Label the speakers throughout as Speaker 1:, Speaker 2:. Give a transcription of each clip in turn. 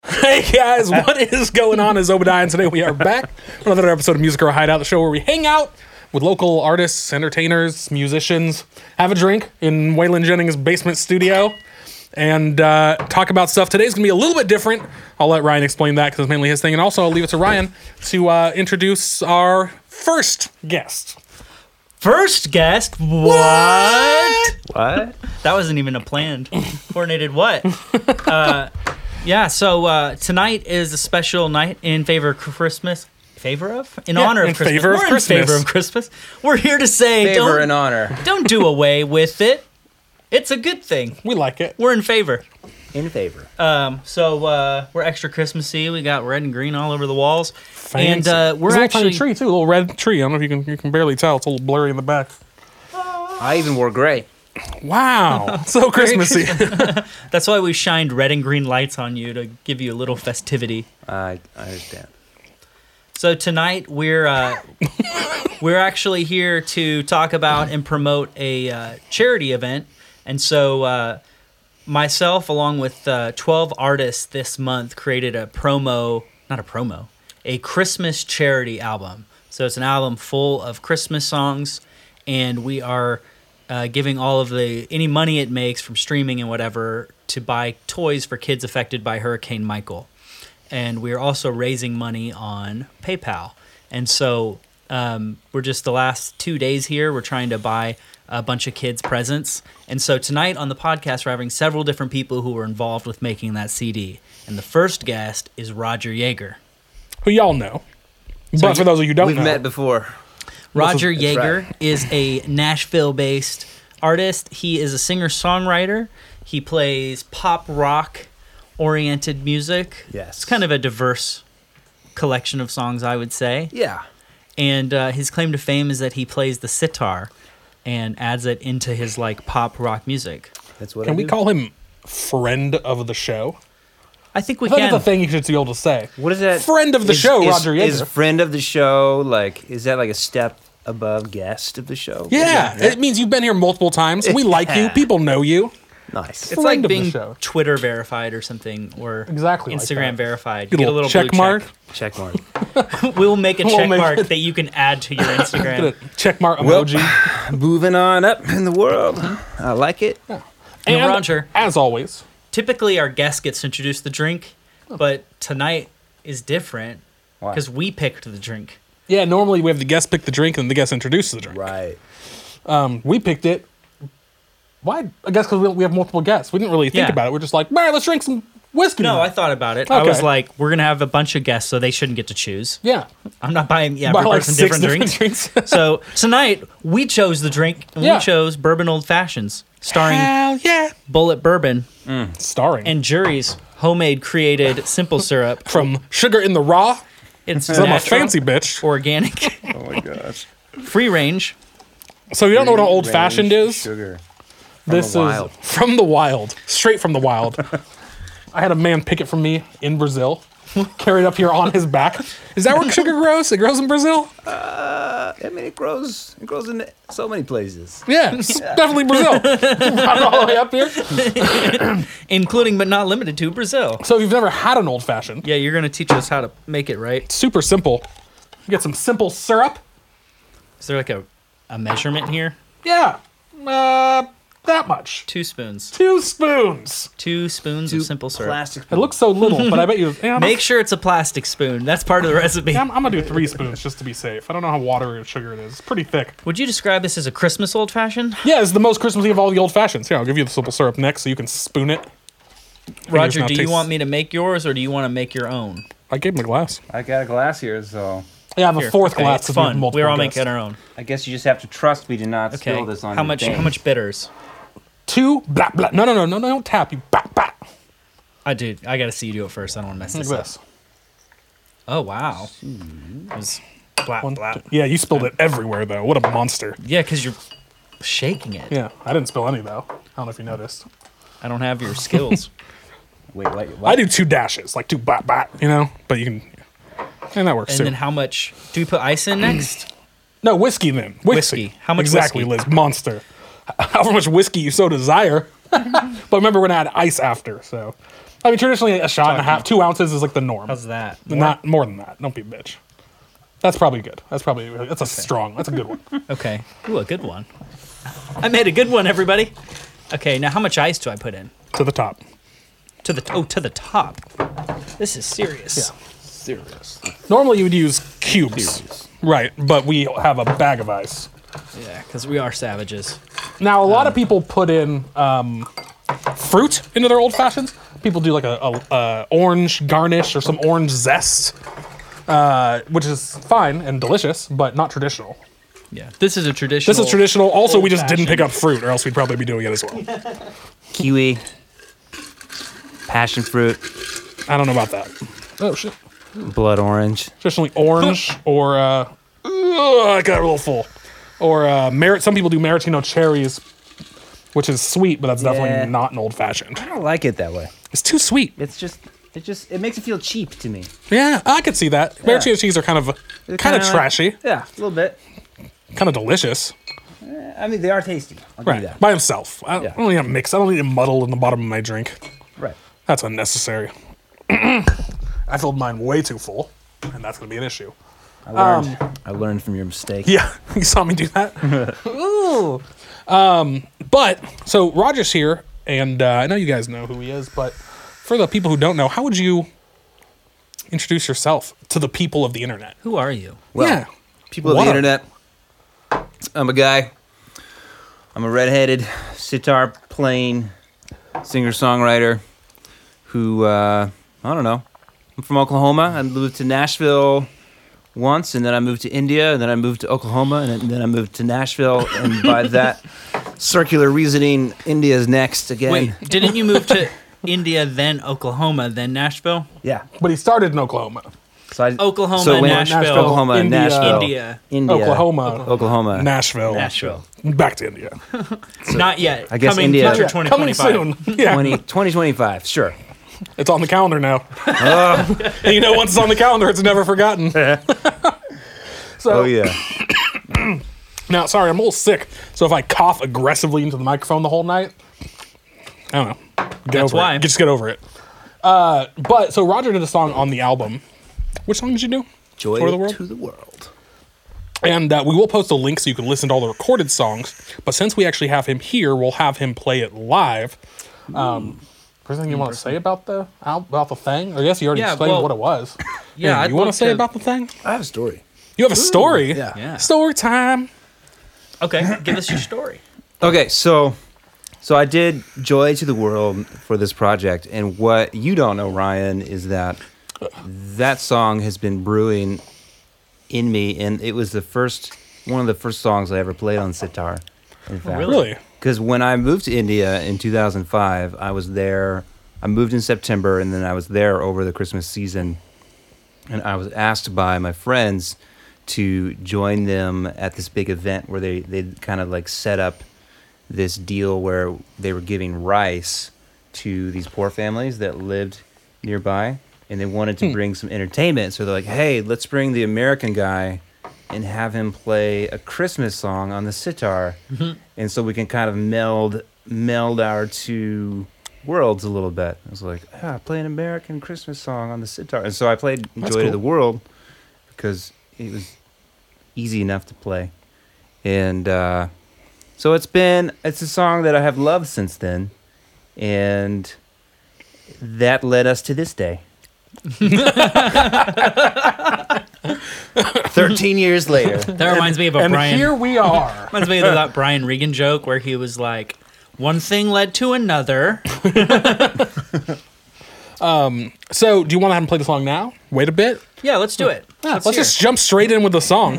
Speaker 1: Hey guys, what is going on? Is Obadiah, and today we are back with another episode of Music or Hideout, the show where we hang out with local artists, entertainers, musicians, have a drink in Waylon Jennings' basement studio, and uh, talk about stuff. Today's gonna be a little bit different. I'll let Ryan explain that because it's mainly his thing, and also I'll leave it to Ryan to uh, introduce our first guest.
Speaker 2: First guest? What?
Speaker 3: What?
Speaker 2: That wasn't even a planned, coordinated what? Uh, yeah, so uh, tonight is a special night in favor of Christmas. Favor of? In
Speaker 1: Yeah,
Speaker 2: honor of
Speaker 1: in
Speaker 2: Christmas.
Speaker 1: favor of
Speaker 2: We're
Speaker 1: Christmas.
Speaker 2: in favor of Christmas. We're here to say
Speaker 3: Favor
Speaker 2: don't,
Speaker 3: and honor.
Speaker 2: don't do away with it. It's a good thing.
Speaker 1: We like it.
Speaker 2: We're in favor.
Speaker 3: In favor.
Speaker 2: Um, so uh, we're extra Christmassy. We got red and green all over the walls. And uh, we're
Speaker 1: There's a little
Speaker 2: actually
Speaker 1: tiny tree too, a little red tree. I don't know if you can you can barely tell. It's a little blurry in the back.
Speaker 3: I even wore gray.
Speaker 1: Wow, so Christmassy.
Speaker 2: that's why we shined red and green lights on you to give you a little festivity.
Speaker 3: I I understand.
Speaker 2: So tonight we're uh, we're actually here to talk about and promote a uh, charity event, and so uh, myself along with uh, twelve artists this month created a promo, not a promo, a Christmas charity album. So it's an album full of Christmas songs, and we are uh, giving all of the any money it makes from streaming and whatever to buy toys for kids affected by Hurricane Michael and we are also raising money on PayPal. And so um, we're just the last two days here. We're trying to buy a bunch of kids presents. And so tonight on the podcast, we're having several different people who were involved with making that CD. And the first guest is Roger Yeager.
Speaker 1: who y'all know. but for those of you who don't
Speaker 3: We've
Speaker 1: know,
Speaker 3: met before.
Speaker 2: Roger
Speaker 3: That's
Speaker 2: Yeager is a Nashville based artist. He is a singer songwriter. He plays pop rock oriented music.
Speaker 3: Yes.
Speaker 2: It's kind of a diverse collection of songs, I would say.
Speaker 3: Yeah.
Speaker 2: and uh, his claim to fame is that he plays the sitar and adds it into his like pop rock music.
Speaker 3: That's what
Speaker 1: can
Speaker 3: I
Speaker 1: we
Speaker 3: do.
Speaker 1: call him friend of the show?
Speaker 2: I think we
Speaker 1: I think
Speaker 2: can.
Speaker 1: it's a thing you should be able to say.
Speaker 3: What is that?
Speaker 1: Friend of the
Speaker 3: is-
Speaker 1: show,
Speaker 3: is-
Speaker 1: Roger Yeager.
Speaker 3: Is friend of the show like is that like a step above guest of the show?
Speaker 1: yeah, it means you've been here multiple times. We like you.
Speaker 3: Yeah.
Speaker 1: People know you.
Speaker 3: Nice.
Speaker 1: friend
Speaker 2: It's
Speaker 1: of
Speaker 2: like
Speaker 1: the
Speaker 2: being
Speaker 1: show.
Speaker 2: Twitter verified or something, or
Speaker 1: Exactly like
Speaker 2: Instagram
Speaker 1: that.
Speaker 2: verified. You
Speaker 1: Good
Speaker 2: get a little
Speaker 1: check
Speaker 2: blue
Speaker 1: mark.
Speaker 3: Check mark.
Speaker 2: Check. we'll make a
Speaker 1: We'll
Speaker 2: check
Speaker 1: make
Speaker 2: mark
Speaker 1: it.
Speaker 2: that you can add to your Instagram.
Speaker 1: Check mark
Speaker 3: Well,
Speaker 1: emoji.
Speaker 3: Moving on up in the world. I like it.
Speaker 2: And
Speaker 1: and
Speaker 2: Roger.
Speaker 1: as always,
Speaker 2: Typically, our guest gets to introduce the drink, but tonight is different
Speaker 3: Why?
Speaker 2: because we picked the drink.
Speaker 1: yeah. Normally we have the guest pick the drink and the guest introduces the drink.
Speaker 3: Right.
Speaker 1: Um, we picked it. Why? I guess because we, we have multiple guests. We didn't really think
Speaker 2: Yeah.
Speaker 1: about it. We're just like, all right, let's drink some whiskey.
Speaker 2: No, I
Speaker 1: tonight."
Speaker 2: thought about it. I
Speaker 1: Okay.
Speaker 2: was like, we're gonna have a bunch of guests, so they shouldn't get to choose.
Speaker 1: yeah,
Speaker 2: I'm not buying yeah,
Speaker 1: Buy
Speaker 2: every
Speaker 1: like
Speaker 2: person
Speaker 1: six
Speaker 2: different,
Speaker 1: different
Speaker 2: drinks.
Speaker 1: drinks.
Speaker 2: so tonight we chose the drink and
Speaker 1: Yeah.
Speaker 2: we chose bourbon old fashions, starring
Speaker 1: Hell yeah! Mm.
Speaker 2: Bullet Bourbon
Speaker 1: Starring
Speaker 2: and Jury's homemade created simple syrup.
Speaker 1: from Sugar in the Raw.
Speaker 2: It's
Speaker 1: So I'm a
Speaker 2: natural,
Speaker 1: fancy bitch.
Speaker 2: organic,
Speaker 3: Oh my gosh.
Speaker 2: free range.
Speaker 1: So you don't know what an old fashioned is?
Speaker 3: Sugar.
Speaker 1: This
Speaker 3: the
Speaker 1: is
Speaker 3: wild.
Speaker 1: from the wild, straight from the wild. I had a man pick it from me in Brazil, carried up here on his back. Is that where sugar grows? It grows in Brazil.
Speaker 3: uh, I mean, it grows. It grows in so many places.
Speaker 1: Yeah, it's definitely Brazil. Brought it all the way up here.
Speaker 2: Including but not limited to Brazil.
Speaker 1: So if you've never had an old fashioned,
Speaker 2: Yeah, you're gonna teach us how to make it right.
Speaker 1: super simple. You get some simple syrup.
Speaker 2: Is there like a, a measurement here?
Speaker 1: Yeah, uh, that much.
Speaker 2: Two spoons.
Speaker 1: Two spoons.
Speaker 2: Two spoons of simple syrup.
Speaker 3: Plastic.
Speaker 1: It looks so little, but I bet you. Yeah, I'm-
Speaker 2: Make sure it's a plastic spoon. That's part of the recipe.
Speaker 1: I'm, I'm gonna do three spoons just to be safe. I don't know how watery or sugar it is. It's pretty thick.
Speaker 2: Would you describe this as a Christmas old fashioned?
Speaker 1: Yeah, it's the most Christmassy of all the old fashions. Here, I'll give you the simple syrup next, so you can spoon it.
Speaker 2: Roger,
Speaker 1: now
Speaker 2: do you
Speaker 1: tastes-
Speaker 2: want me to make yours or do you want to make your own?
Speaker 1: I gave him a glass.
Speaker 4: I got a glass here, so
Speaker 1: Yeah, I have a
Speaker 2: Here,
Speaker 1: fourth
Speaker 2: okay,
Speaker 1: glass.
Speaker 2: It's
Speaker 1: if we have
Speaker 2: fun.
Speaker 1: multiple
Speaker 2: We're all
Speaker 1: guests.
Speaker 2: making our own.
Speaker 4: I guess you just have to trust we did not
Speaker 2: Okay.
Speaker 4: spill this on
Speaker 2: how
Speaker 4: your
Speaker 2: much?
Speaker 4: thing.
Speaker 2: How much bitters?
Speaker 1: two. Blah blah. No, no, no, no, no. Don't tap. You blah blah.
Speaker 2: I dude, I gotta see you do it first. I don't want to mess
Speaker 1: Look
Speaker 2: this
Speaker 1: at
Speaker 2: up.
Speaker 1: this.
Speaker 2: Oh wow. It was blah,
Speaker 1: One,
Speaker 2: blah.
Speaker 1: two- Yeah, you spilled it everywhere though. What a monster.
Speaker 2: Yeah, because you're shaking it.
Speaker 1: Yeah, I didn't spill any though. I don't know if you noticed.
Speaker 2: I don't have your skills.
Speaker 4: Wait, wait,
Speaker 1: I do two dashes, like two blah blah. You know, but you can. And that works
Speaker 2: and
Speaker 1: too.
Speaker 2: then how much? Do we put ice in next?
Speaker 1: no whiskey then. Whiskey.
Speaker 2: Whiskey. How much
Speaker 1: exactly,
Speaker 2: whiskey?
Speaker 1: Liz? Monster. However much whiskey you so desire. but remember, we're gonna add ice after. So I mean, traditionally, a shot and a half, two ounces is like the norm.
Speaker 5: How's that?
Speaker 1: Not more than that. Don't be a bitch. That's probably good. That's probably that's a strong. That's a good one.
Speaker 2: Okay. Ooh, a good one. I made a good one, everybody. Okay, now how much ice do I put in?
Speaker 1: to the top.
Speaker 2: To the oh, to the top. This is serious.
Speaker 6: Serious.
Speaker 1: Normally you would use cubes, right? But we have a bag of ice.
Speaker 2: Yeah, because we are savages.
Speaker 1: Now a lot of people put in um, fruit into their old fashions. People do like a, a, a orange garnish or some orange zest, uh, which is fine and delicious, but not traditional.
Speaker 2: Yeah, this is a traditional.
Speaker 1: This is traditional. Also, we just didn't pick up fruit, or else we'd probably be doing it as well.
Speaker 4: Kiwi, passion fruit,
Speaker 1: I don't know about that. Oh shit!
Speaker 4: blood orange.
Speaker 1: Traditionally orange or uh, ugh, I got a little full. Or uh, mar- some people do maraschino cherries, which is sweet, but that's definitely
Speaker 4: Yeah.
Speaker 1: not an old fashioned.
Speaker 4: I don't like it that way.
Speaker 1: It's too sweet.
Speaker 4: It's just it just it makes it feel cheap to me.
Speaker 1: Yeah, I could see that. Maraschino cheese are kind of kind
Speaker 4: kinda
Speaker 1: of
Speaker 4: like-
Speaker 1: trashy,
Speaker 4: Yeah, a little bit. Eh,
Speaker 1: kind of delicious.
Speaker 4: I mean, they are tasty. I'll give
Speaker 1: Right.
Speaker 4: you that.
Speaker 1: By himself. I,
Speaker 4: Yeah.
Speaker 1: I don't need a mix. I don't need a muddle in the bottom of my drink.
Speaker 4: Right.
Speaker 1: That's unnecessary. I filled mine way too full, and that's going to be an issue. Um,
Speaker 4: I learned. I learned from your mistake.
Speaker 1: Yeah, you saw me do that. Ooh. Um, but so Roger's here, and uh, I know you guys know who he is, but for the people who don't know, how would you introduce yourself to the people of the internet?
Speaker 2: Who are you?
Speaker 4: Well,
Speaker 1: yeah.
Speaker 4: People of
Speaker 1: What
Speaker 4: the
Speaker 1: a-
Speaker 4: internet. I'm a guy. I'm a redheaded sitar playing singer songwriter who, uh, I don't know. I'm from Oklahoma. I moved to Nashville once, and then I moved to India, and then I moved to Oklahoma, and then- then I moved to Nashville. And by that circular reasoning, India's next again.
Speaker 2: Wait, didn't you move to India, then Oklahoma, then Nashville,
Speaker 4: Yeah.
Speaker 1: But he started in Oklahoma,
Speaker 4: So I,
Speaker 2: Oklahoma,
Speaker 4: so when-
Speaker 2: Nashville,
Speaker 4: Oklahoma,
Speaker 1: India,
Speaker 4: Nashville,
Speaker 2: India,
Speaker 4: India,
Speaker 1: Oklahoma,
Speaker 4: Oklahoma.
Speaker 1: Nashville,
Speaker 2: Nashville?
Speaker 1: back to India.
Speaker 2: Not yet.
Speaker 4: I guess
Speaker 2: coming
Speaker 4: India-
Speaker 2: future
Speaker 4: Yeah,
Speaker 1: coming
Speaker 2: 2025.
Speaker 1: soon. Yeah,
Speaker 4: 20, 2025, sure.
Speaker 1: it's on the calendar now. and you know, once it's on the calendar, it's never forgotten. so
Speaker 4: Oh, yeah.
Speaker 1: now, sorry, I'm a little sick. So if I cough aggressively into the microphone the whole night, I don't know. Get
Speaker 2: That's
Speaker 1: over
Speaker 2: why.
Speaker 1: It. Just get over it. Uh, but so Roger did a song on the album. Which song did you do?
Speaker 4: Joy
Speaker 1: Tour of the world?
Speaker 4: to the world.
Speaker 1: And uh, we will post a link so you can listen to all the recorded songs. But since we actually have him here, we'll have him play it live. Um, is there anything you want to say about the al- about the thing? I guess you already
Speaker 2: Yeah,
Speaker 1: explained
Speaker 2: well-
Speaker 1: what it was.
Speaker 2: Yeah,
Speaker 1: Anything
Speaker 2: I'd
Speaker 1: you want
Speaker 2: love
Speaker 1: to say
Speaker 2: to-
Speaker 1: about the thing?
Speaker 4: I have a story.
Speaker 1: You have a story.
Speaker 4: yeah.
Speaker 2: Yeah.
Speaker 1: Story time.
Speaker 2: Okay, give us your story.
Speaker 4: Okay, so so I did Joy to the World for this project, and what you don't know, Ryan, is that that song has been brewing in me, and it was the first one of the first songs I ever played on sitar. In fact,
Speaker 1: Really?
Speaker 4: Because when I moved to India in 2005, I was there. I moved in September, and then I was there over the Christmas season. And I was asked by my friends to join them at this big event where they they kind of like set up this deal where they were giving rice to these poor families that lived nearby, and they wanted to bring some entertainment. So they're like, "Hey, let's bring the American guy." And have him play a Christmas song on the sitar, and so we can kind of meld meld our two worlds a little bit. I was like, ah, play an American Christmas song on the sitar, and so I played
Speaker 1: That's
Speaker 4: "Joy to
Speaker 1: cool.
Speaker 4: the World" because it was easy enough to play, and uh, so it's been it's a song that I have loved since then, and that led us to this day. Thirteen years later.
Speaker 2: That reminds me of a
Speaker 1: and
Speaker 2: Brian.
Speaker 1: here we are.
Speaker 2: Reminds me of that Brian Regan joke where he was like, "One thing led to another."
Speaker 1: Um, so, do you want to have him play the song now? Wait a bit.
Speaker 2: Yeah, let's do it.
Speaker 1: Let's, just jump straight in with the song.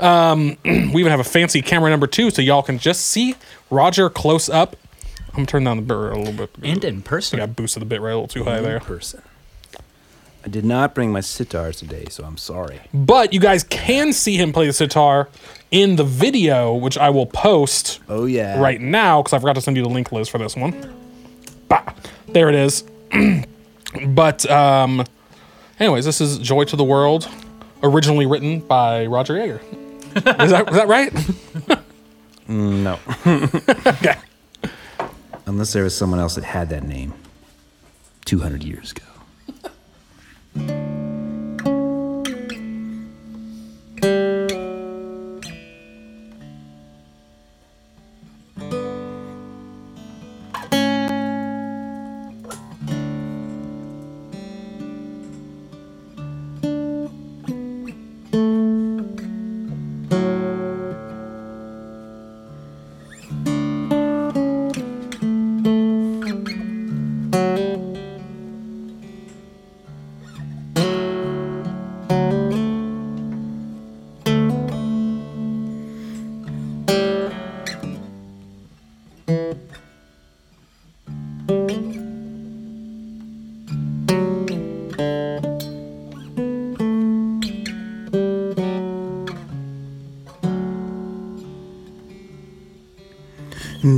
Speaker 1: Um, we even have a fancy camera number two, so y'all can just see Roger close up. I'm gonna turn down the bit a little bit.
Speaker 2: and in
Speaker 1: I
Speaker 2: person.
Speaker 1: got boosted the bit right a little too high there.
Speaker 4: person. I did not bring my sitar today, so I'm sorry.
Speaker 1: But you guys can see him play the sitar in the video, which I will post
Speaker 4: Oh yeah.
Speaker 1: right now because I forgot to send you the link, Liz, for this one. Bah, there it is. but, um, anyways, this is Joy to the World, originally written by Roger Yeager. is, that, is that right?
Speaker 4: No.
Speaker 1: okay.
Speaker 4: Unless there was someone else that had that name.
Speaker 3: 200 years ago.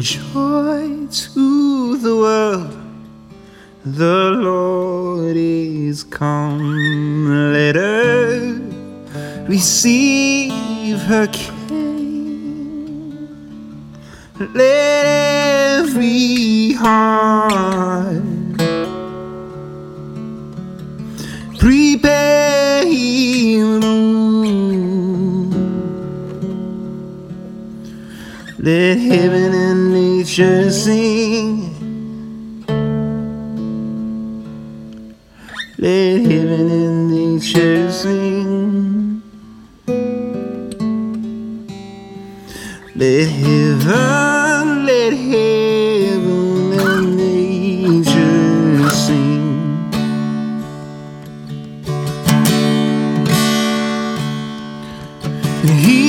Speaker 7: Joy to the world, the Lord is come. Let earth receive her King. Let every heart prepare him room. Let heaven and nature sing. Let heaven and nature sing. Let heaven, let heaven and nature sing. He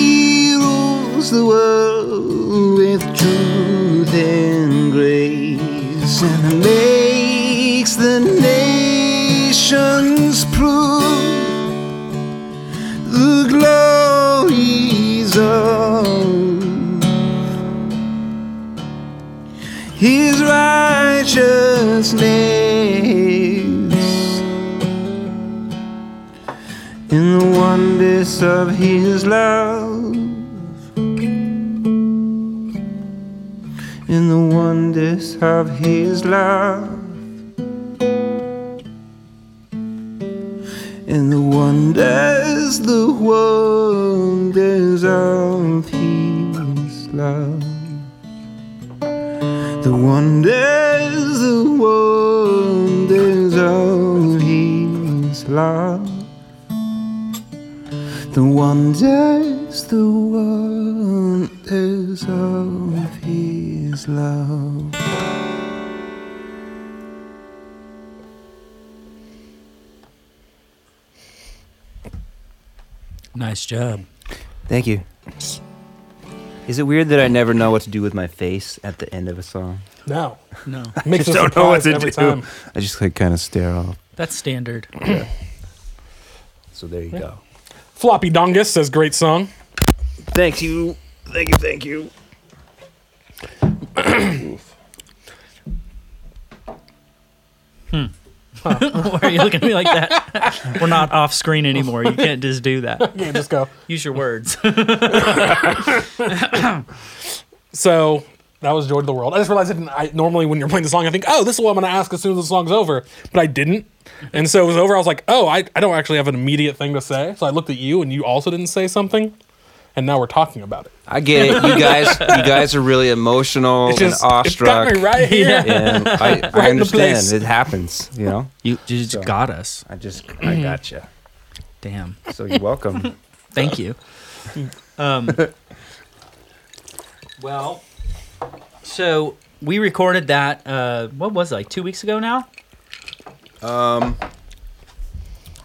Speaker 7: rules the world with truth and grace and makes the nations prove the glories of his righteousness in the wonders of his love, in the wonders of his love, in the wonders, the wonders of his love. The wonders, the wonders of his love. The wonders, the wonders of his love.
Speaker 2: Nice job.
Speaker 3: Thank you. Is it weird that I never know what to do with my face at the end of a song?
Speaker 1: No.
Speaker 2: No,
Speaker 1: Makes us
Speaker 3: don't know what
Speaker 1: surprised
Speaker 3: to
Speaker 1: every
Speaker 3: do.
Speaker 1: time.
Speaker 3: I just like kind of stare off.
Speaker 2: that's standard.
Speaker 3: So there you go.
Speaker 1: Floppy Dongus says, great song.
Speaker 3: Thank you. Thank you. Thank you.
Speaker 2: Why are you looking at me like that? We're not off screen anymore. You can't just do that.
Speaker 1: Yeah, just go.
Speaker 2: Use your words.
Speaker 1: So that was Joy to the World. I just realized I, didn't, I normally when you're playing the song, I think, oh, this is what I'm going to ask as soon as the song's over. But I didn't. And so it was over. I was like, oh, I, I don't actually have an immediate thing to say. So I looked at you and you also didn't say something. And now we're talking about it.
Speaker 3: I get it. You guys, you guys are really emotional
Speaker 1: It's just,
Speaker 3: and
Speaker 1: it's got
Speaker 3: awestruck.
Speaker 1: me right here.
Speaker 3: And I,
Speaker 1: in
Speaker 3: I
Speaker 1: the
Speaker 3: understand.
Speaker 1: place.
Speaker 3: It happens. You know.
Speaker 2: You just got us.
Speaker 3: I just, I gotcha.
Speaker 2: Damn.
Speaker 3: So you're welcome.
Speaker 2: Thank you. Um, well, so we recorded that. Uh, what was it, like two weeks ago now?
Speaker 3: Um,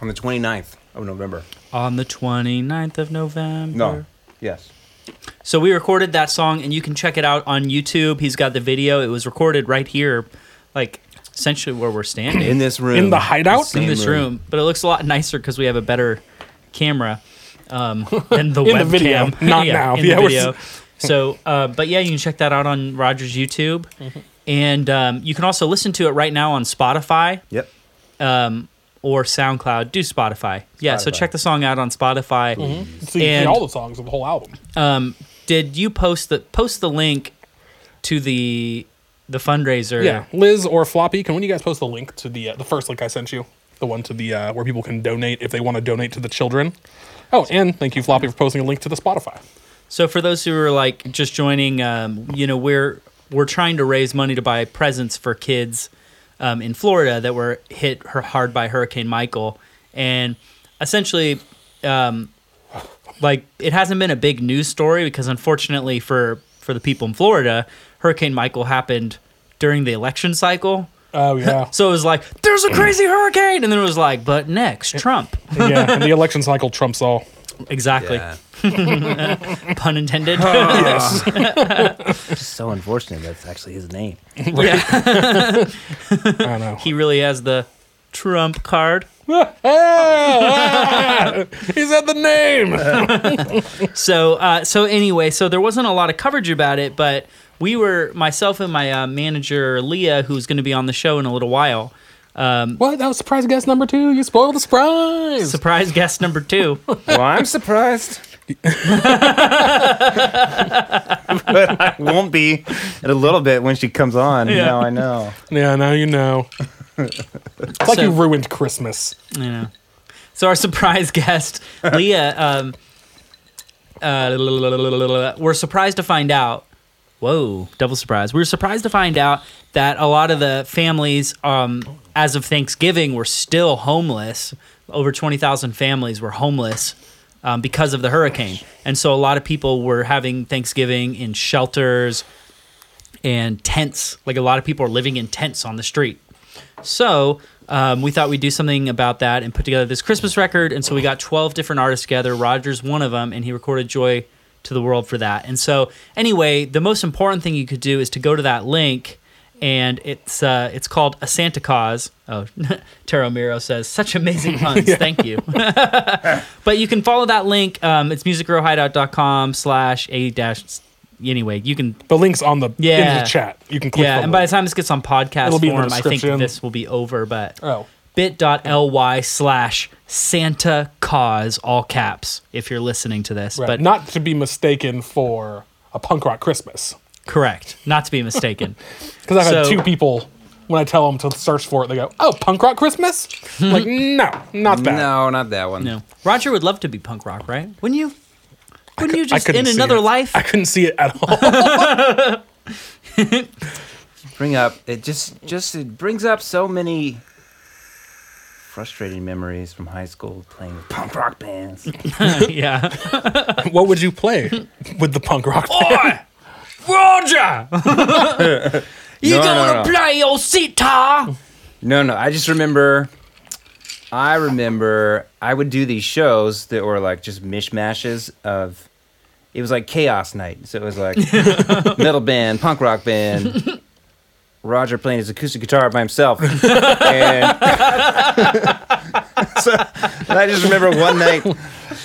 Speaker 3: On the 29th of November.
Speaker 2: On the 29th of November.
Speaker 4: No. Yes.
Speaker 2: So we recorded that song, and you can check it out on YouTube. He's got the video. It was recorded right here, like essentially where we're standing.
Speaker 3: In this room.
Speaker 1: In the hideout?
Speaker 2: in this room. but it looks a lot nicer because we have a better camera um, than the
Speaker 1: In the
Speaker 2: webcam.
Speaker 1: video, not now.
Speaker 2: In the
Speaker 1: Yeah, we're
Speaker 2: video. so, uh, but yeah, you can check that out on Roger's YouTube,
Speaker 1: Mm-hmm.
Speaker 2: and um, you can also listen to it right now on Spotify
Speaker 3: Yep.
Speaker 2: um, or SoundCloud. Do Spotify. Yeah, so
Speaker 3: Spotify.
Speaker 2: check the song out on Spotify.
Speaker 1: Mm-hmm. So you
Speaker 2: And-
Speaker 1: see all the songs of the whole album.
Speaker 2: Um, did you post the post the link to the the fundraiser.
Speaker 1: Yeah, Liz or Floppy, can one of you guys post the link to the uh, the first link I sent you, the one to the uh, where people can donate if they want to donate to the children. Oh, and thank you, Floppy, for posting a link to the Spotify.
Speaker 2: So for those who are like just joining, um, you know, we're we're trying to raise money to buy presents for kids um, in Florida that were hit her- hard by Hurricane Michael, and essentially, um, like it hasn't been a big news story because unfortunately for for the people in Florida, Hurricane Michael happened during the election cycle.
Speaker 1: Oh yeah,
Speaker 2: So it was like, there's a crazy hurricane, and then it was like, but next Trump,
Speaker 1: yeah. And the election cycle trumps all.
Speaker 2: exactly,
Speaker 4: Yeah.
Speaker 2: pun intended.
Speaker 4: It's so unfortunate. That's actually his name.
Speaker 2: yeah.
Speaker 1: I don't know.
Speaker 2: he really has the Trump card.
Speaker 1: He said the name.
Speaker 2: So, uh, so anyway, so there wasn't a lot of coverage about it, but we were myself and my uh, manager Leah, who's going to be on the show in a little while. um,
Speaker 1: what? That was surprise guest number two. You spoiled the surprise.
Speaker 2: Surprise guest number two.
Speaker 8: Well, I'm surprised.
Speaker 4: but I won't be in a little bit when she comes on.
Speaker 2: Yeah.
Speaker 4: Now I know.
Speaker 1: yeah, now you know. It's like
Speaker 2: So-
Speaker 1: you ruined Christmas.
Speaker 2: Yeah. So our surprise guest, Leah, um, uh, we're surprised to find out. Whoa, double surprise. We were surprised to find out that a lot of the families, um, as of Thanksgiving, were still homeless. Over 20,000 families were homeless um, because of the hurricane. And so a lot of people were having Thanksgiving in shelters and tents. Like a lot of people are living in tents on the street. So um, we thought we'd do something about that and put together this Christmas record. And so we got 12 different artists together. Roger's one of them, and he recorded Joy to the World for that. And so, anyway, the most important thing you could do is to go to that link. And it's uh, it's called a Santa Cause. Oh, Taro Miro says such amazing puns. Thank you. but you can follow that link. Um, it's musicrowhideout.com slash a dash. Anyway, you can
Speaker 1: The link's on the in
Speaker 2: Yeah.
Speaker 1: the chat. You can click.
Speaker 2: yeah,
Speaker 1: the
Speaker 2: and by
Speaker 1: link.
Speaker 2: the time this gets on podcast
Speaker 1: It'll be in the
Speaker 2: form, I think
Speaker 1: description.
Speaker 2: this will be over. But
Speaker 1: Oh.
Speaker 2: bit.ly slash Santa Cause, all caps, if you're listening to this.
Speaker 1: Right.
Speaker 2: But
Speaker 1: not to be mistaken for a punk rock Christmas.
Speaker 2: correct, not to be mistaken.
Speaker 1: Because I've had
Speaker 2: So-
Speaker 1: two people when I tell them to search for it, they go, "Oh, punk rock Christmas." I'm like, no, not that.
Speaker 4: No, not that one.
Speaker 2: no, Roger would love to be punk rock, right? Wouldn't you? Wouldn't you
Speaker 1: I
Speaker 2: just
Speaker 1: couldn't
Speaker 2: in
Speaker 1: see
Speaker 2: another
Speaker 1: it.
Speaker 2: life?
Speaker 1: I couldn't see it at all.
Speaker 4: Bring up it just just it brings up so many frustrating memories from high school playing with punk rock bands.
Speaker 2: yeah.
Speaker 1: what would you play with the punk rock?
Speaker 2: Oh.
Speaker 1: Band? Roger,
Speaker 2: you
Speaker 4: No,
Speaker 2: gonna
Speaker 4: no, no.
Speaker 2: play your sitar?
Speaker 4: No, no. I just remember. I remember I would do these shows that were like just mishmashes of. It was like chaos night, so it was like metal band, punk rock band. Roger playing his acoustic guitar by himself. And so and I just remember one night this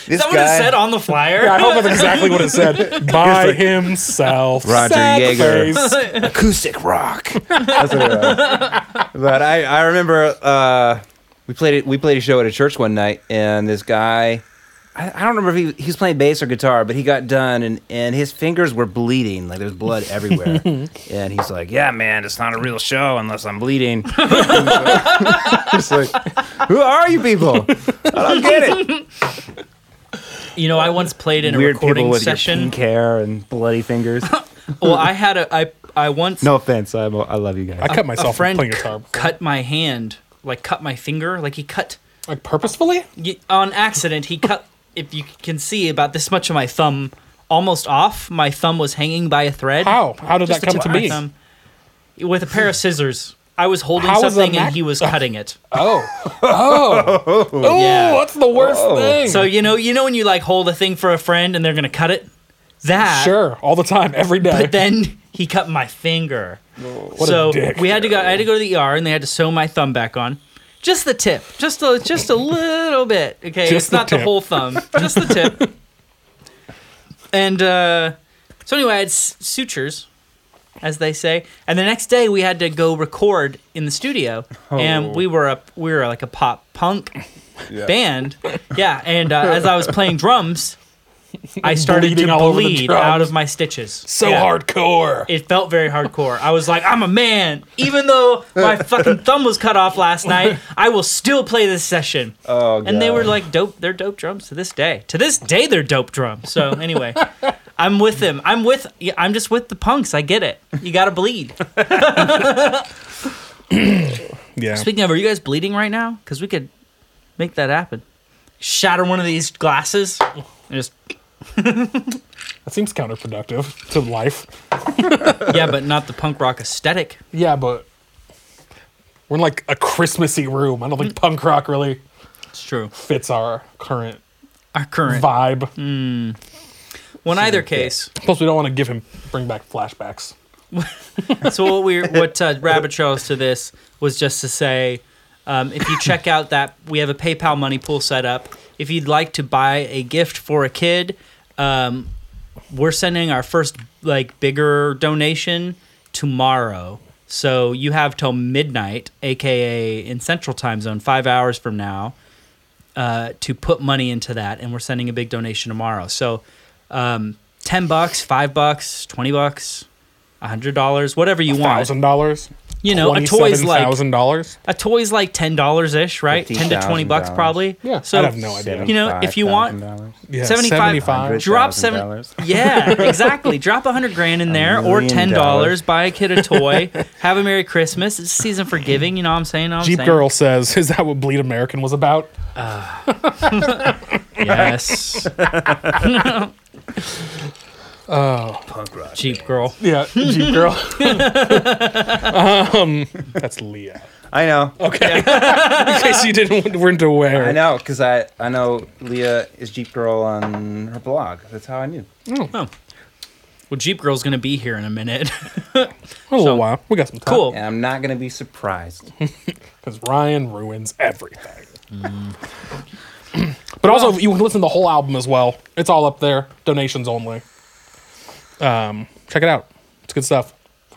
Speaker 2: Is that what it
Speaker 4: guy
Speaker 2: said on the flyer?
Speaker 1: I hope that's exactly what it said. By himself,
Speaker 4: Roger
Speaker 1: sad
Speaker 4: Yeager.
Speaker 1: face.
Speaker 4: acoustic rock. That's what it was. But I, I remember uh, we played it, we played a show at a church one night, and this guy, I, I don't remember if he, he was playing bass or guitar, but he got done, and, and his fingers were bleeding, like there was blood everywhere. and he's like, "Yeah, man, it's not a real show unless I'm bleeding." it's like, who are you people? I don't get it.
Speaker 2: you know, I once played in a
Speaker 4: Weird people
Speaker 2: recording
Speaker 4: with your
Speaker 2: session.
Speaker 4: pink hair and bloody fingers.
Speaker 2: Well, I had a I I once
Speaker 4: No offense, I'm, I love you guys.
Speaker 1: I cut
Speaker 2: a
Speaker 1: myself
Speaker 2: friend
Speaker 1: playing
Speaker 2: cu-
Speaker 1: guitar,
Speaker 2: cut my hand, like cut my finger, like he cut
Speaker 1: like purposefully.
Speaker 2: y- on accident. He cut, if you can see, about this much of my thumb almost off. My thumb was hanging by a thread.
Speaker 1: How? How did
Speaker 2: Just
Speaker 1: that come
Speaker 2: the tip
Speaker 1: to
Speaker 2: of my
Speaker 1: be?
Speaker 2: thumb. With a pair of scissors. I was holding
Speaker 1: How is
Speaker 2: something
Speaker 1: a
Speaker 2: and
Speaker 1: mac-
Speaker 2: he was cutting it.
Speaker 1: Oh, oh, oh!
Speaker 2: Yeah.
Speaker 1: That's the worst
Speaker 2: Oh.
Speaker 1: thing.
Speaker 2: So you know, you know when you like hold a thing for a friend and they're gonna cut it. That
Speaker 1: sure, all the time, every day.
Speaker 2: But then he cut my finger.
Speaker 1: a
Speaker 2: so
Speaker 1: dick.
Speaker 2: we had to go. I had to go to the ER, and they had to sew my thumb back on. Just the tip, just a just a little bit. Okay,
Speaker 1: Just
Speaker 2: it's
Speaker 1: the
Speaker 2: not
Speaker 1: tip.
Speaker 2: the whole thumb, just the tip. and uh, so anyway, I had s- sutures, as they say. And the next day, we had to go record in the studio,
Speaker 1: Oh.
Speaker 2: and we were up. We were like a uh, pop punk band, yeah. And uh, as I was playing drums, I started to
Speaker 1: Bleeding all over the
Speaker 2: bleed
Speaker 1: drums.
Speaker 2: out of my stitches.
Speaker 1: So
Speaker 2: Yeah.
Speaker 1: hardcore.
Speaker 2: It felt very hardcore. I was like, I'm a man. Even though my fucking thumb was cut off last night, I will still play this session.
Speaker 4: Oh,
Speaker 2: and they
Speaker 4: God.
Speaker 2: were like dope they're dope drums to this day to this day they're dope drums so anyway i'm with them i'm with yeah, i'm just with the punks i get it you gotta bleed
Speaker 1: yeah.
Speaker 2: speaking of are you guys bleeding right now because we could make that happen shatter one of these glasses and just
Speaker 1: that seems counterproductive to life.
Speaker 2: yeah but not the punk rock aesthetic
Speaker 1: Yeah, but we're in like a Christmassy room. I don't think punk rock really
Speaker 2: Mm. it's true
Speaker 1: fits our current
Speaker 2: our current Mm.
Speaker 1: vibe.
Speaker 2: well in either case
Speaker 1: Plus, we don't want to give him bring back flashbacks.
Speaker 2: so what we what uh, rabbit trails to this was just to say um, if you check out that we have a paypal money pool set up if you'd like to buy a gift for a kid um, we're sending our first like bigger donation tomorrow so you have till midnight aka in central time zone five hours from now uh, to put money into that, and we're sending a big donation tomorrow. So, um, ten bucks, five bucks, twenty bucks, a hundred dollars, whatever you want.
Speaker 1: Thousand dollars.
Speaker 2: You know, a toy's like
Speaker 1: thousand dollars.
Speaker 2: a toy's like ten dollars ish, right? Ten to twenty bucks,
Speaker 4: $15,000.
Speaker 2: probably.
Speaker 1: Yeah,
Speaker 2: So
Speaker 1: I have no idea.
Speaker 2: You know, if you want,
Speaker 4: $75,000.
Speaker 1: Yeah,
Speaker 2: 75
Speaker 1: 75.
Speaker 2: drop seven.
Speaker 4: $100,000.
Speaker 2: Yeah, exactly. drop a hundred grand in there, or
Speaker 4: million
Speaker 2: ten
Speaker 4: dollars.
Speaker 2: dollars. Buy a kid a toy. have a merry Christmas. It's season for giving. You know what I'm saying? Know what I'm
Speaker 1: Jeep
Speaker 2: saying?
Speaker 1: Girl says, "Is that what Bleed American was about?"
Speaker 2: Uh. Yes. oh. Jeep girl.
Speaker 1: Oh. Yeah, Jeep Girl. um, that's Leah.
Speaker 4: I know.
Speaker 1: Okay, in case you didn't weren't aware.
Speaker 4: I know, because I, I know Leah is Jeep Girl on her blog. That's how I knew.
Speaker 1: Oh.
Speaker 2: Well, Jeep girl's gonna be here in a minute.
Speaker 1: A little
Speaker 2: So-
Speaker 1: while. We got some time.
Speaker 2: cool.
Speaker 4: And I'm not going to be surprised.
Speaker 1: because Ryan ruins everything. but also, you can listen to the whole album as well. It's all up there, donations only. Um, check it out; it's good stuff.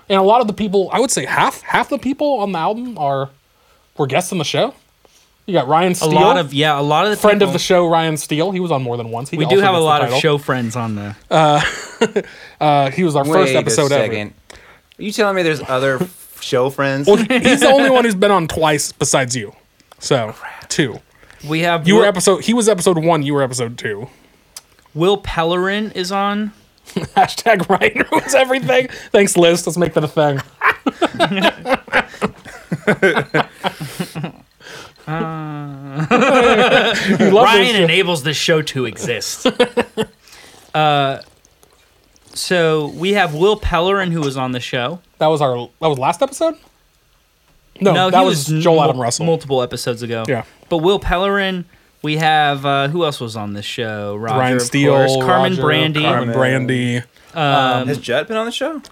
Speaker 1: And a lot of the people, I would say half half the people on the album are were guests on the show. You got Ryan
Speaker 2: A
Speaker 1: Steele,
Speaker 2: lot of yeah, a lot of the
Speaker 1: friend of
Speaker 2: people-
Speaker 1: the show, Ryan Steele. He was on more than once. He
Speaker 2: We do
Speaker 1: also
Speaker 2: have a
Speaker 1: gets the
Speaker 2: lot of
Speaker 1: title.
Speaker 2: show friends on the.
Speaker 1: Uh, he was our first
Speaker 3: Wait a
Speaker 1: episode ever.
Speaker 3: second. Are you telling me there's other f- show friends?
Speaker 1: Well, he's the only one who's been on twice besides you. So two.
Speaker 2: we have
Speaker 1: You
Speaker 2: Will,
Speaker 1: were episode. He was episode one. You were episode two.
Speaker 2: Will Pellerin is on.
Speaker 1: Hashtag Ryan ruins everything. Thanks, Liz. Let's make that a thing. Uh. You love
Speaker 2: Ryan
Speaker 1: those-
Speaker 2: enables this show to exist. uh, so we have Will Pellerin who was on the show.
Speaker 1: that was our that was last episode. No, that was, Joel
Speaker 2: mul-
Speaker 1: Adam Russell.
Speaker 2: multiple episodes ago.
Speaker 1: Yeah.
Speaker 2: but Will Pellerin. We have uh, who else was on this show? Roger,
Speaker 1: Ryan
Speaker 2: of
Speaker 1: Steele,
Speaker 2: course. Carmen
Speaker 1: Roger,
Speaker 2: Brandy.
Speaker 1: Carmen
Speaker 4: Carmen.
Speaker 1: Brandy,
Speaker 3: Um, Has Judd been on the show?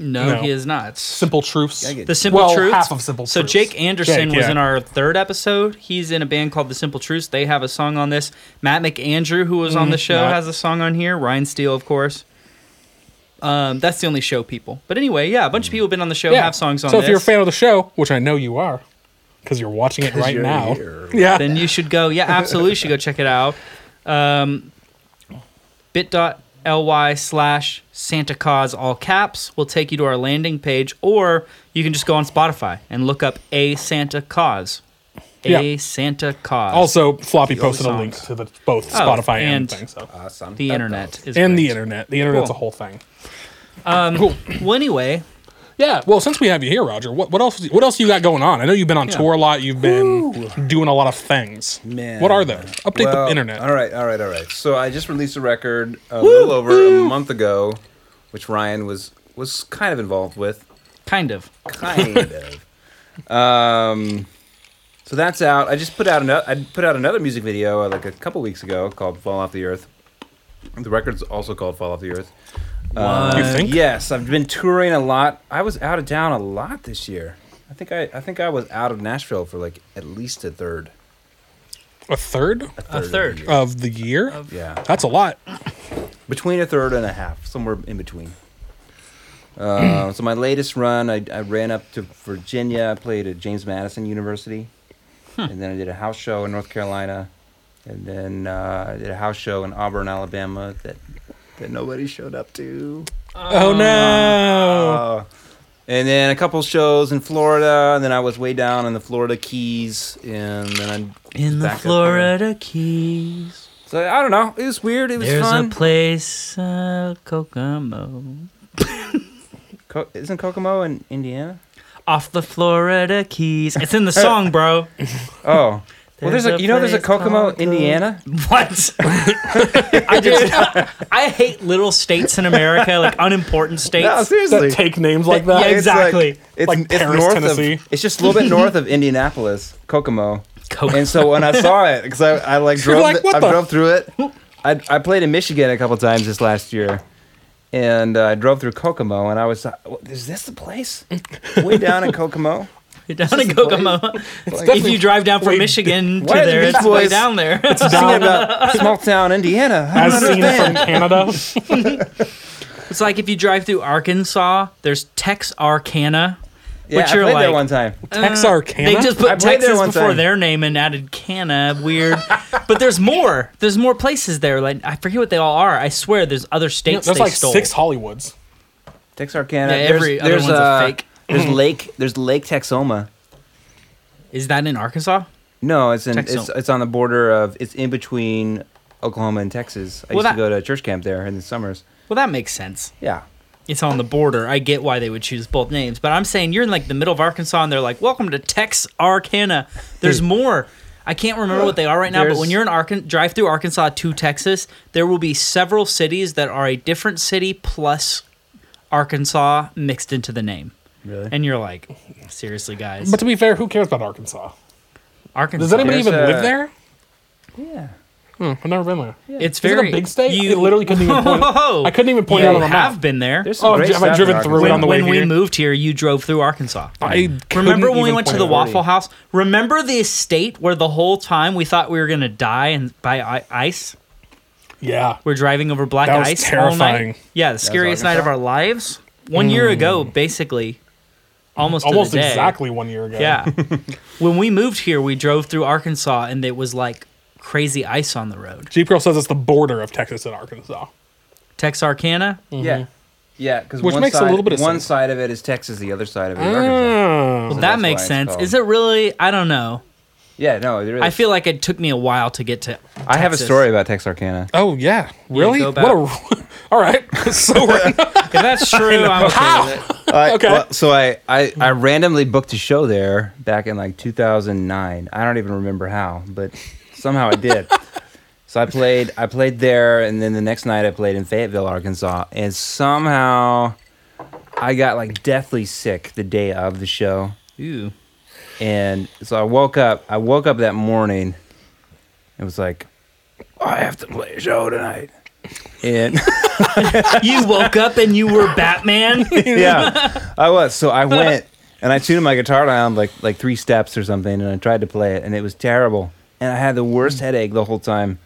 Speaker 2: No,
Speaker 1: No.
Speaker 2: he is not.
Speaker 1: Simple Truths.
Speaker 2: The Simple
Speaker 1: well,
Speaker 2: Truth.
Speaker 1: half of Simple
Speaker 2: So
Speaker 1: Truths.
Speaker 2: Jake Anderson
Speaker 1: Jake,
Speaker 2: was
Speaker 1: yeah.
Speaker 2: in our third episode. He's in a band called The Simple Truths. They have a song on this. Matt McAndrew, who was on the show,
Speaker 1: Mm-hmm. Matt.
Speaker 2: has a song on here. Ryan Steele, of course. Um, that's the only show people. But anyway, yeah, a bunch of people have been on the show,
Speaker 1: Mm-hmm. Yeah.
Speaker 2: have songs on
Speaker 1: So
Speaker 2: this.
Speaker 1: if you're a fan of the show, which I know you are, because you're watching it right now. Yeah.
Speaker 2: then you should go. Yeah, absolutely, you should go check it out. Um, bit.ly slash Santa Cause all caps will take you to our landing page, or you can just go on Spotify and look up a Santa Cause. A
Speaker 1: Yeah.
Speaker 2: Santa Cause.
Speaker 1: also, Floppy posted a
Speaker 2: songs.
Speaker 1: link to the, both Spotify and,
Speaker 2: Oh, and-
Speaker 1: things. So.
Speaker 4: Awesome.
Speaker 2: the internet is
Speaker 1: and the
Speaker 2: great.
Speaker 1: internet. The internet's
Speaker 2: Cool.
Speaker 1: a whole thing. Um, cool.
Speaker 2: Well, anyway,
Speaker 1: Yeah. Well, since we have you here, Roger, what, what else? What else you got going on? I know you've been on tour a lot. You've been doing a lot of things.
Speaker 4: Man.
Speaker 1: What are they? Update the internet.
Speaker 3: All right, all right, all right. So I just released a record a little over a month ago, which Ryan was was kind of involved with,
Speaker 2: kind of.
Speaker 3: kind of. Um, so that's out. I just put out another. I put out another music video uh, like a couple weeks ago called "Fall Off the Earth." The record's also called "Fall Off the Earth." Uh,
Speaker 1: You think?
Speaker 3: Yes, I've been touring a lot. I was out of town a lot this year. I think I, I think I was out of Nashville for like at least a third.
Speaker 1: A third
Speaker 2: A
Speaker 3: of the
Speaker 2: third.
Speaker 3: year.
Speaker 1: of the year.
Speaker 3: yeah.
Speaker 1: That's a lot.
Speaker 3: between a third and a half, somewhere in between. Uh, so my latest run, I, I ran up to
Speaker 1: Hmm.
Speaker 3: Virginia, I played at James Madison University, and then I did a house show in North Carolina,
Speaker 4: and then uh, I did a house show in Auburn, Alabama that that nobody showed up to. Um,
Speaker 1: Oh, no.
Speaker 4: Uh, and then a couple shows in Florida, and then I was way down in the Florida Keys, and then I
Speaker 2: In the
Speaker 4: back up.
Speaker 2: Florida Keys,
Speaker 4: So I don't know. It was weird. It was
Speaker 2: there's
Speaker 4: fun.
Speaker 2: a place, uh, Kokomo.
Speaker 4: Co- isn't Kokomo in Indiana?
Speaker 2: Off the Florida Keys. It's in the song, bro.
Speaker 4: Oh, well, there's a, you know there's a
Speaker 2: place
Speaker 4: Kokomo,
Speaker 2: called
Speaker 4: Indiana.
Speaker 2: What? I just I hate little states in America, like unimportant states.
Speaker 4: No, seriously.
Speaker 1: That take names like that.
Speaker 2: Yeah,
Speaker 4: It's like-
Speaker 2: exactly.
Speaker 4: It's,
Speaker 1: Like
Speaker 4: it's
Speaker 1: Paris,
Speaker 4: north
Speaker 1: Tennessee.
Speaker 4: Of, it's just a little bit north of Indianapolis, Kokomo.
Speaker 2: Co-
Speaker 4: And so when I saw it, because I, I like drove,
Speaker 1: like,
Speaker 4: th-
Speaker 1: "What
Speaker 4: I
Speaker 1: the-"
Speaker 4: drove through it. I, I played in Michigan a couple times this last year, and uh, I drove through Kokomo, and I was, uh, like, "What- is this the place? Way down in Kokomo.
Speaker 2: You're down in Kokomo. if
Speaker 1: definitely
Speaker 2: you drive down from
Speaker 1: way-
Speaker 2: Michigan to
Speaker 4: Why are the
Speaker 2: there,
Speaker 4: Beach
Speaker 2: it's way
Speaker 4: Boys-
Speaker 2: down there.
Speaker 4: Thinking about small town Indiana. I
Speaker 1: As
Speaker 4: don't
Speaker 1: seen
Speaker 4: understand.
Speaker 1: from Canada.
Speaker 2: it's like if you drive through Arkansas, there's Texarkana.
Speaker 4: Yeah,
Speaker 2: which
Speaker 4: I
Speaker 2: you're
Speaker 4: played there
Speaker 2: like- uh,
Speaker 4: one time.
Speaker 1: Texarkana.
Speaker 2: They just put
Speaker 4: I played there
Speaker 2: Texas
Speaker 4: one
Speaker 2: before
Speaker 4: time.
Speaker 2: their name and added Canna. Weird. but there's more. There's more places there. Like I forget what they all are. I swear there's other
Speaker 1: Yeah,
Speaker 2: states
Speaker 1: There's
Speaker 2: they
Speaker 1: like
Speaker 2: stole.
Speaker 1: six Hollywoods.
Speaker 4: Texarkana.
Speaker 2: Yeah, every other one's a fake.
Speaker 4: uh, There's Lake. There's Lake Texoma.
Speaker 2: Is that in Arkansas?
Speaker 4: No, it's in,
Speaker 2: Texoma.
Speaker 4: it's it's on the border of it's in between Oklahoma and Texas. I
Speaker 2: Well,
Speaker 4: used
Speaker 2: that-
Speaker 4: to go to church camp there in the summers.
Speaker 2: Well, that makes sense.
Speaker 4: Yeah.
Speaker 2: It's on the border. I get why they would choose both names, but I'm saying you're in like the middle of Arkansas, and they're like, "Welcome to Texarkana." There's
Speaker 1: Hmm.
Speaker 2: more. I can't remember what they are right now, but
Speaker 4: There's-
Speaker 2: when you're in Arkan- drive through Arkansas to Texas, there will be several cities that are a different city plus Arkansas mixed into the name.
Speaker 4: Really?
Speaker 2: And you're like, seriously, guys,
Speaker 1: But to be fair, who cares about Arkansas?
Speaker 2: Arkansas.
Speaker 1: Does anybody
Speaker 4: There's
Speaker 1: even
Speaker 4: a-
Speaker 1: live there?
Speaker 4: yeah.
Speaker 1: Hmm, I've never been there.
Speaker 2: It's
Speaker 1: Is
Speaker 2: very
Speaker 1: it a big state? I literally couldn't even point.
Speaker 2: Whoa!
Speaker 1: I couldn't even point
Speaker 2: you
Speaker 1: out on a
Speaker 2: have
Speaker 1: map.
Speaker 2: been there.
Speaker 4: There's some
Speaker 1: Oh,
Speaker 4: great
Speaker 1: have I
Speaker 4: stuff in
Speaker 1: driven through it
Speaker 4: Arkansas.
Speaker 1: on the way
Speaker 2: when we
Speaker 1: here?
Speaker 2: moved here, you drove through Arkansas.
Speaker 1: I
Speaker 2: Remember
Speaker 1: couldn't
Speaker 2: when we
Speaker 1: even
Speaker 2: went to
Speaker 1: point
Speaker 2: the
Speaker 1: out.
Speaker 2: Waffle House? Remember the estate where the whole time we thought we were gonna die and by i- ice?
Speaker 1: Yeah.
Speaker 2: We're driving over black
Speaker 1: That was
Speaker 2: ice. All
Speaker 1: terrifying. Mm.
Speaker 2: night. Yeah, the scariest night of our lives. One year ago, basically, almost to the
Speaker 1: Almost
Speaker 2: day.
Speaker 1: exactly one year ago.
Speaker 2: Yeah. when we moved here, we drove through Arkansas, and it was like crazy ice on the road.
Speaker 1: Jeep Girl says it's the border of Texas and Arkansas.
Speaker 2: Texarkana.
Speaker 4: Yeah. Yeah, because
Speaker 1: Which
Speaker 4: one
Speaker 1: makes a
Speaker 4: side,
Speaker 1: little bit of
Speaker 4: one
Speaker 1: sense.
Speaker 4: side of it is Texas, the other side of
Speaker 2: Mm.
Speaker 4: it is Arkansas.
Speaker 1: Oh.
Speaker 2: Well, that
Speaker 4: that's why
Speaker 2: makes
Speaker 4: it's
Speaker 2: sense.
Speaker 4: called-
Speaker 2: Is it really? I don't know.
Speaker 4: Yeah, no, it really.
Speaker 2: I feel like it took me a while to get to.
Speaker 4: I have a
Speaker 2: Texas.
Speaker 4: story about Texarkana.
Speaker 1: Oh yeah, really?
Speaker 2: go
Speaker 1: what a. All right. so random.
Speaker 2: If that's true, I'm okay with it.
Speaker 4: I-
Speaker 1: Okay.
Speaker 4: well, so I, I, I randomly booked a show there back in like 2009. I don't even remember how, but somehow I did. so I played I played there, and then the next night I played in Fayetteville, Arkansas, and somehow I got like deathly sick the day of the show,
Speaker 2: Ooh.
Speaker 4: and so I woke up. I woke up that morning. It was like I have to play a show tonight, and.
Speaker 2: You woke up and you were Batman.
Speaker 4: yeah, I was. So I went and I tuned my guitar down like like three steps or something, and I tried to play it, and it was terrible. And I had the
Speaker 2: Mm.
Speaker 4: worst headache the whole time.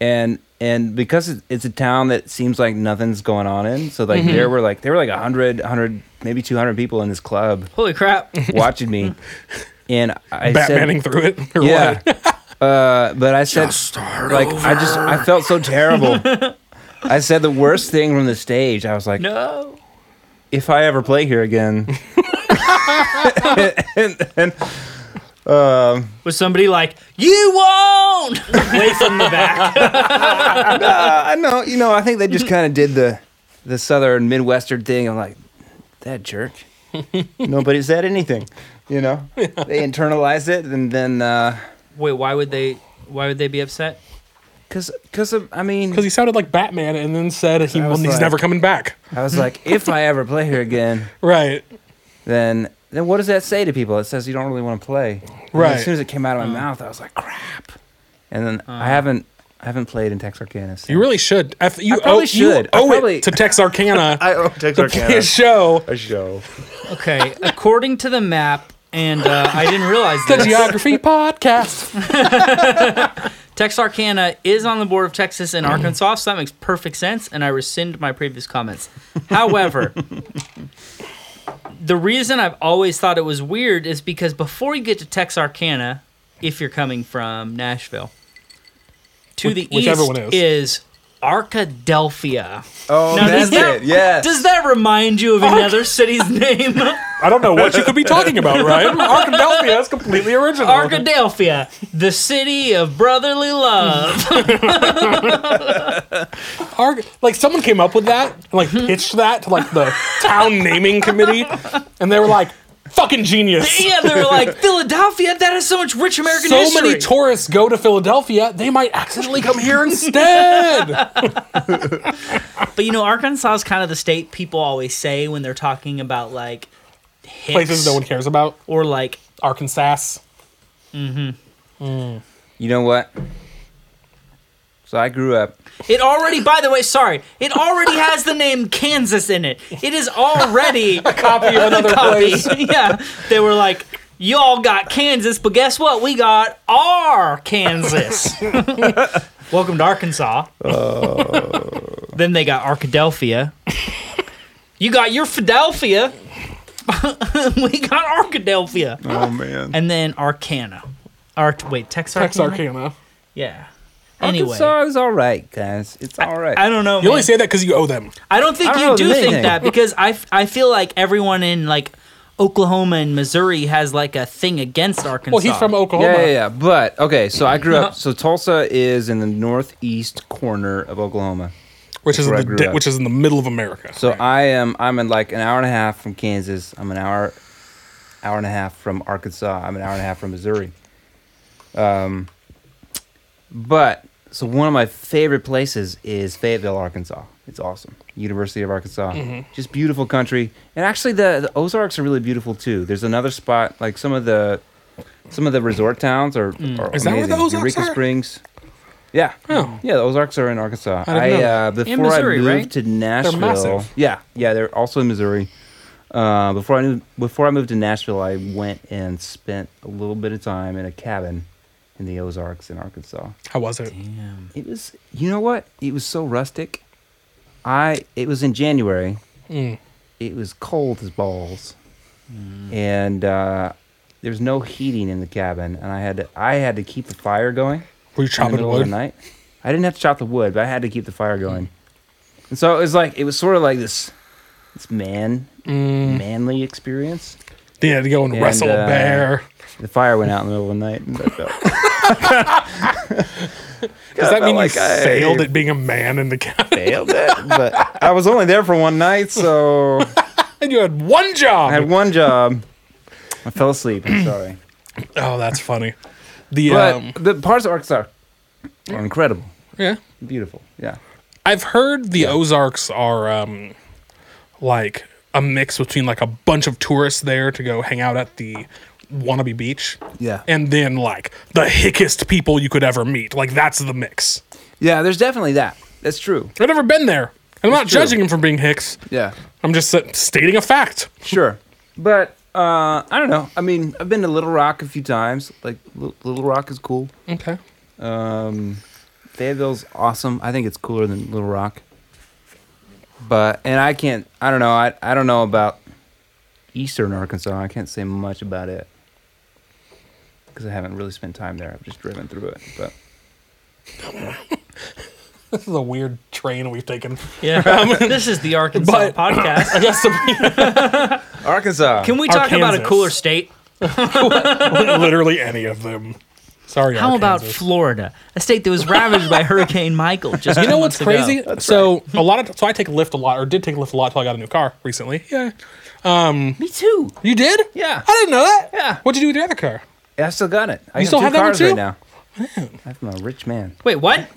Speaker 4: And and because it- it's a town that seems like nothing's going on in, so like
Speaker 2: Mm-hmm.
Speaker 4: there were like there were like 100, 100, maybe two hundred people in this club
Speaker 2: Holy crap!
Speaker 4: watching me, and I said,
Speaker 1: Batmaning through it. or
Speaker 4: yeah.
Speaker 1: what?
Speaker 4: Uh, but I said, like, I just, I felt so terrible. I said the worst thing from the stage. I was like,
Speaker 2: No.
Speaker 4: if I ever play here again. and, and, um,
Speaker 2: Was somebody like you won't? Way from the back.
Speaker 4: I know, you know, I think they just kind of did the the southern midwestern thing. I'm like, that jerk. Nobody said anything, you know. They internalized it, and then uh,
Speaker 2: Wait, why would they? Why would they be upset?
Speaker 4: because because I mean,
Speaker 1: Because he sounded like Batman and then said he,
Speaker 4: I was
Speaker 1: he's
Speaker 4: like-
Speaker 1: never coming back.
Speaker 4: I was like, if I ever play here again,
Speaker 1: Right.
Speaker 4: then then what does that say to people? It says you don't really want to play. And
Speaker 1: Right.
Speaker 4: As soon as it came out of
Speaker 2: Uh-huh.
Speaker 4: my mouth, I was like, crap. And then I haven't I haven't played in Texarkana. since.
Speaker 1: You really should. If you
Speaker 4: probably
Speaker 1: owe,
Speaker 4: should.
Speaker 1: You
Speaker 4: I
Speaker 1: owe
Speaker 4: probably-
Speaker 1: it to Texarkana
Speaker 4: I owe
Speaker 1: to play a show.
Speaker 4: a show.
Speaker 2: Okay, according to the map, and uh, I didn't realize
Speaker 1: The
Speaker 2: this.
Speaker 1: Geography Podcast.
Speaker 2: Texarkana is on the border of Texas and Arkansas, so that makes perfect sense. And I rescind my previous comments. However, the reason I've always thought it was weird is because before you get to Texarkana, if you're coming from Nashville, to
Speaker 1: Which-
Speaker 2: the
Speaker 1: whichever
Speaker 2: east
Speaker 1: one is.
Speaker 2: is Arkadelphia.
Speaker 4: Oh,
Speaker 2: Now, does
Speaker 4: that's
Speaker 2: that,
Speaker 4: it. Yeah.
Speaker 2: does that remind you of another city's name?
Speaker 1: I don't know what you could be talking about, Ryan. Arkadelphia is completely original.
Speaker 2: Arkadelphia, the city of brotherly love.
Speaker 1: Arg- like someone came up with that and like pitched that to like the town naming committee, and they were like, "Fucking genius."
Speaker 2: yeah, they were like, Philadelphia, that is so much rich American
Speaker 1: So
Speaker 2: history.
Speaker 1: many tourists go to Philadelphia, they might accidentally come here instead.
Speaker 2: But you know, Arkansas is kind of the state people always say when they're talking about like hicks
Speaker 1: Places no one cares about.
Speaker 2: or like
Speaker 1: Arkansas.
Speaker 2: Mm-hmm.
Speaker 1: Mm.
Speaker 4: You know what? So I grew up.
Speaker 2: it already. By the way, sorry, it already has the name Kansas in it. It is already a
Speaker 1: Copy of another
Speaker 2: copy.
Speaker 1: place.
Speaker 2: yeah, they were like, y'all got Kansas, but guess what? We got our Kansas. Welcome to Arkansas. then they got Arkadelphia. you got your Philadelphia. we got Arkadelphia.
Speaker 4: Oh man.
Speaker 2: and then Arcana. Art wait, Texarkana.
Speaker 1: Texarkana.
Speaker 2: Yeah. Anyway,
Speaker 4: Anyway, so it's all right, guys. It's all right.
Speaker 2: I don't know.
Speaker 1: You only
Speaker 2: man.
Speaker 1: say that because you owe them.
Speaker 2: I don't think
Speaker 4: I don't
Speaker 2: you
Speaker 4: know
Speaker 2: do
Speaker 4: the
Speaker 2: think
Speaker 4: thing.
Speaker 2: that because I, f- I feel like everyone in like Oklahoma and Missouri has like a thing against Arkansas.
Speaker 1: Well, he's from Oklahoma.
Speaker 4: Yeah, yeah, yeah. But okay, so I grew up. So Tulsa is in the northeast corner of Oklahoma.
Speaker 1: Which is in
Speaker 4: Where I
Speaker 1: the
Speaker 4: grew
Speaker 1: di-
Speaker 4: up.
Speaker 1: which is in the middle of America.
Speaker 4: So I am. I'm in like an hour and a half from Kansas. I'm an hour, hour and a half from Arkansas. I'm an hour and a half from Missouri. Um, but so one of my favorite places is Fayetteville, Arkansas. It's awesome. University of Arkansas,
Speaker 1: Mm-hmm.
Speaker 4: just beautiful country. And actually, the, the Ozarks are really beautiful too. There's another spot like some of the some of the resort towns are, are
Speaker 1: Is that where the
Speaker 4: amazing.
Speaker 1: Ozarks
Speaker 4: Eureka
Speaker 1: are?
Speaker 4: Springs. Yeah,
Speaker 1: Mm. Oh.
Speaker 4: yeah. The Ozarks are in Arkansas.
Speaker 1: I didn't
Speaker 4: I,
Speaker 1: know
Speaker 4: uh,
Speaker 2: In
Speaker 4: before
Speaker 2: Missouri,
Speaker 4: I moved
Speaker 2: right?
Speaker 4: to Nashville,
Speaker 1: massive.
Speaker 4: yeah, yeah, they're also in Missouri. Uh, before I knew, before I moved to Nashville, I went and spent a little bit of time in a cabin in the Ozarks in Arkansas.
Speaker 1: How was it?
Speaker 4: It was, you know what? It was so rustic. I it was in January.
Speaker 1: Mm.
Speaker 4: It was cold as balls, and uh, there's no heating in the cabin, and I had to I had to keep the fire going
Speaker 1: Were you
Speaker 4: in the
Speaker 1: chopping
Speaker 4: middle
Speaker 1: wood?
Speaker 4: of the night. I didn't have to chop the wood, but I had to keep the fire going. And so it was like it was sort of like this this man manly experience.
Speaker 1: Mm. They had to go and,
Speaker 4: And,
Speaker 1: wrestle a
Speaker 4: uh,
Speaker 1: bear.
Speaker 4: The fire went out in the middle of the night. And I felt,
Speaker 1: Does that
Speaker 4: felt
Speaker 1: mean
Speaker 4: like
Speaker 1: you
Speaker 4: I-
Speaker 1: failed at being a man in the cabin?
Speaker 4: failed it, but I was only there for one night, so
Speaker 1: And you had one job.
Speaker 4: I had one job. I fell asleep. I'm sorry,
Speaker 1: Oh, that's funny. The
Speaker 4: but
Speaker 1: um,
Speaker 4: the parts of Arkansas are incredible,
Speaker 1: yeah,
Speaker 4: beautiful. Yeah,
Speaker 1: I've heard the Ozarks are um, like a mix between like a bunch of tourists there to go hang out at the wannabe beach,
Speaker 4: yeah,
Speaker 1: and then like the hickest people you could ever meet. Like that's the mix.
Speaker 4: yeah. There's definitely that. That's true.
Speaker 1: I've never been there. I'm not
Speaker 4: true.
Speaker 1: judging him for being hicks.
Speaker 4: Yeah.
Speaker 1: I'm just uh, stating a fact.
Speaker 4: Sure. But uh, I don't know. I mean, I've been to Little Rock a few times. Like Li- Little Rock is cool.
Speaker 1: Okay.
Speaker 4: Um, Fayetteville's awesome. I think it's cooler than Little Rock. But and I can't. I don't know. I I don't know about Eastern Arkansas. I can't say much about it because I haven't really spent time there. I've just driven through it. But
Speaker 1: This is a weird train we've taken.
Speaker 2: yeah. this is the Arkansas
Speaker 1: But-
Speaker 2: podcast.
Speaker 1: I guess the,
Speaker 4: Arkansas.
Speaker 2: Can we talk about a
Speaker 1: Arkansas.
Speaker 2: cooler state?
Speaker 1: literally any of them. Sorry.
Speaker 2: How about
Speaker 1: Arkansas.
Speaker 2: Florida, a state that was ravaged by Hurricane Michael? Just
Speaker 1: You know what's crazy? So a lot of so I take Lyft a lot, or did take Lyft a lot till I got a new car recently. Yeah,
Speaker 2: Me too.
Speaker 1: you did.
Speaker 4: Yeah.
Speaker 1: I didn't know that.
Speaker 4: Yeah.
Speaker 1: what'd you do with your other car?
Speaker 4: I still got it. I
Speaker 1: You
Speaker 4: got
Speaker 1: still
Speaker 4: two
Speaker 1: have that one
Speaker 4: cars
Speaker 1: too?
Speaker 4: right now. I'm a rich man.
Speaker 2: Wait, what?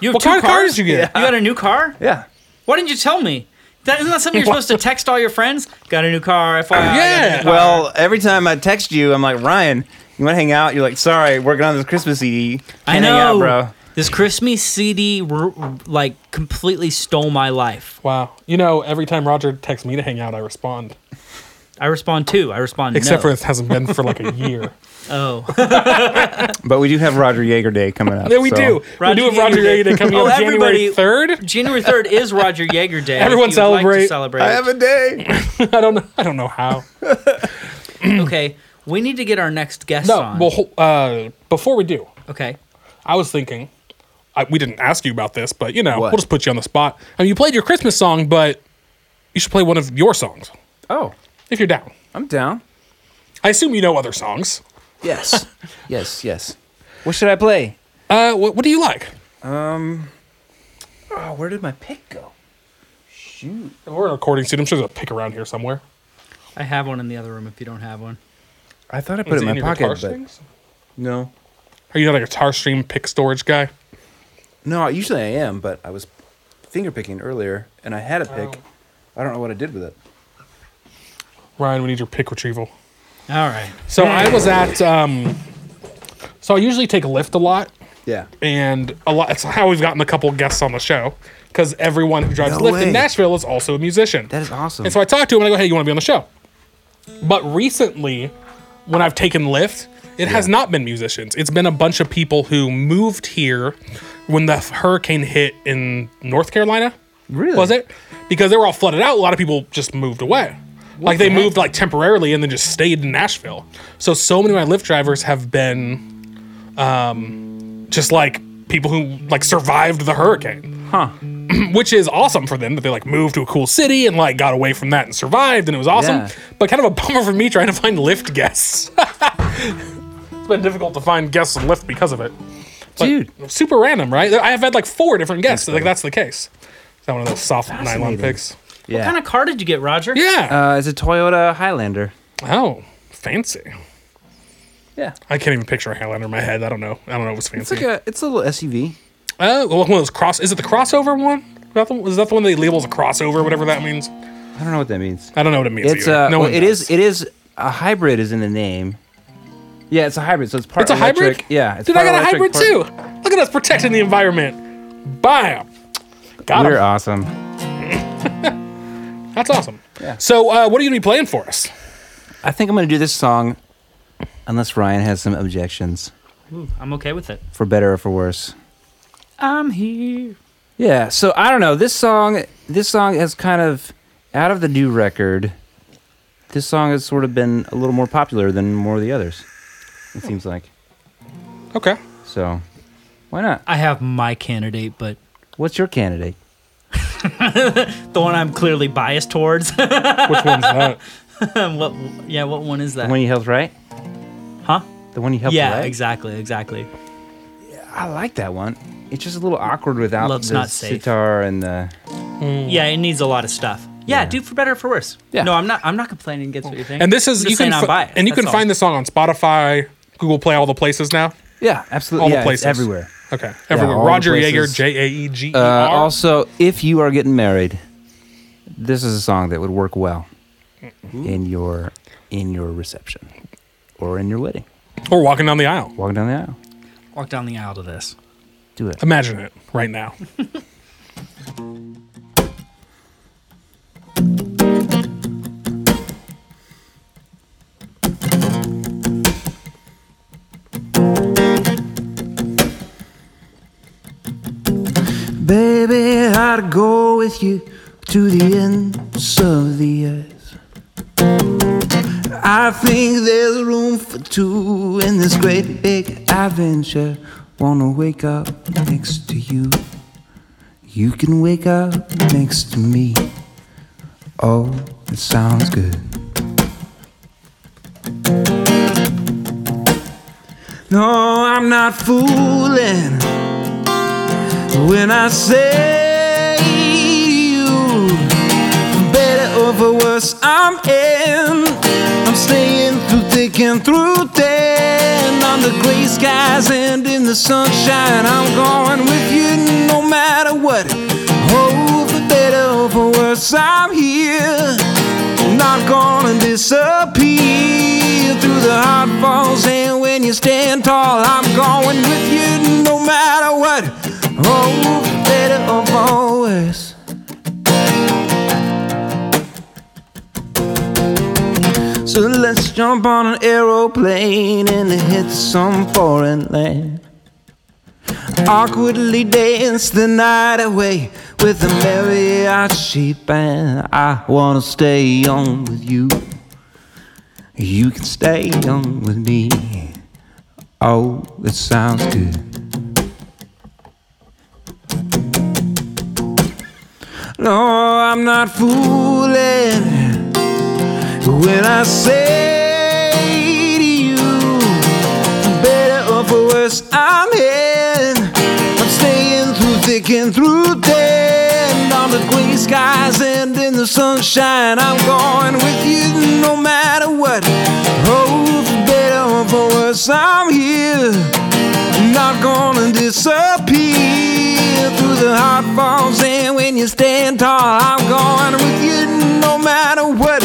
Speaker 2: You have
Speaker 1: What
Speaker 2: two
Speaker 1: kind of car
Speaker 2: cars?
Speaker 1: did you get?
Speaker 2: You got a new car?
Speaker 4: Yeah.
Speaker 2: Why didn't you tell me? That isn't that something you're supposed to text all your friends? Got a new car, FYI. I got a new
Speaker 1: Yeah.
Speaker 2: car."
Speaker 4: Well, every time I text you, I'm like, Ryan, you want to hang out? You're like, sorry, working on this Christmas CD. Can't
Speaker 2: I
Speaker 4: hang
Speaker 2: know,
Speaker 4: out, bro.
Speaker 2: This Christmas CD r- r- like completely stole my life.
Speaker 1: Wow. You know, every time Roger texts me to hang out, I respond.
Speaker 2: I respond too. I respond
Speaker 1: Except for
Speaker 2: no.
Speaker 1: it hasn't been for like a year.
Speaker 2: oh,
Speaker 4: But we do have Roger Yeager Day coming up.
Speaker 1: yeah, we
Speaker 4: so-
Speaker 1: do.
Speaker 2: Roger
Speaker 1: we do have Roger
Speaker 2: Yeager Day.
Speaker 1: Yeager Day coming
Speaker 2: Oh,
Speaker 1: up January
Speaker 2: everybody-
Speaker 1: third.
Speaker 2: January third is Roger Yeager Day.
Speaker 1: Everyone
Speaker 2: If you would like to
Speaker 1: celebrate.
Speaker 2: celebrate.
Speaker 4: I have a day.
Speaker 1: I don't know. I don't know how.
Speaker 2: okay, we need to get our next guest
Speaker 1: No.
Speaker 2: on.
Speaker 1: Well, ho- uh, before we do,
Speaker 2: okay,
Speaker 1: I was thinking. I, we didn't ask you about this, but you know,
Speaker 4: What?
Speaker 1: we'll just put you on the spot. I mean, you played your Christmas song, but you should play one of your songs
Speaker 4: Oh,
Speaker 1: if you're down.
Speaker 4: I'm down.
Speaker 1: I assume you know other songs.
Speaker 4: Yes, yes, yes. What should I play? Um,
Speaker 1: Uh, what, what do you like?
Speaker 4: Oh, where did my pick go? Shoot.
Speaker 1: We're in a recording studio. I'm sure there's a pick around here somewhere.
Speaker 2: I have one in the other room. If you don't have one,
Speaker 4: I thought I put
Speaker 1: Is
Speaker 4: it in my
Speaker 1: your guitar
Speaker 4: pocket, but
Speaker 1: strings?
Speaker 4: no,
Speaker 1: Are you not a guitar stream pick storage guy?
Speaker 4: no. Usually I am, but I was finger picking earlier, and I had a pick.
Speaker 1: Oh.
Speaker 4: I don't know what I did with it.
Speaker 1: Ryan, we need your pick retrieval.
Speaker 2: all right.
Speaker 1: So I was at. Um, so I usually take Lyft a lot,
Speaker 4: Yeah.
Speaker 1: and a lot. It's how we've gotten a couple guests on the show because everyone who drives
Speaker 3: No
Speaker 1: Lyft
Speaker 3: way.
Speaker 1: in Nashville is also a musician.
Speaker 3: That is awesome.
Speaker 1: And so I talked to him and I go, hey, you want to be on the show? But recently, when I've taken Lyft, it has not been musicians. It's been a bunch of people who moved here when the hurricane hit in North Carolina.
Speaker 4: Really?
Speaker 1: Was it? Because they were all flooded out. A lot of people just moved away. like they moved like temporarily and then just stayed in Nashville. So, so many of my Lyft drivers have been um, just like people who like survived the hurricane
Speaker 4: Huh.
Speaker 1: which is awesome for them that they like moved to a cool city and like got away from that and survived and it was awesome.
Speaker 4: Yeah.
Speaker 1: But kind of a bummer for me trying to find Lyft guests. it's been difficult to find guests on Lyft because of it. But
Speaker 3: Dude.
Speaker 1: super random, right? I have had like four different guests. Like that's the case. Is that one of those soft nylon picks?
Speaker 3: yeah.
Speaker 2: What kind of car did you get, Roger?
Speaker 1: Yeah.
Speaker 3: uh, it's a Toyota Highlander.
Speaker 1: oh, fancy.
Speaker 4: Yeah.
Speaker 1: I can't even picture a Highlander in my head. I don't know. I don't know what's
Speaker 3: It's
Speaker 1: fancy.
Speaker 3: like a it's a little SUV.
Speaker 1: Uh, well, one of those cross. Is it the crossover one? Is that the, is that the one they label as a crossover, whatever that means?
Speaker 3: I don't know what that means.
Speaker 1: I don't know what it means.
Speaker 3: It's
Speaker 1: either.
Speaker 3: uh,
Speaker 1: no
Speaker 3: well,
Speaker 1: one
Speaker 3: it
Speaker 1: does.
Speaker 3: is it is a hybrid is in the name.
Speaker 4: Yeah, it's a hybrid, so it's part
Speaker 1: It's a
Speaker 4: electric.
Speaker 1: hybrid?
Speaker 4: Yeah. It's
Speaker 1: Dude, I
Speaker 4: part
Speaker 1: got a hybrid
Speaker 4: electric,
Speaker 1: too. Look at us protecting the environment. Bam. Got
Speaker 3: part- We're
Speaker 1: him.
Speaker 3: awesome.
Speaker 1: That's awesome. So, uh, what are you going to be playing for us?
Speaker 3: I think I'm gonna do this song, unless Ryan has some objections,
Speaker 2: Ooh, I'm okay with it.
Speaker 3: for better or for worse.
Speaker 2: I'm here.
Speaker 3: Yeah, so I don't know. This song, this song has kind of out of the new record. This song has sort of been a little more popular than more of the others. It seems like
Speaker 1: Okay.
Speaker 3: so. Why not?
Speaker 2: I have my candidate, but
Speaker 3: What's your candidate?
Speaker 2: the one I'm clearly biased towards.
Speaker 1: Which one's that?
Speaker 2: what? Yeah, what one is
Speaker 3: The
Speaker 2: that?
Speaker 3: one you helped write?
Speaker 2: Huh?
Speaker 3: The one you helped
Speaker 2: Yeah,
Speaker 3: write?
Speaker 2: exactly, exactly.
Speaker 3: I like that one. It's just a little awkward without
Speaker 2: Love's
Speaker 3: the
Speaker 2: not safe. Mm.
Speaker 3: sitar and the.
Speaker 2: Yeah, it needs a lot of stuff. Yeah, do for better or for worse.
Speaker 3: Yeah.
Speaker 2: No, I'm not. I'm not complaining against what you're thinking.
Speaker 1: And this
Speaker 2: I'm
Speaker 1: is
Speaker 2: just
Speaker 1: you
Speaker 2: saying
Speaker 1: can
Speaker 2: I'm
Speaker 1: fi-
Speaker 2: biased.
Speaker 1: and you can
Speaker 2: that's all.
Speaker 1: find this song on Spotify, Google Play, all the places now.
Speaker 3: Yeah, absolutely.
Speaker 1: All the
Speaker 3: yeah, it's
Speaker 1: places.
Speaker 3: everywhere.
Speaker 1: Okay. Everywhere.
Speaker 3: all the
Speaker 1: Roger Yeager,
Speaker 3: places.
Speaker 1: J A E G E
Speaker 3: Uh,
Speaker 1: R.
Speaker 3: also, if you are getting married, this is a song that would work well in your in your reception or in your wedding.
Speaker 1: Or walking down the aisle.
Speaker 3: Walking down the aisle,
Speaker 2: Walk down the aisle to this.
Speaker 3: do it.
Speaker 1: Imagine it right now.
Speaker 7: Baby, I'd go with you to the ends of the earth. I think there's room for two in this great big adventure. Wanna wake up next to you? You can wake up next to me. Oh, it sounds good. No, I'm not fooling when I say you better or for worse I'm in I'm staying through thick and through thin on the gray skies and in the sunshine I'm going with you no matter what oh for better or for worse I'm here not gonna disappear through the hard falls and when you stand tall i'm going with you no matter what oh better or for worse so let's jump on an aeroplane and hit some foreign land awkwardly dance the night away with a mariachi band. I wanna stay young with you. You can stay young with me. Oh, it sounds good. No, I'm not fooling when I say to you, better or for worse, I'm in. I'm staying through thick and through thin. On the gray skies and in the sunshine, I'm going with you no matter what. Oh, for better or for worse, I'm here not gonna disappear through the hot falls. And when you stand tall, I'm going with you no matter what.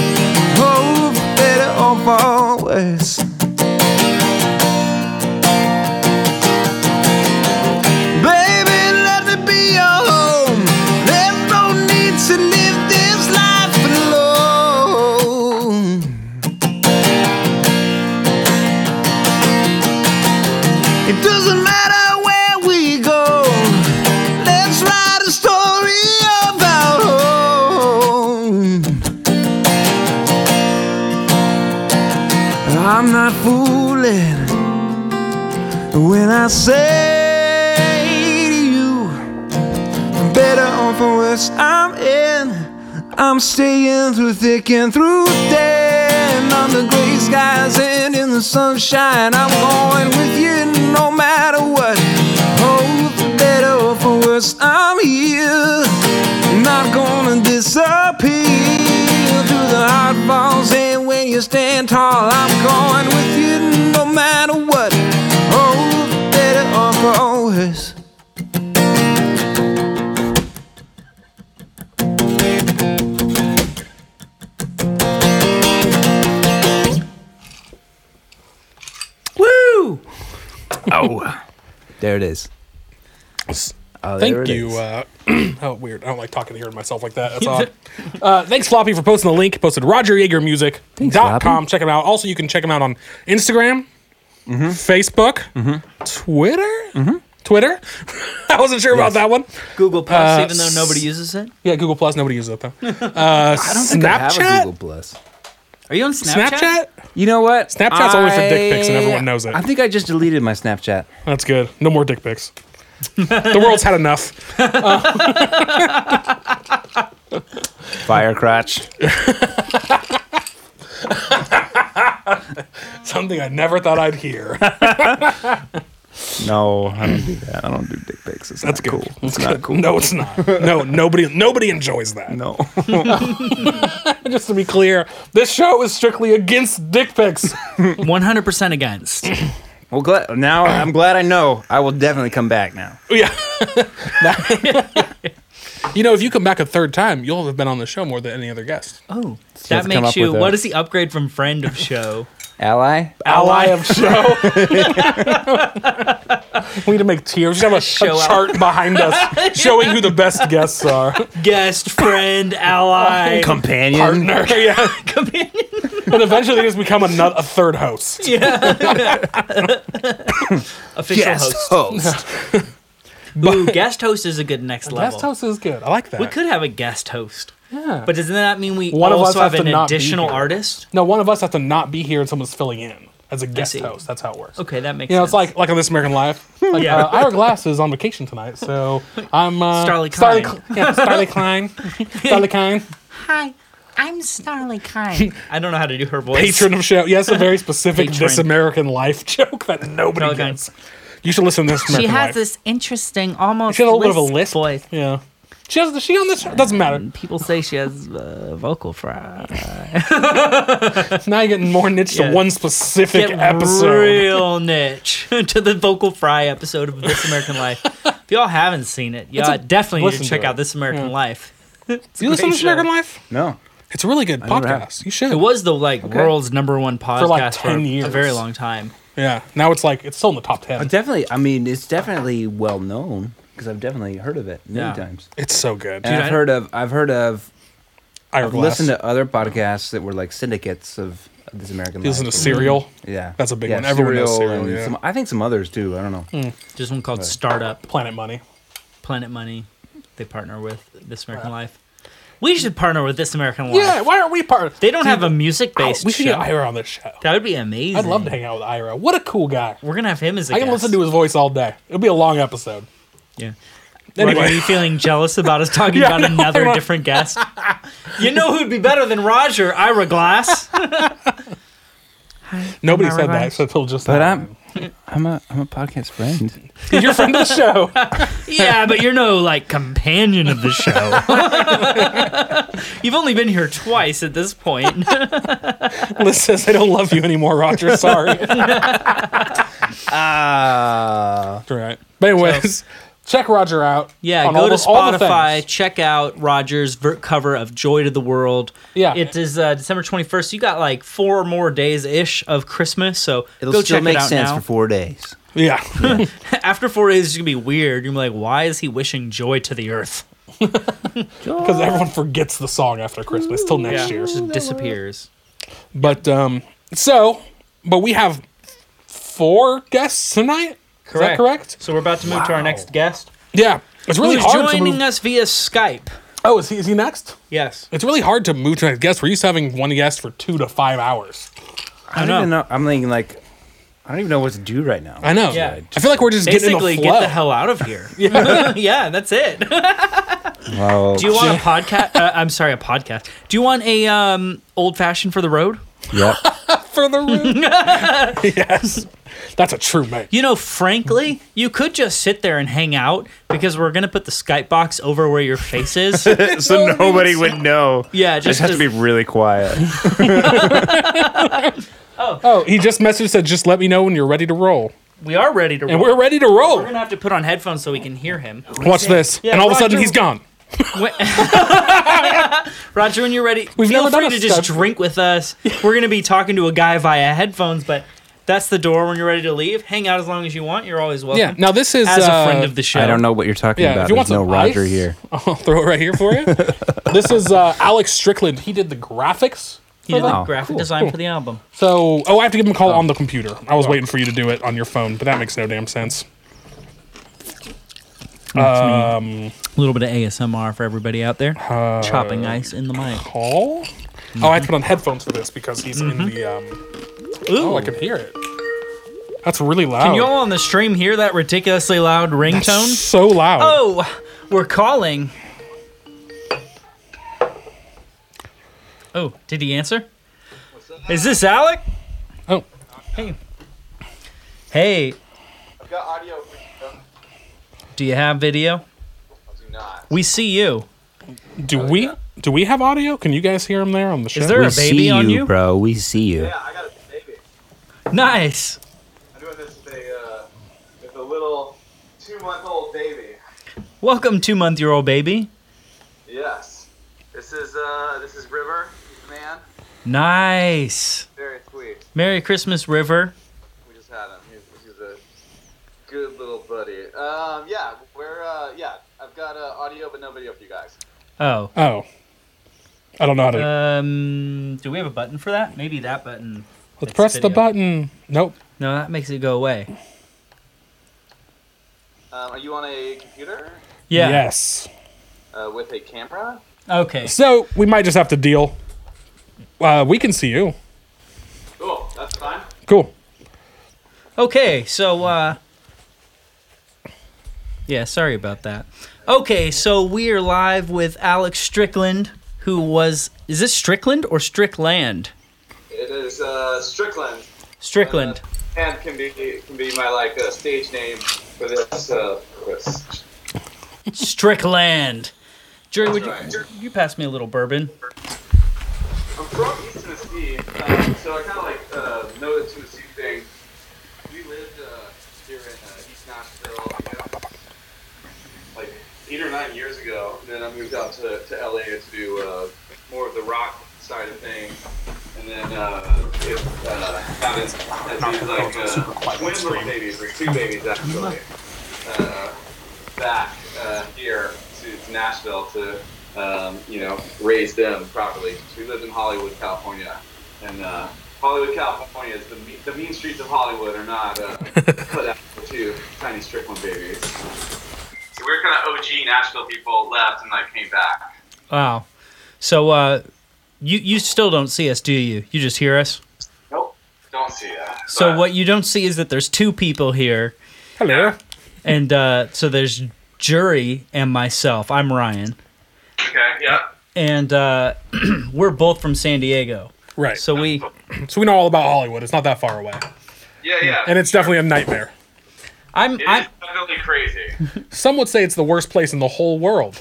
Speaker 7: Oh, for better or for worse. Baby, let me be your home. There's no need to live this life alone. It doesn't matter where we go. Let's write a story of our own. I'm not fooling when I say to you, better or for worse, I'm in. I'm staying through thick and through thin. On the gray skies and in the sunshine, I'm going with you no matter what. Oh, for better or for worse, I'm here. Not gonna disappear through the hot balls. And when you stand tall, I'm going with you no matter what. Oh, for better or for worse.
Speaker 4: Oh,
Speaker 2: Woo!
Speaker 4: There it is. Oh, there
Speaker 1: Thank
Speaker 4: it
Speaker 1: you.
Speaker 4: is.
Speaker 1: Uh, oh, weird. I don't like talking to hearing myself like that. That's odd. Uh, thanks, Floppy, for posting the link. Posted RogerYagerMusic.com. Check him out. Also, you can check him out on Instagram,
Speaker 4: Mm-hmm.
Speaker 1: Facebook, Twitter. Twitter. I wasn't sure about that one.
Speaker 2: Google Plus,
Speaker 1: Uh,
Speaker 2: even though nobody uses it.
Speaker 1: Yeah, Google Plus. Nobody uses it though. Uh,
Speaker 4: I don't think I have a
Speaker 1: Snapchat.
Speaker 4: Google Plus.
Speaker 2: Are you on Snapchat?
Speaker 1: Snapchat.
Speaker 4: You know what?
Speaker 1: Snapchat's only for dick pics and everyone knows it.
Speaker 4: I think I just deleted my Snapchat.
Speaker 1: That's good. No more dick pics. the world's had enough. Uh,
Speaker 4: Fire crotch.
Speaker 1: Something I never thought I'd hear.
Speaker 4: No, I don't do that. I don't do dick pics. It's
Speaker 1: That's
Speaker 4: not
Speaker 1: good.
Speaker 4: cool.
Speaker 1: That's good. No, it's not. No, nobody nobody enjoys that.
Speaker 4: No.
Speaker 1: Just to be clear, this show is strictly against dick pics.
Speaker 2: 100% against.
Speaker 4: Well, glad, now I'm glad I know. I will definitely come back now.
Speaker 1: yeah. you know, if you come back a third time, you'll have been on the show more than any other guest.
Speaker 2: Oh,
Speaker 4: have
Speaker 2: that
Speaker 4: to come
Speaker 2: makes
Speaker 4: up
Speaker 2: you.
Speaker 4: with a-
Speaker 2: What is the upgrade from friend of show?
Speaker 4: Ally?
Speaker 1: Ally of show. we need to make tiers. We should have a,
Speaker 2: Show
Speaker 1: a
Speaker 2: out.
Speaker 1: chart behind us showing who the best guests are.
Speaker 2: Guest, friend, ally,
Speaker 4: Companion?
Speaker 1: Partner. Yeah. And eventually they just become another, a third host.
Speaker 2: official
Speaker 4: Guest host.
Speaker 2: host. Ooh, guest host is a good next level.
Speaker 1: Guest host is good. I like that.
Speaker 2: We could have a guest host,
Speaker 1: Yeah.
Speaker 2: but doesn't that mean we
Speaker 1: One of us
Speaker 2: also
Speaker 1: has
Speaker 2: have
Speaker 1: to
Speaker 2: an
Speaker 1: not be
Speaker 2: additional
Speaker 1: here.
Speaker 2: artist?
Speaker 1: No, one of us has to not be here and someone's filling in as a guest
Speaker 2: see.
Speaker 1: host. That's how it works.
Speaker 2: Okay, that makes.
Speaker 1: You know, it's
Speaker 2: sense.
Speaker 1: like like on This American Life. Like,
Speaker 2: Yeah.
Speaker 1: uh, Ira Glass is on vacation tonight, so I'm uh,
Speaker 2: Starley Kine.
Speaker 1: Cl- yeah, Starley Klein. Starley Klein.
Speaker 9: Hi, I'm Snarly Kind.
Speaker 2: I don't know how to do her voice.
Speaker 1: Patron of show. Yes, a very specific
Speaker 2: Patron.
Speaker 1: This American Life joke that nobody
Speaker 2: Starley Kine.
Speaker 1: gets. You should listen to This
Speaker 9: she
Speaker 1: American
Speaker 9: has
Speaker 1: Life.
Speaker 9: this interesting, almost
Speaker 1: she has a little bit of a lisp.
Speaker 9: lisp voice.
Speaker 1: Yeah. She has. Is she on this? show? Doesn't matter.
Speaker 9: People say she has uh, vocal fry.
Speaker 1: Now you're getting more niche
Speaker 2: Yeah.
Speaker 1: to one specific
Speaker 2: Get
Speaker 1: episode.
Speaker 2: real niche to the vocal fry episode of This American Life. If y'all haven't seen it, y'all
Speaker 1: a-
Speaker 2: definitely need
Speaker 1: listen
Speaker 2: to
Speaker 1: to
Speaker 2: check
Speaker 1: it.
Speaker 2: out This American Life.
Speaker 1: Do you listen to This
Speaker 2: great
Speaker 1: American Life?
Speaker 4: No.
Speaker 1: It's a really good
Speaker 4: never have.
Speaker 1: podcast. You should.
Speaker 2: It was the like world's number one podcast
Speaker 1: like, 10
Speaker 2: for a
Speaker 1: years.
Speaker 2: very long time.
Speaker 1: Yeah. Now it's like it's still in the top ten.
Speaker 4: Oh, Definitely. I mean, it's definitely well known because I've definitely heard of it many
Speaker 2: Yeah.
Speaker 4: times.
Speaker 1: It's so good.
Speaker 4: And
Speaker 2: Dude,
Speaker 4: I've
Speaker 2: I-
Speaker 4: heard of I've heard of
Speaker 1: Ira
Speaker 4: I've
Speaker 1: Glass.
Speaker 4: listened to other podcasts that were like syndicates of, of this American
Speaker 1: You listen to
Speaker 4: Life.
Speaker 1: Serial.
Speaker 4: Yeah.
Speaker 1: That's a big
Speaker 4: Yeah,
Speaker 1: one. Everyone knows
Speaker 4: Serial
Speaker 1: Serial.
Speaker 4: and
Speaker 1: yeah.
Speaker 4: some- I think some others too. I don't know.
Speaker 2: Just one called Startup
Speaker 1: Mm. Planet Money.
Speaker 2: Planet Money. They partner with This American Life. We should partner with This American Life.
Speaker 1: Yeah. Why aren't we part?
Speaker 2: They don't have a music
Speaker 1: Oh,
Speaker 2: based
Speaker 1: we should
Speaker 2: show.
Speaker 1: get Ira on this show.
Speaker 2: that would be amazing.
Speaker 1: I'd love to hang out with Ira. What a cool guy.
Speaker 2: We're gonna have him as a
Speaker 1: I can
Speaker 2: guest.
Speaker 1: listen to his voice all day. It'll be a long episode.
Speaker 2: Yeah.
Speaker 1: Anyway.
Speaker 2: Roger, are you feeling jealous about us talking
Speaker 1: Yeah,
Speaker 2: about
Speaker 1: no,
Speaker 2: another
Speaker 1: I'm not-
Speaker 2: different guest? you know who'd be better than Roger, Ira Glass.
Speaker 1: Nobody
Speaker 9: Am I
Speaker 1: said that
Speaker 9: right?
Speaker 1: except Phil just.
Speaker 4: But I'm, I'm a, I'm a podcast friend.
Speaker 1: you're from the show.
Speaker 2: yeah, but you're no like companion of the show. You've only been here twice at this point.
Speaker 1: Liz says they don't love you anymore, Roger. Sorry.
Speaker 4: Ah,
Speaker 1: right. But anyways, check Roger out.
Speaker 2: Yeah,
Speaker 1: on
Speaker 2: go
Speaker 1: all
Speaker 2: to
Speaker 1: the- all the
Speaker 2: Spotify,
Speaker 1: things.
Speaker 2: check out Roger's ver- cover of Joy to the World.
Speaker 1: Yeah.
Speaker 2: It is uh, December 21st. You got like four more days ish of Christmas, so
Speaker 3: It'll
Speaker 2: go
Speaker 3: still
Speaker 2: check
Speaker 3: make
Speaker 2: it out
Speaker 3: sense
Speaker 2: now.
Speaker 3: for four days.
Speaker 1: Yeah.
Speaker 2: After four days, it's going to be weird. You're gonna be like, why is he wishing joy to the earth?
Speaker 1: Because everyone forgets the song after Christmas till next
Speaker 2: Yeah,
Speaker 1: year.
Speaker 2: it just disappears.
Speaker 1: But um, so, but we have four guests tonight. Is that correct?
Speaker 2: So we're about to move to our next guest.
Speaker 1: Yeah. It's really
Speaker 2: Who's
Speaker 1: hard to
Speaker 2: joining
Speaker 1: move.
Speaker 2: us via Skype.
Speaker 1: Oh, is he, is he next?
Speaker 2: Yes.
Speaker 1: It's really hard to move to next guest. We're used to having one guest for two to five hours.
Speaker 4: I don't
Speaker 2: know.
Speaker 4: even know. I'm thinking like, I don't even know what to do right now.
Speaker 1: I know.
Speaker 2: Yeah.
Speaker 1: I feel like we're just
Speaker 2: Basically,
Speaker 1: getting in the flow.
Speaker 2: get the hell out of here. yeah. that's it.
Speaker 1: Oh,
Speaker 4: Well,
Speaker 2: Do you want a podcast? Uh, I'm sorry, a podcast. Do you want a um, old fashioned for the road?
Speaker 4: yep.
Speaker 1: for the room. yes. That's a true mate.
Speaker 2: You know, frankly, you could just sit there and hang out because we're gonna put the Skype box over where your face is.
Speaker 4: so nobody would know.
Speaker 2: yeah,
Speaker 4: I just
Speaker 2: just,
Speaker 4: have to be really quiet.
Speaker 1: Oh, he just messaged said, just let me know when you're ready to roll.
Speaker 2: we are ready to.
Speaker 1: And
Speaker 2: roll.
Speaker 1: we're ready to roll.
Speaker 2: We're gonna have to put on headphones so we can hear him.
Speaker 1: Watch this.
Speaker 2: Yeah,
Speaker 1: and all of a
Speaker 2: Roger-
Speaker 1: sudden, he's gone.
Speaker 2: Wh- Roger, when you're ready,
Speaker 1: We've
Speaker 2: feel
Speaker 1: never done
Speaker 2: free
Speaker 1: a
Speaker 2: to just
Speaker 1: Skype.
Speaker 2: drink with us. We're gonna be talking to a guy via headphones, but that's the door. When you're ready to leave, hang out as long as you want. You're always welcome.
Speaker 1: Yeah. Now, this is.
Speaker 2: as
Speaker 1: uh,
Speaker 2: a friend of the show,
Speaker 4: I don't know what you're talking
Speaker 1: Yeah,
Speaker 4: about.
Speaker 1: if you want
Speaker 4: There's no
Speaker 1: some
Speaker 4: Roger
Speaker 1: ice,
Speaker 4: here.
Speaker 1: I'll throw it right here for you. this is uh, Alex Strickland. He did the graphics.
Speaker 2: He did the
Speaker 4: Oh,
Speaker 2: graphic
Speaker 4: cool,
Speaker 2: design for the album.
Speaker 1: So, oh, I have to give him a call on the computer. I was waiting for you to do it on your phone, but that makes no damn sense. Um,
Speaker 2: A little bit of ASMR for everybody out there.
Speaker 1: uh,
Speaker 2: Chopping ice in the mic.
Speaker 1: Call? Oh, I have to put on headphones for this because he's in the. Um,
Speaker 2: Mm-hmm. Ooh.
Speaker 1: oh, I can hear it. That's really loud.
Speaker 2: Can you all on the stream hear that ridiculously loud ringtone?
Speaker 1: So loud.
Speaker 2: Oh, we're calling. Oh, did he answer? Is this Alec?
Speaker 1: Oh.
Speaker 2: Hey. Hey,
Speaker 10: I've got audio for you. um,
Speaker 2: do you have video?
Speaker 10: I do not.
Speaker 2: We see you.
Speaker 1: Do we do we have audio? Can you guys hear him there on the show?
Speaker 2: Is there
Speaker 3: We
Speaker 2: a baby
Speaker 3: see
Speaker 2: on
Speaker 3: you,
Speaker 2: you?
Speaker 3: bro. We see you.
Speaker 10: Yeah, I got a baby.
Speaker 2: Nice.
Speaker 10: I'm doing this with a, uh, with a little two-month-old baby.
Speaker 2: Welcome, two month year old baby.
Speaker 10: Yes. This is uh, this is River. He's the man.
Speaker 2: Nice.
Speaker 10: Very sweet.
Speaker 2: Merry Christmas, River.
Speaker 10: We just had him. He's, he's a good little buddy. Um, yeah, we're uh, yeah. I've got uh, audio, but no video for you guys.
Speaker 2: Oh.
Speaker 1: Oh. I don't know how to.
Speaker 2: Um, do we have a button for that? Maybe that button.
Speaker 1: Let's
Speaker 2: It's
Speaker 1: press the
Speaker 2: video.
Speaker 1: button. Nope.
Speaker 2: No, that makes it go away.
Speaker 10: Um, are you on a computer
Speaker 2: Yeah.
Speaker 1: Yes.
Speaker 10: uh, with a camera?
Speaker 2: Okay.
Speaker 1: So we might just have to deal. Uh, we can see you.
Speaker 10: Cool. That's fine.
Speaker 1: Cool.
Speaker 2: Okay. So, uh, yeah. Sorry about that. Okay. So we are live with Alex Strickland, who was is this Strickland or Strickland?
Speaker 10: It is uh, Strickland.
Speaker 2: Strickland.
Speaker 10: And can be can be my like uh, stage name for this uh, purpose.
Speaker 2: Strickland. Jerry, would
Speaker 10: That's
Speaker 2: you you pass me a little bourbon?
Speaker 10: I'm from East Tennessee, um, so I kind of like uh, know the Tennessee thing. We lived uh, here in uh, East Nashville you know, like eight or nine years ago, and then I moved out to, to LA to do uh, more of the rock side of things. And then uh, it, uh, had this, had these like uh, twin little babies, or two babies actually, uh, back uh, here to, to Nashville to um, you know, raise them properly. We lived in Hollywood, California, and uh, Hollywood, California is the me- the mean streets of Hollywood are not uh, put out for two tiny Strickland babies. So we were kind of OG Nashville people left and like came back.
Speaker 2: Wow. So, uh, you you still don't see us, do you? You just hear us.
Speaker 10: Nope, don't see that.
Speaker 2: So
Speaker 10: But
Speaker 2: what you don't see is that there's two people here.
Speaker 1: Hello.
Speaker 2: And uh, so there's Jury and myself. I'm Ryan,
Speaker 10: Okay, yeah.
Speaker 2: and uh, we're both from San Diego.
Speaker 1: Right. So,
Speaker 2: So we
Speaker 1: we know all about Hollywood. It's not that far away.
Speaker 10: Yeah, yeah.
Speaker 1: And it's definitely a nightmare.
Speaker 2: I'm
Speaker 10: It
Speaker 2: I'm
Speaker 10: is definitely crazy.
Speaker 1: Some would say it's the worst place in the whole world.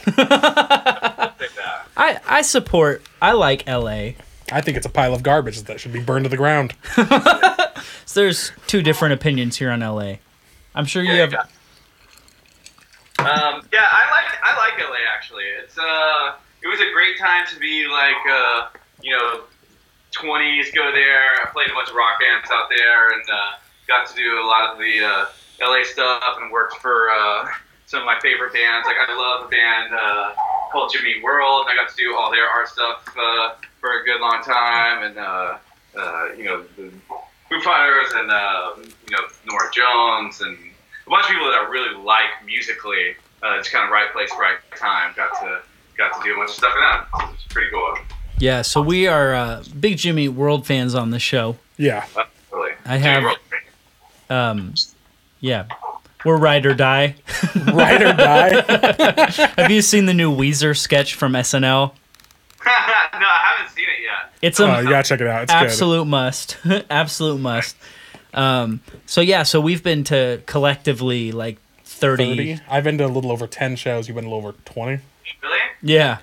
Speaker 10: Like that.
Speaker 2: I, I support I like LA.
Speaker 1: I think it's a pile of garbage that should be burned to the ground.
Speaker 2: So there's two different opinions here on LA. I'm sure you have
Speaker 10: Um, yeah, I like I like LA actually. It's uh, it was a great time to be like uh, you know, twenties go there. I played a bunch of rock bands out there and uh, got to do a lot of the uh, LA stuff and worked for uh, some of my favorite bands. Like I love a band uh, called Jimmy World. And I got to do all their art stuff uh, for a good long time and uh, uh, you know the Foo Fighters and uh, you know Nora Jones and a bunch of people that I really like musically. Uh, it's kind of right place, right time. Got to got to do a bunch of stuff in that. It's pretty cool.
Speaker 2: yeah. So we are uh, big Jimmy World fans on the show.
Speaker 1: Yeah.
Speaker 10: Uh, really.
Speaker 2: I have- Um, yeah, we're ride or die.
Speaker 1: Ride or die.
Speaker 2: have you seen the new Weezer sketch from SNL?
Speaker 10: no, I haven't seen it yet.
Speaker 2: It's a
Speaker 1: Oh, you gotta check it out. It's
Speaker 2: absolute must absolute must um so yeah so we've been to collectively like 30,
Speaker 1: good. 30. I've been to a little over 10 shows. You've been a little over 20.
Speaker 10: Really?
Speaker 2: yeah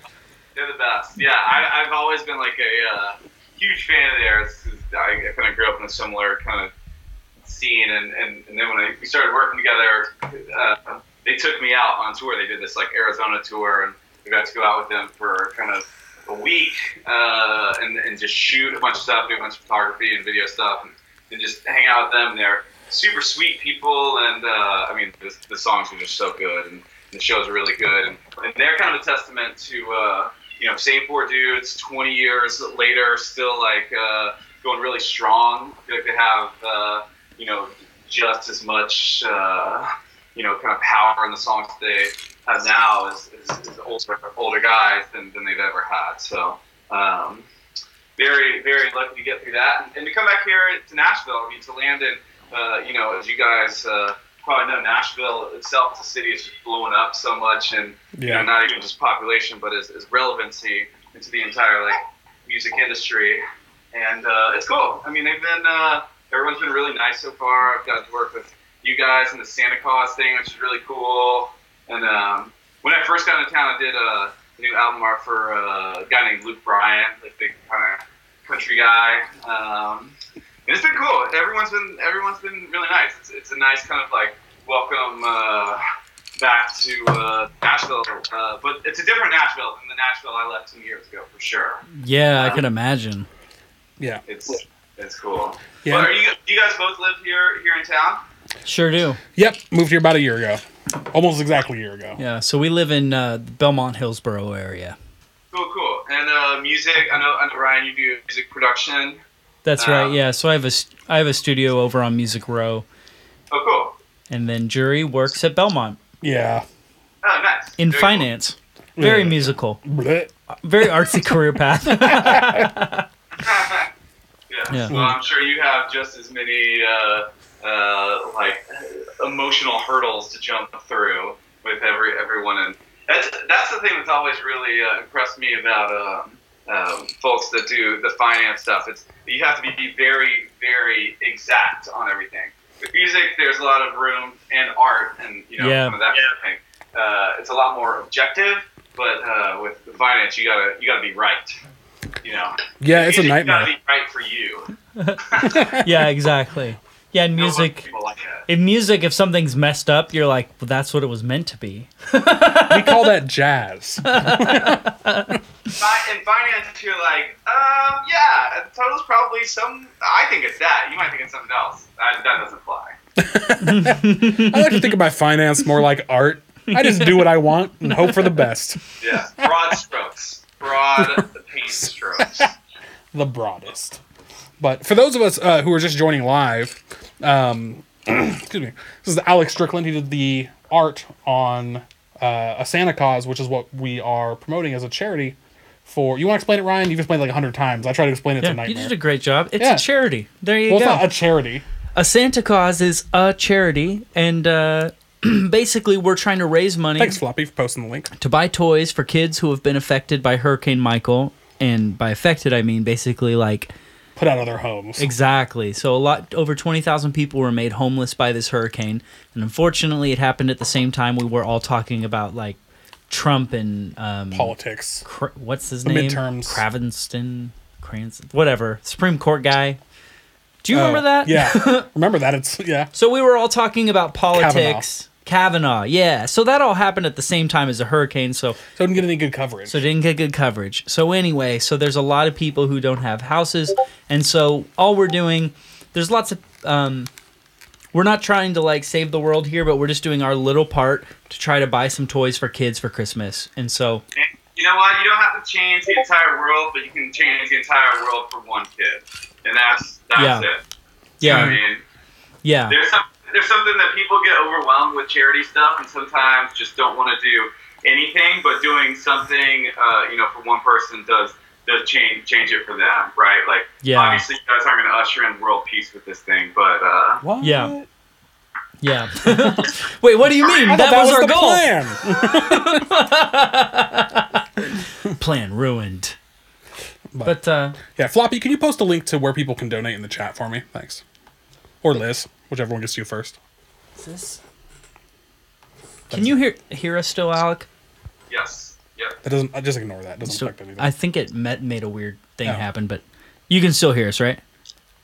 Speaker 10: They're the best. Yeah, I, I've always been like a uh, huge fan of theirs. 'cause I, I kind of grew up in a similar kind of scene, and, and, and then when I, we started working together, uh, they took me out on tour. They did this like Arizona tour, and we got to go out with them for kind of a week uh, and, and just shoot a bunch of stuff, do a bunch of photography and video stuff, and, and just hang out with them. They're super sweet people, and uh, I mean, the, the songs were just so good, and the shows were really good, and, and they're kind of a testament to uh, you know, same four dudes, 20 years later, still like uh, going really strong. I feel like they have, uh, you know, just as much, uh, you know, kind of power in the songs that they have now as, as, as older, older guys than, than they've ever had. So, um, very, very lucky to get through that. And, and to come back here to Nashville, I mean, to land in, uh, you know, as you guys uh, probably know, Nashville itself, the city is just blowing up so much. And,
Speaker 1: Yeah.
Speaker 10: you know, not even just population, but as, as relevancy into the entire like music industry. And uh, it's cool. I mean, they've been uh, everyone's been really nice so far. I've got to work with you guys and the Santa Claus thing, which is really cool. And um, when I first got into town, I did uh, a new album art for uh, a guy named Luke Bryan, like big kind of country guy. Um, and it's been cool. Everyone's been everyone's been really nice. It's, it's a nice kind of like welcome uh, back to uh, Nashville, uh, but it's a different Nashville than the Nashville I left two years ago for sure.
Speaker 2: yeah i can imagine
Speaker 1: Yeah.
Speaker 10: It's it's cool.
Speaker 1: Yeah.
Speaker 10: But are you do you guys both live here here in town?
Speaker 2: sure do
Speaker 1: Yep. Moved here about a year ago. Almost exactly a year ago.
Speaker 2: yeah so we live in uh, the belmont hillsboro area
Speaker 10: Cool, cool. And uh, music. I know, I know, Ryan, you do music production.
Speaker 2: that's
Speaker 10: Uh,
Speaker 2: right yeah so i have a st- i have a studio over on music row
Speaker 10: Oh, cool.
Speaker 2: and then jury works at belmont
Speaker 1: Yeah.
Speaker 10: Oh, nice.
Speaker 2: in
Speaker 10: Very
Speaker 2: finance very musical
Speaker 1: Blech.
Speaker 2: very artsy career path
Speaker 10: Cool. Yeah.
Speaker 2: Yeah.
Speaker 10: Well, I'm sure you have just as many uh, uh, like emotional hurdles to jump through with every everyone. And that's that's the thing that's always really uh, impressed me about um, um, folks that do the finance stuff. It's you have to be very very exact on everything. With music, there's a lot of room and art, and you know
Speaker 2: Yeah.
Speaker 10: some of that kind of thing. Uh, it's a lot more objective, but uh, with the finance, you gotta you gotta be right. You know,
Speaker 1: Yeah, it's
Speaker 10: Music,
Speaker 1: a
Speaker 10: You
Speaker 1: nightmare.
Speaker 10: gotta be right for you.
Speaker 2: yeah exactly yeah and
Speaker 10: No other
Speaker 2: music
Speaker 10: people like that.
Speaker 2: in music, if something's messed up, you're like, well, that's what it was meant to be.
Speaker 1: We call that jazz.
Speaker 10: Fi- in finance, you're like, um, yeah, the total's probably some. I think it's that. You might think it's something else. That, that doesn't fly.
Speaker 1: I like to think of my finance more like art. I just do what I want and hope for the best.
Speaker 10: Yeah, broad strokes, broad paint strokes.
Speaker 1: The broadest. But for those of us uh, who are just joining live, um, excuse me, this is Alex Strickland. He did the art on uh, a Santa cause, which is what we are promoting as a charity. For you want to explain it, Ryan? You've explained it like hundred times. I try to explain it
Speaker 2: Yeah,
Speaker 1: tonight.
Speaker 2: you did a great job. It's
Speaker 1: Yeah.
Speaker 2: a charity. There you
Speaker 1: well, it's
Speaker 2: go.
Speaker 1: not a charity.
Speaker 2: a Santa Claus is a charity, and uh, basically, we're trying to raise money
Speaker 1: Thanks, Floppy, for posting the link.
Speaker 2: to buy toys for kids who have been affected by Hurricane Michael. And by affected, I mean basically like
Speaker 1: Put out of their homes.
Speaker 2: exactly. So a lot over twenty thousand people were made homeless by this hurricane, and unfortunately, it happened at the same time we were all talking about like Trump and um,
Speaker 1: Politics.
Speaker 2: Cr- what's his
Speaker 1: The
Speaker 2: name?
Speaker 1: midterms.
Speaker 2: Cravenston, Cranston, whatever. Supreme Court guy. Do you remember that?
Speaker 1: Oh, Yeah. remember that? It's yeah.
Speaker 2: So we were all talking about politics. Kavanaugh. yeah. So that all happened at the same time as a hurricane. So
Speaker 1: So I didn't get any good coverage.
Speaker 2: so didn't get good coverage. So anyway, so there's a lot of people who don't have houses, and so all we're doing, there's lots of, um, we're not trying to like save the world here, but we're just doing our little part to try to buy some toys for kids for Christmas. And so
Speaker 10: You know what? You don't have to change the entire world, but you can change the entire world for one kid, and that's that's
Speaker 2: Yeah.
Speaker 10: it. You know what I
Speaker 2: yeah,
Speaker 10: mean,
Speaker 2: yeah,
Speaker 10: there's some, there's something that people get overwhelmed with charity stuff, and sometimes just don't want to do anything. But doing something, uh, you know, for one person does does change change it for them, right? Like,
Speaker 2: Yeah.
Speaker 10: obviously, you guys aren't going to usher in world peace with this thing, but uh,
Speaker 1: What?
Speaker 2: Yeah. yeah. Wait, what do you mean?
Speaker 1: I
Speaker 2: That,
Speaker 1: thought that,
Speaker 2: was,
Speaker 1: was,
Speaker 2: our
Speaker 1: the plan.
Speaker 2: goal. plan ruined. But uh,
Speaker 1: yeah, Floppy, can you post a link to where people can donate in the chat for me? Thanks. Or Liz, whichever one gets to you first.
Speaker 2: can you hear hear us still, Alec?
Speaker 10: yes, yep.
Speaker 1: That doesn't. I just ignore that. It doesn't
Speaker 2: So-
Speaker 1: affect anything.
Speaker 2: I think it met, made a weird thing
Speaker 1: Oh.
Speaker 2: happen, but you can still hear us, right?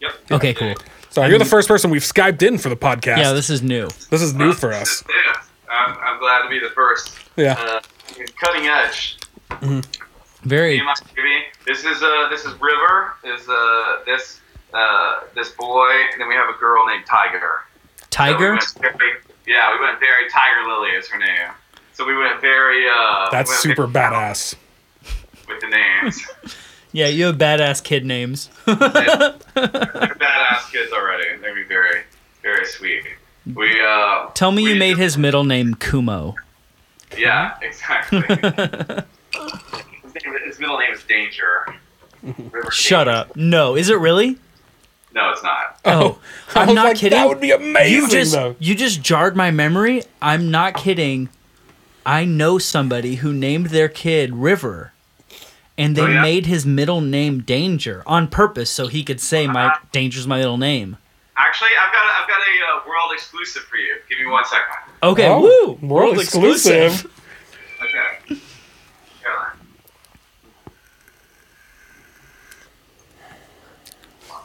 Speaker 10: Yep.
Speaker 2: Okay, cool.
Speaker 1: Sorry, you're the first person we've skyped in for the podcast.
Speaker 2: Yeah,
Speaker 1: this,
Speaker 2: this is new.
Speaker 1: is new for us.
Speaker 10: Yeah, I'm, I'm glad to be the first.
Speaker 1: Yeah.
Speaker 10: Uh, cutting edge.
Speaker 1: Mm-hmm.
Speaker 2: Very.
Speaker 10: Me and my baby. This is uh, this is River. Is uh, this uh, this boy, and then we have a girl named Tiger. So we
Speaker 2: Tiger?
Speaker 10: went very- yeah, we went very Tiger Lily is her name. So we went very. Uh,
Speaker 1: That's
Speaker 10: we went
Speaker 1: super
Speaker 10: very
Speaker 1: badass.
Speaker 10: with the names.
Speaker 2: Yeah, you have badass kid names.
Speaker 10: They're badass kids already. They're gonna be very very sweet. We uh,
Speaker 2: Tell me you
Speaker 10: we-
Speaker 2: made his middle name Kumo.
Speaker 10: Yeah, exactly. his, name, his middle name is Danger. River
Speaker 2: Shut
Speaker 10: Danger.
Speaker 2: up. No, is it really?
Speaker 10: No, it's not.
Speaker 2: Oh,
Speaker 1: I
Speaker 2: I'm
Speaker 1: was
Speaker 2: not
Speaker 1: like,
Speaker 2: kidding.
Speaker 1: That would be amazing,
Speaker 2: you just
Speaker 1: though.
Speaker 2: you just jarred my memory. I'm not kidding. I know somebody who named their kid River, and they
Speaker 10: Oh, yeah?
Speaker 2: made his middle name Danger on purpose so he could say my
Speaker 10: Uh-huh.
Speaker 2: Danger's my middle name.
Speaker 10: Actually, I've got a, I've got a uh, world exclusive for you. Give me one second.
Speaker 2: Okay,
Speaker 1: Oh,
Speaker 2: woo,
Speaker 1: world exclusive.
Speaker 10: Okay. Caroline.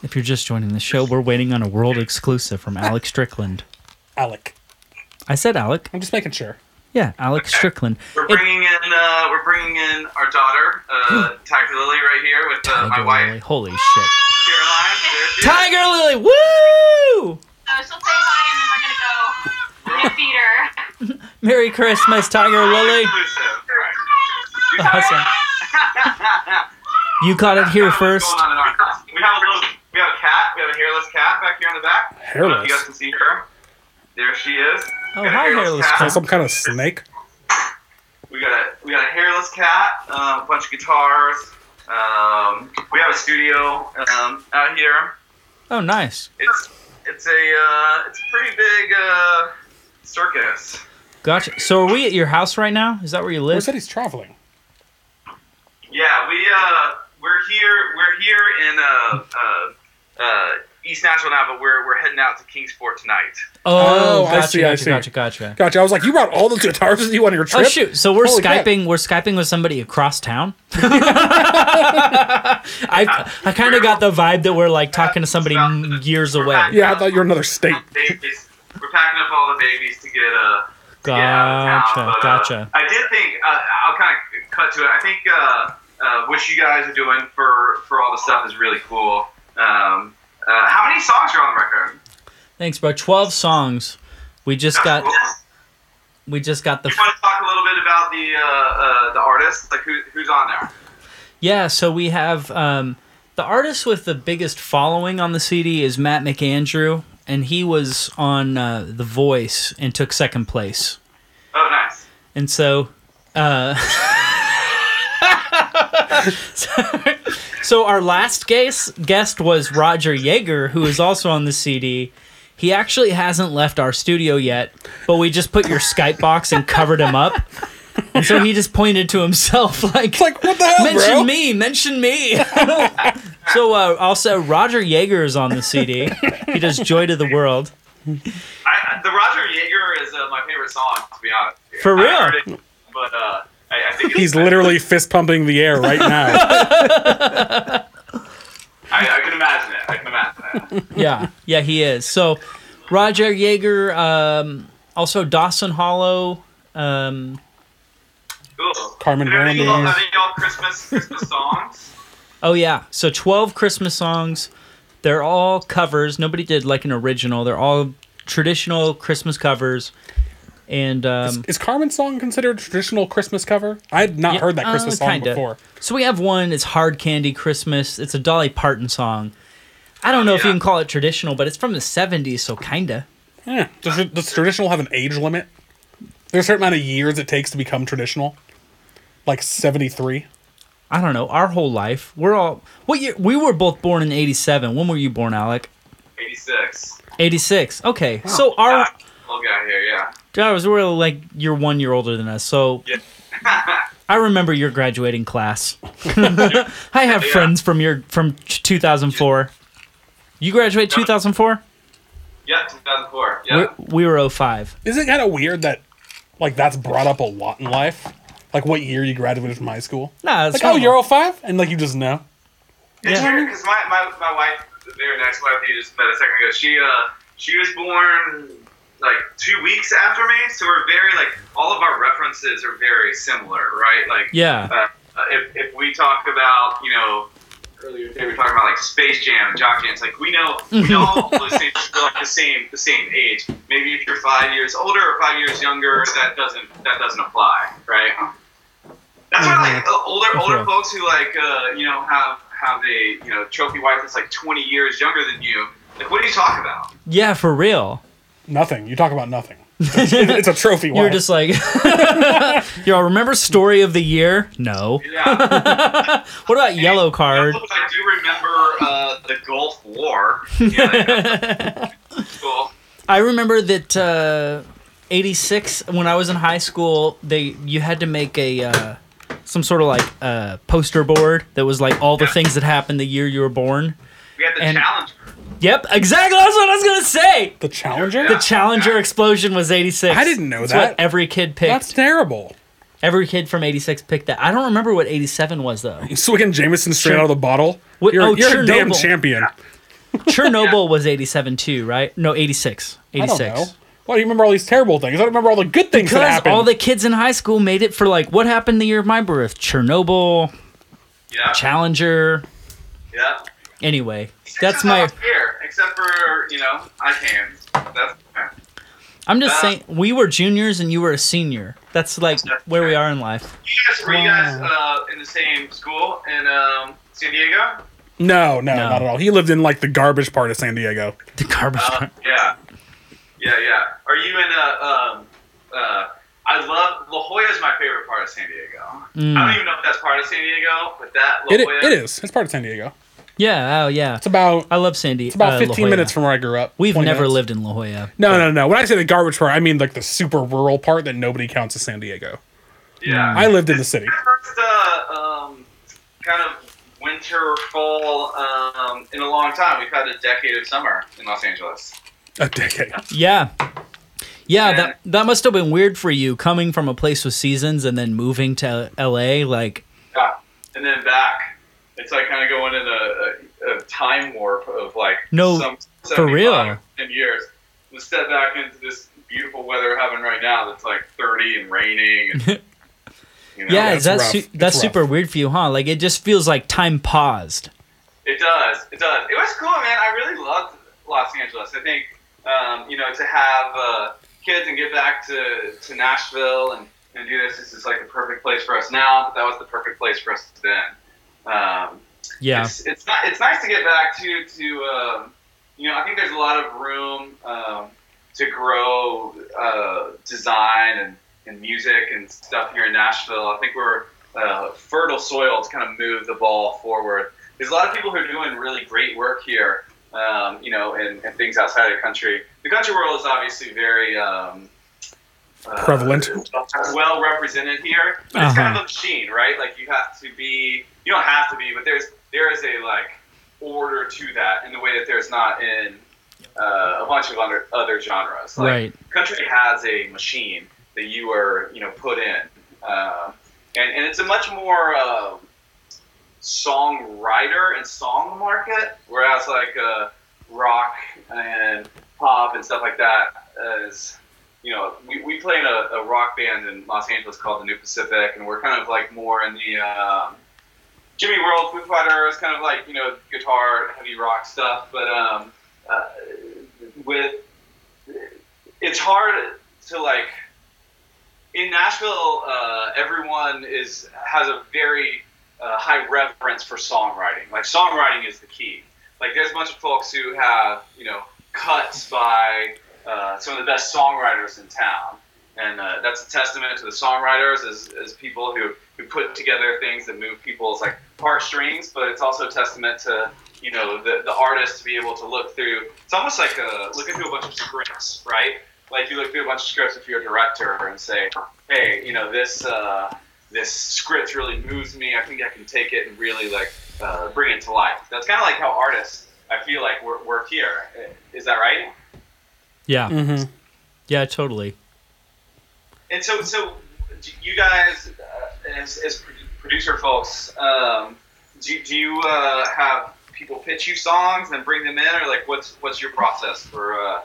Speaker 2: If you're just joining the show, we're waiting on a world exclusive from Alex Strickland.
Speaker 1: Alec.
Speaker 2: I said Alec.
Speaker 1: I'm just making sure.
Speaker 2: Yeah, Alex Strickland.
Speaker 10: We're
Speaker 2: It-
Speaker 10: bringing in uh, we're bringing in our daughter, uh, Tiger Lily, right here with uh, my
Speaker 2: Tiger Lily.
Speaker 10: wife
Speaker 2: Holy shit.
Speaker 10: Caroline. There's your-
Speaker 2: Tiger Lily, woo!
Speaker 11: So she'll say hi and then we're gonna go. We're gonna feed her.
Speaker 2: Merry Christmas, Tiger Lily.
Speaker 10: Exclusive. Right. You got
Speaker 2: Awesome. You caught it
Speaker 10: it.
Speaker 2: here
Speaker 10: What's
Speaker 2: first.
Speaker 10: going on in our house? We have a little, we have a cat. We have a hairless cat back here in the back. I don't know if You
Speaker 1: Hairless.
Speaker 10: guys can see her. There she is.
Speaker 2: Oh,
Speaker 10: We got a
Speaker 2: hi, hairless
Speaker 1: Is that
Speaker 2: cat.
Speaker 1: some kind of snake?
Speaker 10: We got a we got a hairless cat, uh, a bunch of guitars. Um, we have a studio um, out here.
Speaker 2: Oh, nice.
Speaker 10: It's it's a uh, it's a pretty big uh, circus.
Speaker 2: Gotcha. So are we at your house right now? Is that where you
Speaker 1: Who
Speaker 2: live?
Speaker 1: said he's traveling?
Speaker 10: Yeah, we uh, we're here we're here in uh, uh, uh, East Nashville now, but we're we're heading out to Kingsport tonight.
Speaker 2: Oh,
Speaker 1: Oh, I
Speaker 2: gotcha,
Speaker 1: see, I
Speaker 2: gotcha,
Speaker 1: see.
Speaker 2: gotcha, gotcha.
Speaker 1: Gotcha. I was like, you brought all those guitars with you on your
Speaker 2: Oh
Speaker 1: trip?
Speaker 2: shoot! So we're
Speaker 1: Holy crap.
Speaker 2: skyping. We're skyping with somebody across town. I I kind of got the vibe that we're like talking to somebody m- years away.
Speaker 1: Yeah, I thought you were another state.
Speaker 10: Babies, we're packing up all the babies to get uh Yeah,
Speaker 2: Gotcha,
Speaker 10: but, uh,
Speaker 2: gotcha.
Speaker 10: I did think uh, I'll kind of cut to it. I think uh, uh, what you guys are doing for for all the stuff is really cool. Um, uh, how many songs are on the record?
Speaker 2: Thanks, bro. Twelve songs. We just got
Speaker 10: Cool.
Speaker 2: we just got the
Speaker 10: You want to talk a little bit about the uh, uh, the artists, like who, who's on there?
Speaker 2: Yeah, so we have um, the artist with the biggest following on the CD is Matt McAndrew, and he was on uh, The Voice and took second place.
Speaker 10: Oh, nice.
Speaker 2: And so, uh, so- so our last guest guest was Roger Yeager, who is also on the CD. He actually hasn't left our studio yet, but we just put your Skype box and covered him up. And so he just pointed to himself like,
Speaker 1: It's like, what the hell,
Speaker 2: mention
Speaker 1: bro?
Speaker 2: me, mention me. so uh, also Roger Yeager is on the CD. He does Joy to the World.
Speaker 10: I, I- the Roger Yeager is uh, my favorite song, to be honest. with you.
Speaker 2: For real?
Speaker 10: I heard it, but uh, I, I think it's-
Speaker 1: He's literally fist pumping the air right now.
Speaker 10: I, I can imagine it. I can imagine it.
Speaker 2: Yeah, yeah, he is. So Roger Yeager, um, also Dawson Hollow. Um,
Speaker 10: Cool.
Speaker 1: Carmen
Speaker 10: Are they all-
Speaker 1: Miranda.
Speaker 10: Are they all Christmas Christmas songs?
Speaker 2: Oh yeah, so twelve Christmas songs. They're all covers. Nobody did like an original. They're all traditional Christmas covers. And um,
Speaker 1: Is Carmen's song considered a traditional Christmas cover? I had not
Speaker 2: Yeah,
Speaker 1: heard that
Speaker 2: uh,
Speaker 1: Christmas song
Speaker 2: kinda.
Speaker 1: before.
Speaker 2: so we have one. It's Hard Candy Christmas. It's a Dolly Parton song. I don't know if you
Speaker 10: Yeah.
Speaker 2: can call it traditional, but it's from the '70s, so kinda.
Speaker 1: Yeah. Does, does traditional have an age limit? There's a certain amount of years it takes to become traditional. Like 73.
Speaker 2: I don't know. Our whole life, we're all what year? We were both born in '87. When were you born, Alec?
Speaker 10: 86.
Speaker 2: '86. Okay, so our
Speaker 10: Old guy here, yeah.
Speaker 2: I was really like you're one year older than us, so
Speaker 10: Yeah.
Speaker 2: I remember your graduating class. I have
Speaker 10: Yeah.
Speaker 2: friends from your from 2004. You graduate 2004?
Speaker 10: Yeah, 2004. Yeah.
Speaker 2: We're We were 05.
Speaker 1: Isn't it kind of weird that, like, that's brought up a lot in life? Like, what year you graduated from high school?
Speaker 2: Nah, it's
Speaker 1: Like, oh,
Speaker 2: normal.
Speaker 1: you're 05? And, like, you just know.
Speaker 10: It's
Speaker 2: Yeah.
Speaker 10: weird because my, my, my wife, the very nice wife you just met a second ago, she uh she was born like two weeks after me, so we're very like all of our references are very similar, right? Like
Speaker 2: Yeah.
Speaker 10: uh, if if we talk about you know. Earlier today, we were talking about like Space Jam and Jock Jams. Like we know, we know all those things are like the same, the same age. Maybe if you're five years older or five years younger, that doesn't that doesn't apply, right? That's why like uh, older
Speaker 2: Mm-hmm. That's
Speaker 10: older
Speaker 2: right.
Speaker 10: folks who like uh, you know have have a you know trophy wife that's like 20 years younger than you. Like what do you talk about?
Speaker 2: Yeah, for real.
Speaker 1: Nothing. You talk about nothing. It's a, it's a trophy
Speaker 2: You were
Speaker 1: wife.
Speaker 2: just like, y'all remember story of the year? No.
Speaker 10: Yeah,
Speaker 2: What about yellow card?
Speaker 10: I do remember uh, the Gulf War. Yeah, cool.
Speaker 2: I remember that uh, '86 when I was in high school, they you had to make a uh, some sort of like uh, poster board that was like all the things that happened the year you were born.
Speaker 10: We had the
Speaker 2: And-
Speaker 10: challenge.
Speaker 2: Yep, exactly. That's what I was gonna say.
Speaker 1: the Challenger?
Speaker 2: The Challenger explosion was '86.
Speaker 1: I didn't know
Speaker 2: That's
Speaker 1: that.
Speaker 2: What every kid picked.
Speaker 1: That's terrible.
Speaker 2: every kid from '86 picked that. I don't remember what '87 was though.
Speaker 1: Swicking Jameson straight
Speaker 2: Sure.
Speaker 1: out of the bottle.
Speaker 2: What-
Speaker 1: you're
Speaker 2: oh,
Speaker 1: you're a damn
Speaker 2: Chernobyl.
Speaker 1: champion.
Speaker 2: Chernobyl was '87 too, right? No, '86.
Speaker 1: I
Speaker 2: '86.
Speaker 1: don't know. Why do you remember all these terrible things? I don't remember all the good things that
Speaker 2: Because
Speaker 1: happened.
Speaker 2: all the kids in high school made it for like what happened the year of my birth, Chernobyl,
Speaker 10: Yeah,
Speaker 2: Challenger.
Speaker 10: yeah.
Speaker 2: Anyway,
Speaker 10: Except
Speaker 2: that's
Speaker 10: for
Speaker 2: my.
Speaker 10: last year, except for you know I can. That's
Speaker 2: I'm just
Speaker 10: Uh,
Speaker 2: saying we were juniors and you were a senior. That's like where we are in life.
Speaker 10: you guys were you guys uh, in the same school in um, San Diego?
Speaker 1: no, no,
Speaker 2: No.
Speaker 1: not at all. He lived in like the garbage part of San Diego.
Speaker 2: The garbage.
Speaker 10: Uh,
Speaker 2: truck.
Speaker 10: yeah, yeah, yeah. Are you in a? Um, uh, I love La Jolla is my favorite part of San Diego. I
Speaker 2: Mm.
Speaker 10: don't even know if that's part of San Diego, but that La
Speaker 1: It,
Speaker 10: Jolla.
Speaker 1: it is. It's part of San Diego.
Speaker 2: Yeah. Oh yeah.
Speaker 1: It's about
Speaker 2: I love Sandy. uh,
Speaker 1: it's about 15 minutes from where I grew up.
Speaker 2: We've
Speaker 1: 20
Speaker 2: never
Speaker 1: minutes.
Speaker 2: lived in La Jolla.
Speaker 1: No, no, no. When I say the garbage part, I mean like the super rural part that nobody counts as San Diego.
Speaker 2: Uh,
Speaker 10: Yeah.
Speaker 1: I lived in the city.
Speaker 10: First, uh, um, kind of winter fall um, in a long time. We've had a decade of summer in Los Angeles.
Speaker 1: A decade.
Speaker 2: Yeah. Yeah, that that must have been weird for you coming from a place with seasons and then moving to LA like
Speaker 10: Yeah. And then back. It's like kind of going in a, a, a time warp of like
Speaker 2: No,
Speaker 10: some
Speaker 2: for real.
Speaker 10: 75, ten years. We step back into this beautiful weather we're having right now. That's like thirty and raining. And, you know,
Speaker 2: Yeah,
Speaker 1: that's
Speaker 2: is that
Speaker 1: rough.
Speaker 2: su-
Speaker 1: That's
Speaker 2: that's
Speaker 1: rough.
Speaker 2: super weird for you, huh? Like it just feels like time paused.
Speaker 10: It does. It does. It was cool, man. I really loved Los Angeles. I think um, you know to have uh, kids and get back to, to Nashville and, and do this. This is like the perfect place for us now, but that was the perfect place for us then. Um,
Speaker 2: Yeah.
Speaker 10: it's it's, not, it's nice to get back to to um, you know I think there's a lot of room um, to grow uh, design and, and music and stuff here in Nashville. I think we're uh, fertile soil to kind of move the ball forward. There's a lot of people who are doing really great work here, um, you know, and, and things outside of the country. The country world is obviously very um, uh,
Speaker 1: Prevalent.
Speaker 10: well represented here. But It's kind
Speaker 1: Uh-huh.
Speaker 10: of a machine, right? Like you have to be, you don't have to be, but there's there is a like order to that in the way that there's not in uh, a bunch of other other genres. Like,
Speaker 2: Right.
Speaker 10: Country has a machine that you are, you know, put in, uh, and and it's a much more uh, songwriter and song market, whereas like uh, rock and pop and stuff like that is, you know, we, we play in a, a rock band in Los Angeles called the New Pacific, and we're kind of like more in the um, Jimmy World, Foo Fighters, kind of like you know guitar heavy rock stuff, but um, uh, with it's hard to like in Nashville, uh, everyone is has a very uh, high reverence for songwriting. Like songwriting is the key. Like there's a bunch of folks who have you know cuts by uh, some of the best songwriters in town, and uh, that's a testament to the songwriters as, as people who who put together things that move people's like heartstrings. But it's also a testament to you know the the artist to be able to look through. It's almost like uh looking through a bunch of scripts, right? like you look through a bunch of scripts if you're a director and say, hey, you know, this uh, this script really moves me. I think I can take it and really like uh, bring it to life. That's kind of like how artists. I feel like work work here. Is that right?
Speaker 2: Yeah.
Speaker 1: Mm-hmm.
Speaker 2: Yeah, totally.
Speaker 10: And so, so do you guys, uh, as, as pro- producer folks, um, do, do you uh, have people pitch you songs and bring them in, or like what's what's your process for uh,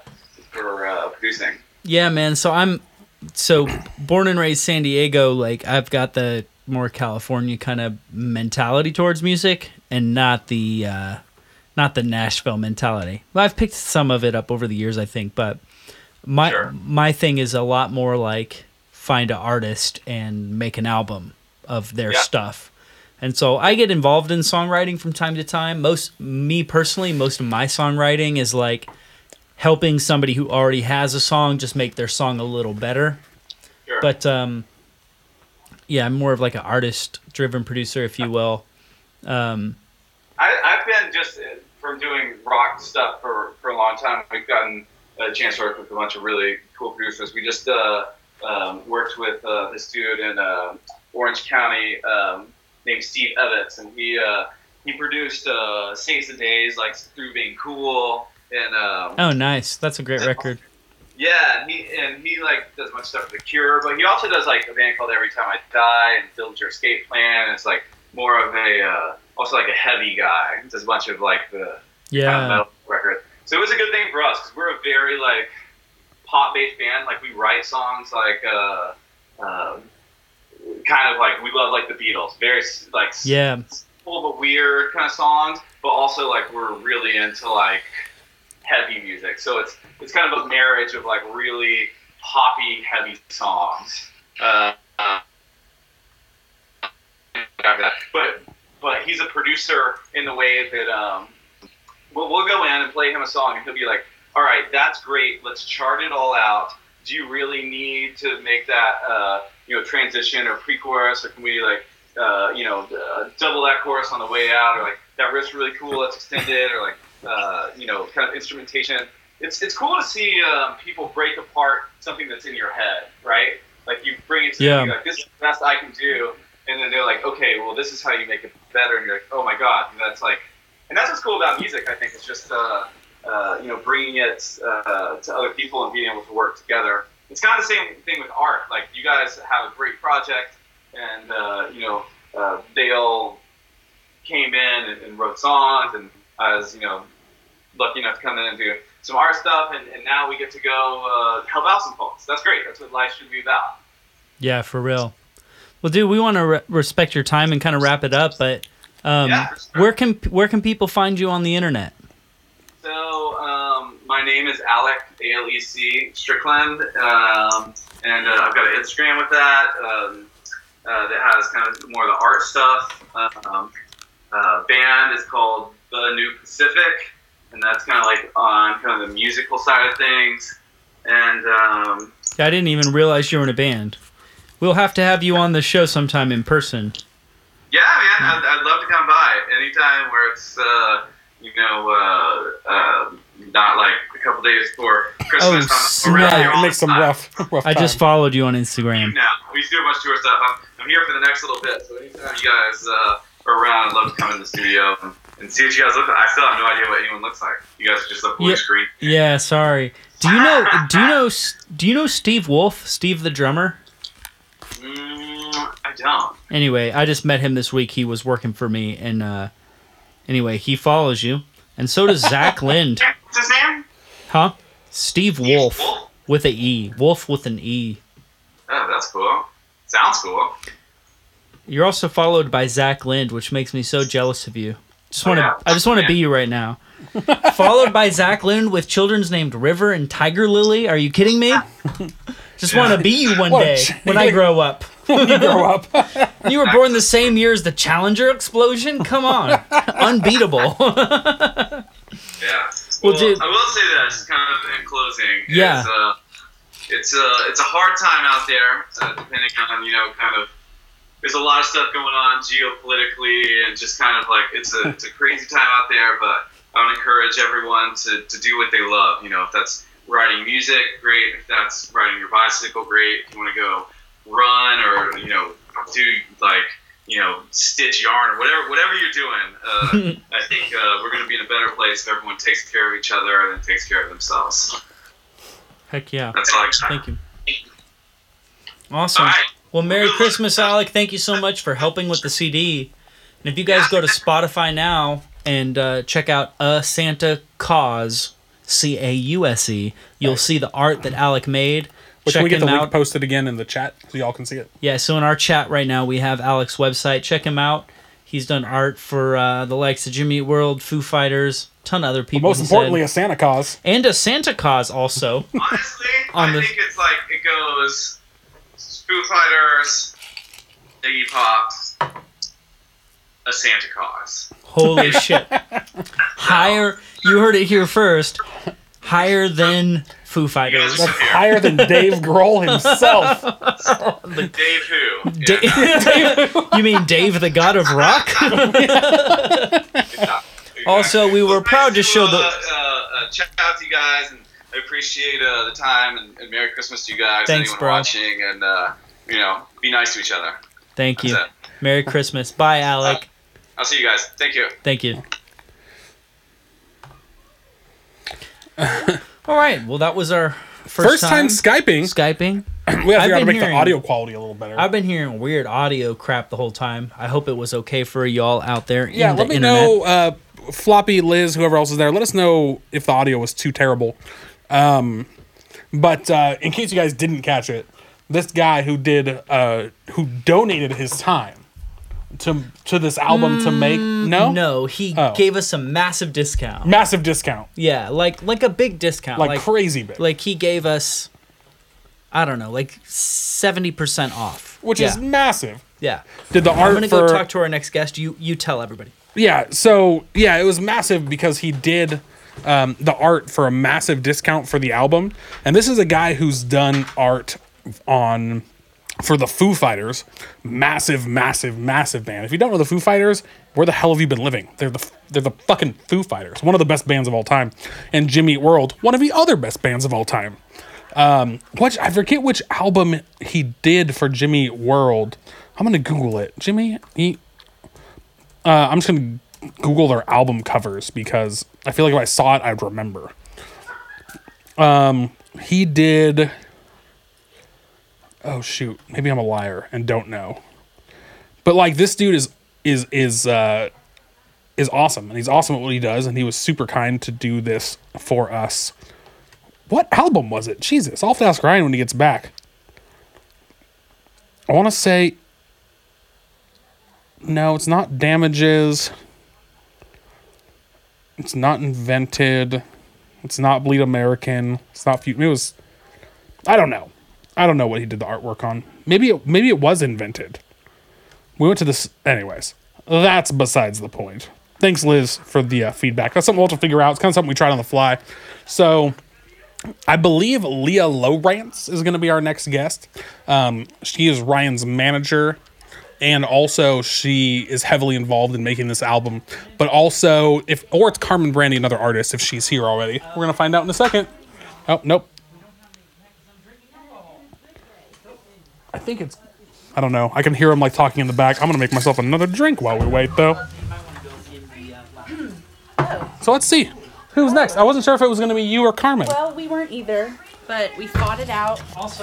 Speaker 10: for uh, producing?
Speaker 2: Yeah, man. So I'm so born and raised San Diego. Like I've got the more California kind of mentality towards music, and not the uh, not the Nashville mentality. Well, I've picked some of it up over the years, I think, but my
Speaker 10: Sure.
Speaker 2: my thing is a lot more like find an artist and make an album of their
Speaker 10: Yeah.
Speaker 2: stuff. And so I get involved in songwriting from time to time. Most me personally, most of my songwriting is like helping somebody who already has a song just make their song a little better.
Speaker 10: Sure.
Speaker 2: But um, yeah, I'm more of like an artist-driven producer, if you will. Um,
Speaker 10: I, I've been just uh, from doing rock stuff for, for a long time. We've gotten a chance to work with a bunch of really cool producers. We just uh, um, worked with uh, this dude in uh, Orange County um, named Steve Evans, and he uh, he produced uh, Saints and Days, like Through Being Cool, and um,
Speaker 2: Oh, nice. That's a great record.
Speaker 10: yeah, and he and he like does much stuff with the Cure, but he also does like a band called Every Time I Die and Build Your Escape Plan. It's like more of a uh, also like a heavy guy. Does a bunch of like the kind of
Speaker 2: Yeah.
Speaker 10: metal record. So it was a good thing for us because we're a very like pop based band. Like we write songs like uh, um, kind of like we love like the Beatles, very s- like s-
Speaker 2: Yeah.
Speaker 10: full of a weird kind of songs, but also like we're really into like heavy music. So it's it's kind of a marriage of like really poppy heavy songs. Uh, uh, but but he's a producer in the way that um, we'll, we'll go in and play him a song, and he'll be like, "All right, that's great. Let's chart it all out. Do you really need to make that uh, you know transition or pre-chorus, or can we like uh, you know uh, double that chorus on the way out, or like that riff's really cool, let's extend it, or like uh, you know kind of instrumentation." It's it's cool to see um, people break apart something that's in your head, right? Like you bring it to
Speaker 2: Yeah.
Speaker 10: them, you're like this is the best I can do, and then they're like, okay, well this is how you make it better, and you're like, oh my god, that's like and that's what's cool about music. I think is just uh, uh, you know bringing it uh, to other people and being able to work together. It's kind of the same thing with art. Like you guys have a great project, and uh, you know uh, they all came in and, and wrote songs, and I was you know lucky enough to come in and do some art stuff, and, and now we get to go uh, help out some folks. That's great. That's what life should be about.
Speaker 2: Yeah, for real. Well, dude, we want to re- respect your time and kind of wrap it up, but um,
Speaker 10: Yeah, for sure.
Speaker 2: where can where can people find you on the internet?
Speaker 10: So, um, my name is Alec A L E C Strickland, um, and uh, I've got an Instagram with that um, uh, that has kind of more of the art stuff. Um, uh, band is called The New Pacific, and that's kind of like on kind of the musical side of things. And um,
Speaker 2: I didn't even realize you were in a band. We'll have to have you on the show sometime in person.
Speaker 10: yeah, man, I'd, I'd love to come by anytime where it's uh, you you know, uh, uh, not like a couple days before Christmas.
Speaker 2: Oh,
Speaker 10: I'm around here
Speaker 1: Yeah,
Speaker 10: all
Speaker 1: it makes
Speaker 10: the
Speaker 1: some
Speaker 10: time.
Speaker 1: rough, rough.
Speaker 2: I just
Speaker 1: time.
Speaker 2: followed you on Instagram.
Speaker 10: Now we used to do a bunch of tour stuff. I'm, I'm here for the next little bit, so anytime you guys uh, are around, I'd love to come in the studio and, and see what you guys look like. I still have no idea what anyone looks like. You guys are just a blue
Speaker 2: Yeah.
Speaker 10: screen.
Speaker 2: Yeah, sorry. Do you know? Do you know? Do you know Steve Wolf? Steve the drummer.
Speaker 10: Mm, I don't.
Speaker 2: Anyway, I just met him this week. He was working for me, and uh, anyway, he follows you, and so does Zach Lind,
Speaker 10: What's his name?
Speaker 2: huh? Steve Wolf
Speaker 10: Wolf?
Speaker 2: with a E. Wolf with an E.
Speaker 10: Oh, that's cool. Sounds cool.
Speaker 2: You're also followed by Zach Lind, which makes me so jealous of you. Just want
Speaker 10: Yeah.
Speaker 2: to, I just want to be you right now. followed by Zach Lind with children's named River and Tiger Lily. Are you kidding me? Just want to be you one
Speaker 1: What a
Speaker 2: day
Speaker 1: shame.
Speaker 2: when I grow up.
Speaker 1: you grow up.
Speaker 2: You were born the same year as the Challenger explosion? Come on. Unbeatable.
Speaker 10: Yeah. Well,
Speaker 2: Well, dude-
Speaker 1: um,
Speaker 10: I will say this, kind of in closing.
Speaker 2: Yeah.
Speaker 10: Is, uh, it's a it's a hard time out there, uh, depending on you know kind of. There's a lot of stuff going on geopolitically, and just kind of like it's a it's a crazy time out there. But I would encourage everyone to to do what they love. You know, if that's riding music, great. If that's riding your bicycle, great. If you want to go run or you know do like you know stitch yarn or whatever whatever you're doing uh, i think uh, we're going to be in a better place if everyone takes care of each other and takes care of themselves
Speaker 2: Heck yeah.
Speaker 10: that's all i got.
Speaker 2: Thank you.
Speaker 10: all
Speaker 2: Awesome.
Speaker 10: right
Speaker 2: Well, Merry Christmas, Alec. Thank you so much for helping with the CD. And if you guys go to Spotify now and uh, check out A Santa Cause, C A U S E, you'll see the art that Alec made.
Speaker 1: Which
Speaker 2: check
Speaker 1: we get the
Speaker 2: him
Speaker 1: link
Speaker 2: out.
Speaker 1: posted again in the chat so y'all can see it.
Speaker 2: Yeah, so in our chat right now, we have Alec's website. Check him out. He's done art for uh, the likes of Jimmy Eat World, Foo Fighters, ton of other people.
Speaker 1: Most
Speaker 2: he said.
Speaker 1: importantly, a Santa cause.
Speaker 2: and a Santa Claus also.
Speaker 10: honestly
Speaker 2: On
Speaker 10: i
Speaker 2: the-
Speaker 10: think it's like it goes Foo fighters iggy pop a santa claus
Speaker 2: Holy shit! Higher, you heard it here first. Higher than Foo
Speaker 10: you guys
Speaker 2: Fighters.
Speaker 10: are so weird.
Speaker 1: Higher than Dave Grohl himself.
Speaker 10: dave who
Speaker 2: Da- you mean Dave, the God of Rock? Also, we were
Speaker 10: Well,
Speaker 2: proud to
Speaker 10: thanks
Speaker 2: show
Speaker 10: uh,
Speaker 2: the.
Speaker 10: uh, uh, check out to you guys, and I appreciate uh, the time and, and Merry Christmas to you guys.
Speaker 2: Thanks,
Speaker 10: anyone
Speaker 2: bro.
Speaker 10: watching, and uh, you know, be nice to each other.
Speaker 2: Thank you.
Speaker 10: That's
Speaker 2: Merry Christmas. Bye, Alec.
Speaker 10: I'll see you guys. Thank you.
Speaker 2: Thank you. All right. Well, that was our first,
Speaker 1: First time skyping.
Speaker 2: skyping.
Speaker 1: We have to figure
Speaker 2: I've
Speaker 1: out to
Speaker 2: been
Speaker 1: make the
Speaker 2: hearing-
Speaker 1: audio quality a little better.
Speaker 2: I've been hearing weird audio crap the whole time. I hope it was okay for y'all out there.
Speaker 1: yeah,
Speaker 2: in the
Speaker 1: let me
Speaker 2: internet.
Speaker 1: know, uh, Floppy, Liz, whoever else is there. Let us know if the audio was too terrible. Um, but uh, in case you guys didn't catch it, this guy who did uh, who donated his time to to this album to make no
Speaker 2: Mm, No, he
Speaker 1: Oh.
Speaker 2: gave us a massive discount.
Speaker 1: massive discount
Speaker 2: Yeah, like like a big discount.
Speaker 1: like,
Speaker 2: Like like,
Speaker 1: crazy big,
Speaker 2: he gave us I don't know, like 70% off.
Speaker 1: which
Speaker 2: yeah,
Speaker 1: is massive.
Speaker 2: Yeah.
Speaker 1: Did the
Speaker 2: I'm
Speaker 1: art
Speaker 2: going to
Speaker 1: for
Speaker 2: go talk to our next guest. You you tell everybody.
Speaker 1: Yeah, so yeah, it was massive because he did um, the art for a massive discount for the album, and this is a guy who's done art on for the Foo Fighters, massive, massive, massive band. If you don't know the Foo Fighters, where the hell have you been living? They're the they're the fucking Foo Fighters, one of the best bands of all time, and Jimmy Eat World, one of the other best bands of all time. Um, which I forget which album he did for Jimmy Eat World. I'm gonna Google it. Jimmy Eat uh, I'm just gonna Google their album covers because I feel like if I saw it, I'd remember. Um, he did. Oh shoot, maybe I'm a liar and don't know. But like this dude is is is uh, is awesome, and he's awesome at what he does, and he was super kind to do this for us. What album was it? Jesus, I'll have to ask Ryan when he gets back. I want to say no, it's not damages. It's not invented. It's not bleed American. It's not few. It was. I don't know. I don't know what he did the artwork on. Maybe it, maybe it was invented. We went to this anyways. That's besides the point. Thanks, Liz, for the uh, feedback. That's something we'll have to figure out. It's kind of something we tried on the fly. So, I believe Leah Lowrance is going to be our next guest. Um, she is Ryan's manager and also she is heavily involved in making this album. But also, if or it's Carmen Brandy, another artist, if she's here already, we're gonna find out in a second. Oh nope. I think it's. I don't know. I can hear him like talking in the back. I'm gonna make myself another drink while we wait, though. So let's see who's next. I wasn't sure if it was gonna be you or Carmen.
Speaker 12: Well, we weren't either, but we fought it out,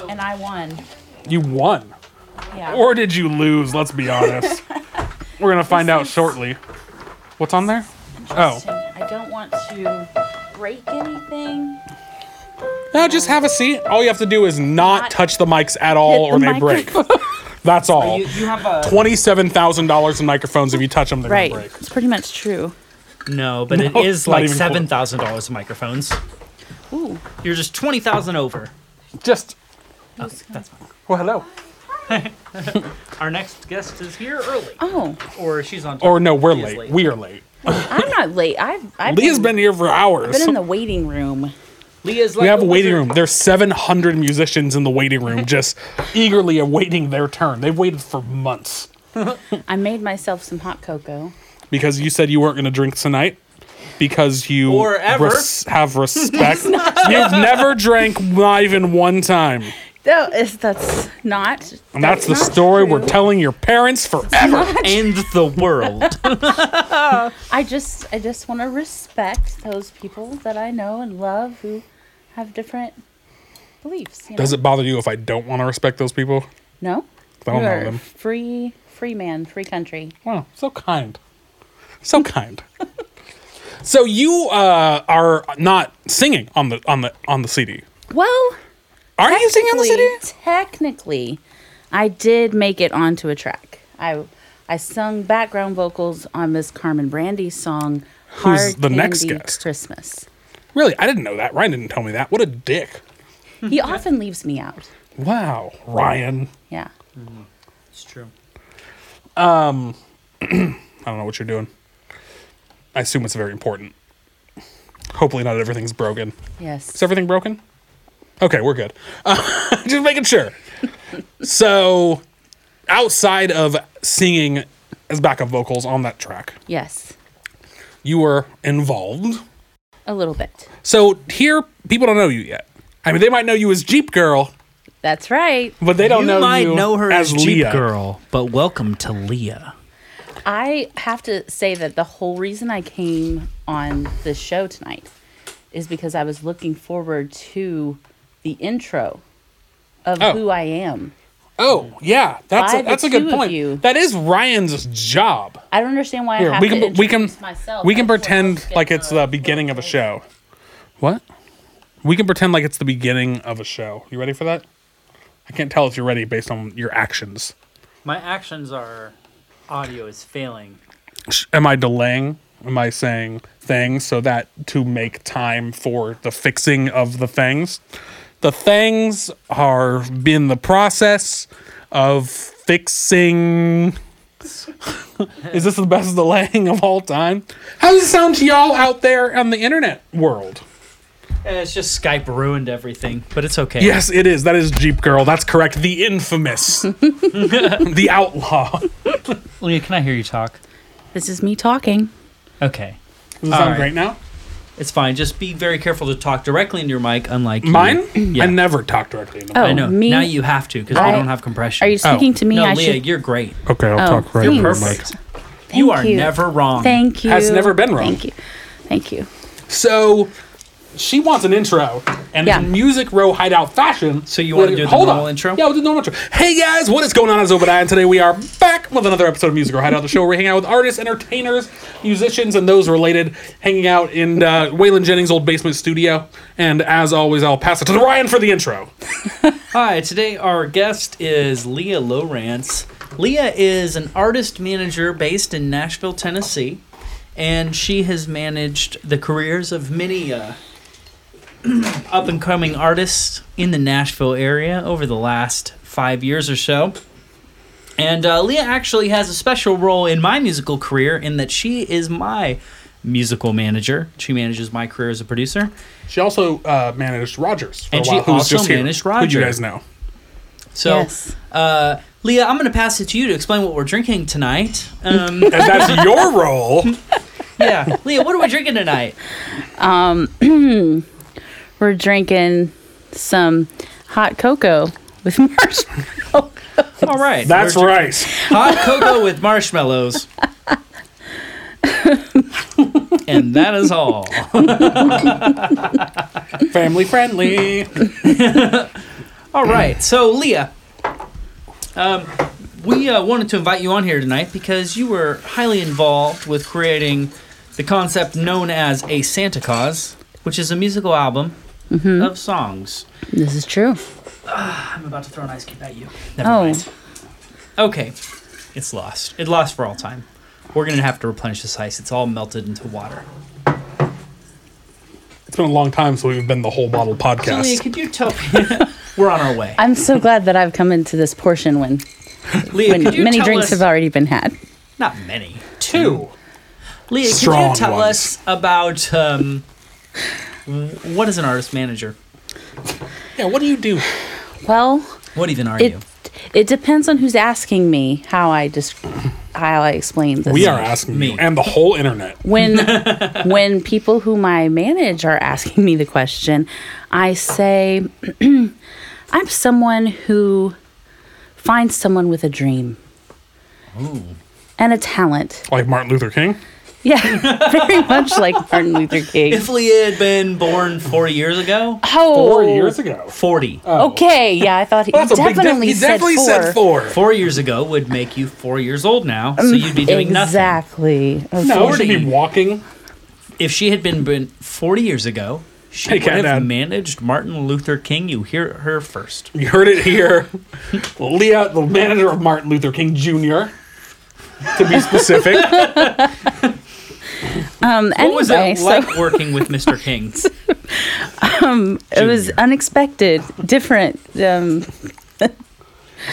Speaker 12: and I won.
Speaker 1: You won.
Speaker 12: Yeah.
Speaker 1: Or did you lose? Let's be honest. We're gonna find out shortly. What's on there? Oh,
Speaker 12: I don't want to break anything.
Speaker 1: no, just have a seat. All you have to do is not touch the mics at all, or
Speaker 12: the
Speaker 1: they break. That's all.
Speaker 2: Oh. You, you have
Speaker 12: uh,
Speaker 2: a
Speaker 1: Twenty-seven thousand dollars in microphones. If you touch them, they're
Speaker 12: Right.
Speaker 1: gonna break.
Speaker 12: It's pretty much true.
Speaker 2: no, but it
Speaker 1: No,
Speaker 2: is
Speaker 1: not
Speaker 2: like
Speaker 1: even close.
Speaker 2: seven thousand dollars in microphones.
Speaker 12: Ooh.
Speaker 2: You're just twenty thousand over.
Speaker 1: Just
Speaker 2: Okay, that's fine.
Speaker 1: well, hello.
Speaker 2: Our next guest is here early,
Speaker 12: Oh,
Speaker 2: or she's on.
Speaker 1: Or no, we're
Speaker 2: She is
Speaker 1: late. We are late.
Speaker 12: I'm not late. I've, I've
Speaker 1: Leah's been
Speaker 12: been,
Speaker 1: here for hours.
Speaker 12: been in the waiting room.
Speaker 2: Leah's
Speaker 1: We
Speaker 2: like
Speaker 1: have a
Speaker 2: the
Speaker 1: waiting
Speaker 2: wizard.
Speaker 1: room. There's 700 musicians in the waiting room, just eagerly awaiting their turn. They've waited for months
Speaker 12: I made myself some hot cocoa.
Speaker 1: because you said you weren't going to drink tonight because you
Speaker 2: Or ever.
Speaker 1: have respect. You've never drank not even one time.
Speaker 12: No, it's, that's not.
Speaker 1: And that's, the story we're telling your parents forever.
Speaker 2: and the world.
Speaker 12: I just, I just want to respect those people that I know and love who have different beliefs. You know?
Speaker 1: Does it bother you if I don't want to respect those people?
Speaker 12: No.
Speaker 1: I don't
Speaker 12: You
Speaker 1: know
Speaker 12: are
Speaker 1: them.
Speaker 12: Free, free man, free country.
Speaker 1: Wow, so kind. So kind. so you uh, are not singing on the on the on the CD.
Speaker 12: Well,
Speaker 1: Are you singing on the CD?
Speaker 12: technically, technically, I did make it onto a track. I I sung background vocals on Miss Carmen Brandy's song
Speaker 1: Who's
Speaker 12: "Hard
Speaker 1: the next
Speaker 12: Candy
Speaker 1: guest?
Speaker 12: Christmas."
Speaker 1: Really? I didn't know that. Ryan didn't tell me that. What a dick.
Speaker 12: He often leaves me out.
Speaker 1: Wow, Ryan.
Speaker 12: Yeah.
Speaker 2: it's true.
Speaker 1: Um, I don't know what you're doing. I assume it's very important. Hopefully, not everything's broken.
Speaker 12: Yes.
Speaker 1: Is everything broken? Okay, we're good. Uh, just making sure. so, outside of singing as backup vocals on that track,
Speaker 12: yes.
Speaker 1: you were involved.
Speaker 12: A little bit.
Speaker 1: So, here, people don't know you yet. I mean, they might know you as Jeep Girl,
Speaker 12: That's right.
Speaker 1: but they don't
Speaker 2: you
Speaker 1: know
Speaker 2: might
Speaker 1: you
Speaker 2: know her as,
Speaker 1: as,
Speaker 2: Jeep
Speaker 1: Leah.
Speaker 2: Girl, but welcome to Leah.
Speaker 12: I have to say that the whole reason I came on this show tonight is because I was looking forward to the intro of
Speaker 1: Oh.
Speaker 12: who I am.
Speaker 1: Oh, yeah, that's
Speaker 12: By
Speaker 1: a,
Speaker 12: the
Speaker 1: that's a
Speaker 12: two
Speaker 1: good
Speaker 12: of
Speaker 1: point.
Speaker 12: you.
Speaker 1: That is Ryan's job.
Speaker 12: I don't understand why
Speaker 1: Here,
Speaker 12: I have
Speaker 1: we
Speaker 12: to
Speaker 1: can we can
Speaker 12: introduce myself.
Speaker 1: we can
Speaker 12: I just wanna
Speaker 1: pretend
Speaker 12: get
Speaker 1: like it's
Speaker 12: the-
Speaker 1: the beginning of a show. What? We can pretend like it's the beginning of a show. You ready for that? I can't tell if you're ready based on your actions.
Speaker 2: My actions are audio is failing.
Speaker 1: Sh- Am I delaying? Am I saying things so that to make time for the fixing of the things? The things are been the process of fixing. Is this the best delaying of all time? How does it sound to y'all out there on the internet world?
Speaker 2: Eh, It's just Skype ruined everything, but it's okay.
Speaker 1: Yes, it is. That is Jeep Girl. That's correct. The infamous, the outlaw. Does
Speaker 2: Leah, can I hear you talk?
Speaker 12: This is me talking.
Speaker 2: Okay.
Speaker 1: it sound
Speaker 2: right.
Speaker 1: great now?
Speaker 2: It's fine. Just be very careful to talk directly into your mic, unlike you.
Speaker 1: Mine?
Speaker 2: Yeah.
Speaker 1: I never talk directly to
Speaker 12: Oh,
Speaker 2: I know.
Speaker 12: me.
Speaker 2: Now you have to because we
Speaker 12: I-
Speaker 2: don't have compression.
Speaker 12: Are you speaking
Speaker 1: Oh.
Speaker 12: to me?
Speaker 2: No,
Speaker 12: I
Speaker 2: Leah,
Speaker 12: should.
Speaker 2: you're great.
Speaker 1: Okay, I'll
Speaker 12: Oh,
Speaker 1: talk right
Speaker 12: You're
Speaker 1: into the
Speaker 2: perfect.
Speaker 1: mic.
Speaker 2: you
Speaker 12: Thank
Speaker 2: are
Speaker 12: you.
Speaker 2: never wrong.
Speaker 12: Thank you.
Speaker 1: Has never been wrong.
Speaker 12: Thank you. Thank you.
Speaker 1: So she wants an intro, and
Speaker 12: Yeah.
Speaker 1: in music row hideout fashion.
Speaker 2: So you wanna
Speaker 1: we're-
Speaker 2: do the
Speaker 1: hold
Speaker 2: normal
Speaker 1: on.
Speaker 2: intro?
Speaker 1: Yeah, we'll do the normal intro. Hey guys, what is going on? It's Obadiah, and today we are back with another episode of Music Row Hideout, the show where we hang out with artists, entertainers, musicians, and those related, hanging out in uh, Waylon Jennings' old basement studio. And as always, I'll pass it to Ryan for the intro.
Speaker 2: Hi, today our guest is Leah Lowrance. Leah is an artist manager based in Nashville, Tennessee, and she has managed the careers of many uh, up and coming artists in the Nashville area over the last five years or so. And uh, Leah actually has a special role in my musical career in that she is my musical manager. She manages my career as a producer.
Speaker 1: She also uh, managed Rogers, for
Speaker 2: And
Speaker 1: a
Speaker 2: she
Speaker 1: while, who was
Speaker 2: also
Speaker 1: just here,
Speaker 2: managed
Speaker 1: Who
Speaker 2: Roger.
Speaker 1: you guys know?
Speaker 2: So
Speaker 12: yes.
Speaker 2: uh, Leah, I'm going to pass it to you to explain what we're drinking tonight. Um,
Speaker 1: And that's your role.
Speaker 2: yeah, Leah, what are we drinking tonight?
Speaker 12: Um, We're drinking some hot cocoa with marshmallow.
Speaker 2: All right,
Speaker 1: That's
Speaker 2: we're
Speaker 1: right.
Speaker 2: hot cocoa with marshmallows. and that is all.
Speaker 1: Family friendly.
Speaker 2: All right, so Leah, um, we uh, wanted to invite you on here tonight because you were highly involved with creating the concept known as a Santa Claus, which is a musical album of songs.
Speaker 12: This is true.
Speaker 2: I'm about to throw an ice cube at you. Never
Speaker 12: Oh,
Speaker 2: mind. Okay, it's lost. It lost for all time. We're gonna have to replenish this ice. It's all melted into water.
Speaker 1: It's been a long time since we've been the whole bottle
Speaker 2: So Leah,
Speaker 1: podcast.
Speaker 2: could you tell me? We're on our way.
Speaker 12: I'm so glad that I've come into this portion when,
Speaker 2: Leah,
Speaker 12: when
Speaker 2: could you
Speaker 12: many
Speaker 2: tell
Speaker 12: drinks
Speaker 2: us-
Speaker 12: have already been had.
Speaker 2: Not many.
Speaker 1: Two.
Speaker 2: Leah, could you
Speaker 1: Mm. Strong
Speaker 2: tell
Speaker 1: ones.
Speaker 2: us about um, what is an artist manager?
Speaker 1: Yeah, what do you do?
Speaker 12: Well,
Speaker 2: What even are
Speaker 12: it
Speaker 2: you?
Speaker 12: it depends on who's asking me how I just how I explain this.
Speaker 1: We are asking
Speaker 2: Me.
Speaker 1: you and the whole internet.
Speaker 12: when when people whom I manage are asking me the question, I say I'm someone who finds someone with a dream
Speaker 1: Oh.
Speaker 12: and a talent.
Speaker 1: Like Martin Luther King.
Speaker 12: Yeah, very much like Martin Luther King.
Speaker 2: If Leah had been born 40 years ago,
Speaker 12: oh,
Speaker 1: Four years ago. Oh,
Speaker 2: 40.
Speaker 12: Okay, yeah, I thought he
Speaker 1: That's a big
Speaker 12: definitely,
Speaker 1: difference. He
Speaker 12: said,
Speaker 1: definitely
Speaker 12: four.
Speaker 1: said four.
Speaker 2: Four years ago would make you four years old now, so you'd be doing nothing.
Speaker 12: Exactly. Okay.
Speaker 1: No, we should
Speaker 2: 40.
Speaker 1: be walking.
Speaker 2: If she had been, been 40 years ago, she
Speaker 1: Hey,
Speaker 2: would have
Speaker 1: Cat Dad.
Speaker 2: managed Martin Luther King. You hear it her first.
Speaker 1: You heard it here. Leah, the manager of Martin Luther King Jr., to be specific.
Speaker 12: Um,
Speaker 2: What
Speaker 12: anyway,
Speaker 2: was it
Speaker 12: so
Speaker 2: like working with Mr. King?
Speaker 12: Um, it was
Speaker 2: Junior?
Speaker 12: unexpected, different. Um,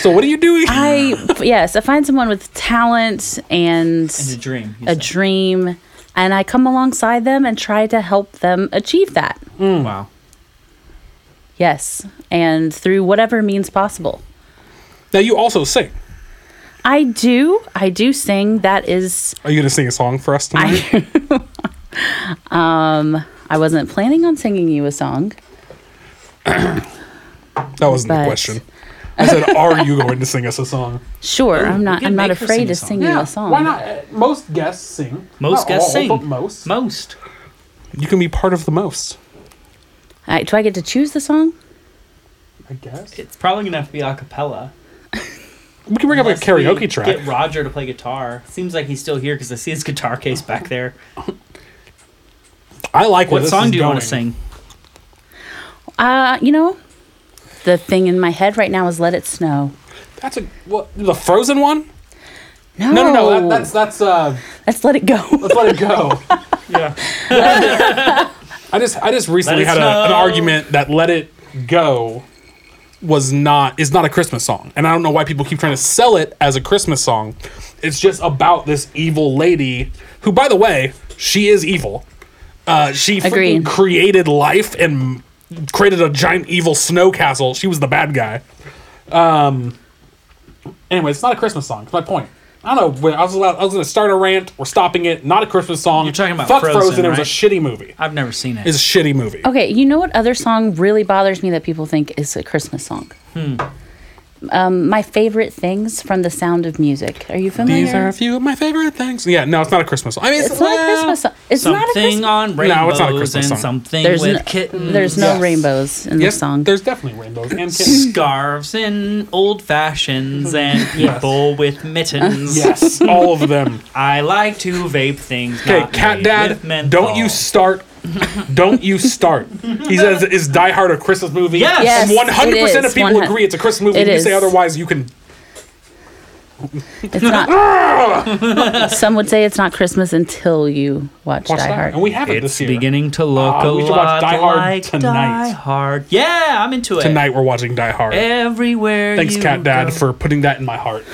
Speaker 1: so, what do you do?
Speaker 12: I yes, I find someone with talent and,
Speaker 2: It's a dream. you
Speaker 12: a
Speaker 2: said.
Speaker 12: dream, and I come alongside them and try to help them achieve that.
Speaker 1: Mm.
Speaker 2: Wow.
Speaker 12: Yes, and through whatever means possible.
Speaker 1: Now, you also sing.
Speaker 12: I do, I do sing. That is,
Speaker 1: Are you going to sing a song for us tonight?
Speaker 12: um, I wasn't planning on singing you a song.
Speaker 1: that wasn't the
Speaker 12: but-
Speaker 1: question. I said, Are you going to sing us a song?
Speaker 12: Sure, I'm not.
Speaker 2: can
Speaker 12: I'm not
Speaker 2: make her
Speaker 12: afraid
Speaker 2: sing a
Speaker 12: of
Speaker 2: song.
Speaker 12: singing a song.
Speaker 1: Why not? Uh, Most guests sing.
Speaker 2: Most
Speaker 1: Not
Speaker 2: guests
Speaker 1: all,
Speaker 2: sing.
Speaker 1: But most.
Speaker 2: Most.
Speaker 1: You can be part of the most,
Speaker 12: All right, do I get to choose the song?
Speaker 1: I guess.
Speaker 2: It's probably going to have to be a cappella.
Speaker 1: We can bring up a
Speaker 2: Unless we
Speaker 1: karaoke track.
Speaker 2: Get Roger to play guitar. Seems like he's still here because I see his guitar case back there.
Speaker 1: I like where
Speaker 2: What
Speaker 1: this
Speaker 2: song
Speaker 1: is
Speaker 2: do you want to
Speaker 1: going.
Speaker 2: sing?
Speaker 12: Uh, you know, the thing in my head right now is "Let It Snow."
Speaker 1: That's a what, the Frozen one.
Speaker 12: No,
Speaker 1: No, no, no. That, that's that's uh.
Speaker 12: Let's let it go.
Speaker 1: Let's let it go.
Speaker 2: Yeah.
Speaker 1: I just I just recently
Speaker 2: It
Speaker 1: had a, an
Speaker 2: Snow.
Speaker 1: argument that "Let It Go" was not is not a Christmas song, and I don't know why people keep trying to sell it as a Christmas song. It's just about this evil lady who, by the way, she is evil. Uh, she freaking
Speaker 12: Agreed.
Speaker 1: created life and created a giant evil snow castle. She was the bad guy. Um, Anyway, it's not a Christmas song. It's my point. I don't know. where- I was allowed, I was going to start a rant. We're stopping it. Not a Christmas song.
Speaker 2: You're talking about
Speaker 1: fuck
Speaker 2: Frozen,
Speaker 1: It was a
Speaker 2: right?
Speaker 1: shitty movie.
Speaker 2: I've never seen it.
Speaker 1: It's a shitty movie.
Speaker 12: Okay, you know what other song really bothers me that people think is a Christmas song?
Speaker 2: Hmm.
Speaker 12: Um, my favorite things from The Sound of Music. Are you familiar?
Speaker 1: These are a few of my favorite things. Yeah, no, it's not a Christmas song. I mean, it's,
Speaker 12: It's not a
Speaker 1: well,
Speaker 12: Christmas song. It's not a
Speaker 2: something
Speaker 12: Christmas.
Speaker 2: on rainbows
Speaker 1: No, it's not a Christmas
Speaker 2: and
Speaker 1: song.
Speaker 2: something
Speaker 12: There's
Speaker 2: with
Speaker 12: no-
Speaker 2: kittens.
Speaker 12: There's no
Speaker 1: Yes.
Speaker 12: rainbows in
Speaker 1: Yes,
Speaker 12: the song.
Speaker 1: There's definitely rainbows and kittens.
Speaker 2: scarves and old fashions and people with mittens.
Speaker 1: yes, all of them.
Speaker 2: I like to vape things.
Speaker 1: Okay,
Speaker 2: not
Speaker 1: Cat
Speaker 2: made with
Speaker 1: Dad,
Speaker 2: menthol.
Speaker 1: don't you start. Don't you start. He says, is Die Hard a Christmas movie?
Speaker 2: Yes.
Speaker 12: Yes,
Speaker 1: And 100%
Speaker 12: it
Speaker 1: of
Speaker 12: is.
Speaker 1: people
Speaker 12: One hun-
Speaker 1: agree it's a Christmas movie.
Speaker 12: It
Speaker 1: If you
Speaker 12: is.
Speaker 1: say otherwise, you can.
Speaker 12: It's not. some would say it's not Christmas until you watch,
Speaker 1: Watch
Speaker 12: Die
Speaker 1: that.
Speaker 12: Hard.
Speaker 1: And we haven't
Speaker 2: It's
Speaker 1: this year.
Speaker 2: beginning to look
Speaker 1: Ah,
Speaker 2: a
Speaker 1: we should watch
Speaker 2: lot
Speaker 1: Die Hard
Speaker 2: like
Speaker 1: tonight.
Speaker 2: Die Hard. Yeah, I'm into it.
Speaker 1: Tonight we're watching Die Hard.
Speaker 2: Everywhere.
Speaker 1: Thanks,
Speaker 2: you
Speaker 1: Cat Dad,
Speaker 2: go.
Speaker 1: for putting that in my heart.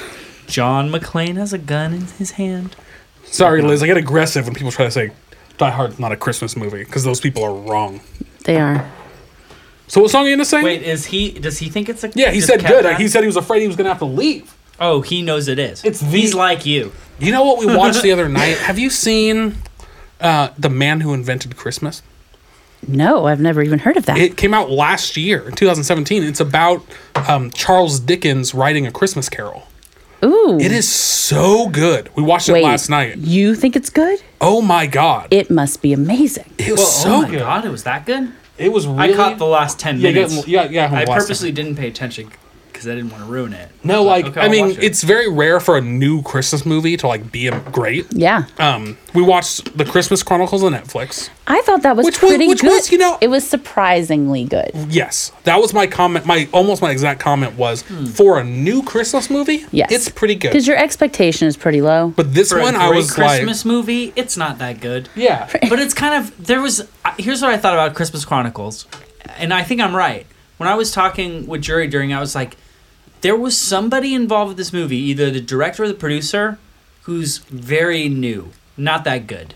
Speaker 2: John McClane has a gun in his hand.
Speaker 1: Sorry, Liz. I get aggressive when people try to say Die Hard's not a Christmas movie because those people are wrong.
Speaker 12: they are.
Speaker 1: So what song are you gonna sing?
Speaker 2: Wait, is he? Does he think it's a?
Speaker 1: yeah, he
Speaker 2: does
Speaker 1: said
Speaker 2: Cat
Speaker 1: good.
Speaker 2: Dad-
Speaker 1: He said he was afraid he was gonna have to leave.
Speaker 2: Oh, he knows it is.
Speaker 1: It's the-
Speaker 2: He's like you.
Speaker 1: You know what we watched the other night? Have you seen uh, The Man Who Invented Christmas?
Speaker 12: No, I've never even heard of that.
Speaker 1: It came out last year, in 2017. It's about um, Charles Dickens writing A Christmas Carol.
Speaker 12: Ooh.
Speaker 1: It is so good. We watched it last night.
Speaker 12: You think it's good?
Speaker 1: Oh my god. It,
Speaker 12: It must be amazing.
Speaker 1: was so
Speaker 2: oh my
Speaker 1: good.
Speaker 2: god, it was that good.
Speaker 1: It was really
Speaker 2: I caught the last ten
Speaker 1: Yeah, you got-
Speaker 2: minutes.
Speaker 1: you got- you got home
Speaker 2: I
Speaker 1: last
Speaker 2: purposely didn't pay attention because I didn't want to ruin it.
Speaker 1: No,
Speaker 2: But,
Speaker 1: like
Speaker 2: okay,
Speaker 1: I
Speaker 2: I'll
Speaker 1: mean,
Speaker 2: watch it.
Speaker 1: it's very rare for a new Christmas movie to like be a- great.
Speaker 12: Yeah.
Speaker 1: Um, we watched The Christmas Chronicles on Netflix.
Speaker 12: I thought that was
Speaker 1: Which was-
Speaker 12: pretty
Speaker 1: which
Speaker 12: good.
Speaker 1: was, you know-
Speaker 12: it was surprisingly good.
Speaker 1: Yes, that was my comment. My almost my exact comment was for a new Christmas movie.
Speaker 12: Hmm. Yes.
Speaker 1: it's pretty good.
Speaker 12: Because your expectation is pretty low.
Speaker 1: But this
Speaker 2: for
Speaker 1: one,
Speaker 2: a
Speaker 1: I
Speaker 2: great
Speaker 1: was
Speaker 2: Christmas movie. It's not that good.
Speaker 1: like, yeah,
Speaker 2: but it's kind of there was uh, here's what i thought about christmas chronicles and i think i'm right when i was talking with jury during i was like there was somebody involved with this movie either the director or the producer who's very new not that good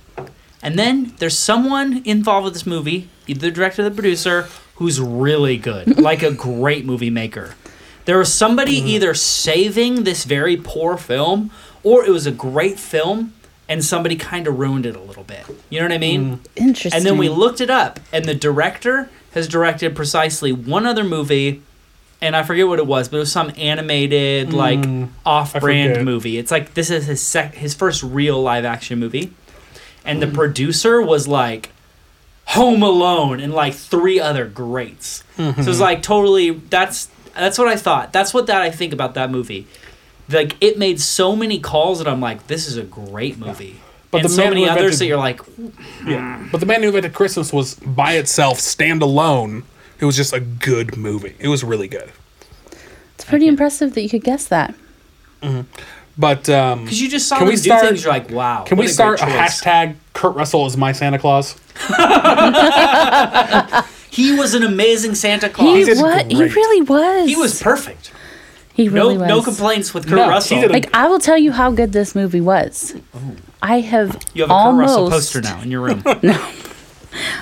Speaker 2: and then there's someone involved with this movie either the director or the producer who's really good like a great movie maker there was somebody either saving this very poor film or it was a great film and somebody kind of ruined it a little bit you know what i mean
Speaker 12: Interesting.
Speaker 2: and then we looked it up, and the director has directed precisely one other movie, and I forget what it was, but it was some animated like
Speaker 1: Mm, forget.
Speaker 2: off-brand movie. It's like this is his sec- his first real live-action movie, and the
Speaker 1: Mm.
Speaker 2: producer was like Home Alone and like three other greats. So
Speaker 1: Mm-hmm.
Speaker 2: it's like totally that's that's what I thought. That's what that I think about that movie. Like it made so many calls that I'm like, this is a great movie.
Speaker 1: But
Speaker 2: and
Speaker 1: the
Speaker 2: so
Speaker 1: man
Speaker 2: many
Speaker 1: who invented-
Speaker 2: others that you're like,
Speaker 1: yeah. But the man who invented Christmas was by itself, standalone. It was just a good movie. It was really good.
Speaker 12: it's pretty impressive that you could guess that.
Speaker 1: But um,
Speaker 2: Because you just saw
Speaker 1: Can
Speaker 2: can
Speaker 1: we
Speaker 2: them
Speaker 1: start-
Speaker 2: do things, you're like, wow.
Speaker 1: Can
Speaker 2: what
Speaker 1: we
Speaker 2: a
Speaker 1: start a
Speaker 2: great choice.
Speaker 1: hashtag Kurt Russell is my Santa Claus?
Speaker 2: He was an amazing Santa
Speaker 12: He
Speaker 2: Claus. He,
Speaker 1: did
Speaker 12: what? He
Speaker 1: great.
Speaker 12: really was.
Speaker 2: was perfect.
Speaker 12: He really
Speaker 2: no,
Speaker 12: was.
Speaker 2: no complaints with Kurt
Speaker 1: No, he
Speaker 2: Russell.
Speaker 1: did a-
Speaker 12: Like I will tell you how good this movie was. I have
Speaker 2: you have a
Speaker 12: almost
Speaker 2: Kurt Russell poster now in your room.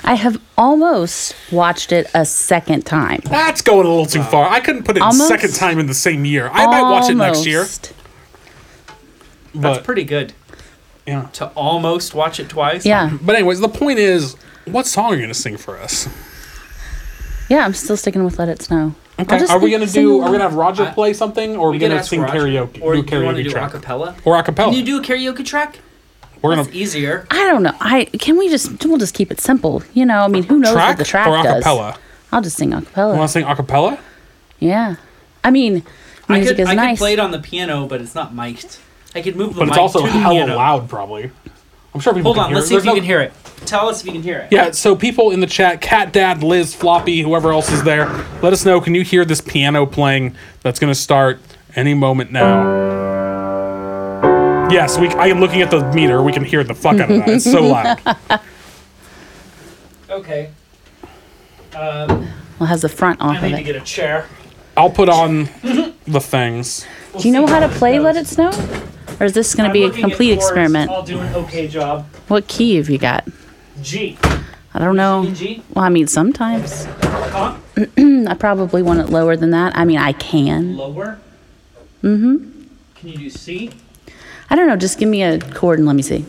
Speaker 12: I have almost watched it a second time.
Speaker 1: That's going a little too far. I couldn't put it
Speaker 12: Almost.
Speaker 1: second time in the same year. I might watch it next year.
Speaker 12: Almost.
Speaker 2: That's
Speaker 1: But
Speaker 2: pretty good.
Speaker 1: yeah.
Speaker 2: To almost watch it twice.
Speaker 12: Yeah,
Speaker 1: But anyways, the point is, what song are you gonna sing for us?
Speaker 12: yeah. I'm still sticking with "Let It Snow."
Speaker 1: Okay. Are we gonna do? Are we gonna have Roger
Speaker 2: I-
Speaker 1: play something, or are we,
Speaker 2: We could
Speaker 1: gonna
Speaker 2: ask
Speaker 1: sing
Speaker 2: Roger,
Speaker 1: karaoke?
Speaker 2: Or
Speaker 1: do a
Speaker 2: you want to
Speaker 1: karaoke
Speaker 2: do
Speaker 1: track,
Speaker 2: acapella?
Speaker 1: or acapella?
Speaker 2: Can you do a karaoke track?
Speaker 1: We're
Speaker 2: That's
Speaker 1: gonna
Speaker 2: easier.
Speaker 12: I don't know. I can we just we'll just keep it simple. You know, I mean, who knows
Speaker 1: track,
Speaker 12: what the track
Speaker 1: or
Speaker 12: does?
Speaker 1: acapella.
Speaker 12: I'll just sing a
Speaker 1: You
Speaker 12: cappella.
Speaker 1: want to sing acapella?
Speaker 12: Yeah, I mean,
Speaker 2: I
Speaker 12: music
Speaker 2: could,
Speaker 12: is
Speaker 2: I
Speaker 12: nice.
Speaker 2: could play it on the piano, but it's not mic'd. I could move the
Speaker 1: But
Speaker 2: mic
Speaker 1: it's also
Speaker 2: to the
Speaker 1: hella
Speaker 2: piano.
Speaker 1: loud, probably. I'm sure people can
Speaker 2: Hold on,
Speaker 1: hear
Speaker 2: let's
Speaker 1: it.
Speaker 2: see if
Speaker 1: There's no-
Speaker 2: you can hear it. Tell us if you can hear it.
Speaker 1: Yeah, so people in the chat, Cat Dad, Liz, Floppy, whoever else is there, let us know. Can you hear this piano playing that's going to start any moment now? Yes, we. I am looking at the meter. We can hear the fuck out of that. It's so loud.
Speaker 2: Okay. Um,
Speaker 12: well, it has the front off
Speaker 2: I
Speaker 12: of
Speaker 2: need to
Speaker 12: it.
Speaker 2: get a chair.
Speaker 1: I'll put on the things.
Speaker 2: We'll
Speaker 12: Do you know
Speaker 2: see
Speaker 12: how to
Speaker 2: this
Speaker 12: play
Speaker 2: goes.
Speaker 12: "Let It Snow," or is this going to
Speaker 2: I'm
Speaker 12: be a
Speaker 2: looking at
Speaker 12: complete
Speaker 2: chords.
Speaker 12: experiment?
Speaker 2: I'll do an okay job.
Speaker 12: What key have you got?
Speaker 2: G.
Speaker 12: I don't know.
Speaker 2: In G.
Speaker 12: Well, I mean, sometimes
Speaker 2: Huh?
Speaker 12: I probably want it lower than that. I mean, I can. Mm-hmm.
Speaker 2: Lower. Mm-hmm. Can you do C?
Speaker 12: I don't know. Just give me a chord and let me see.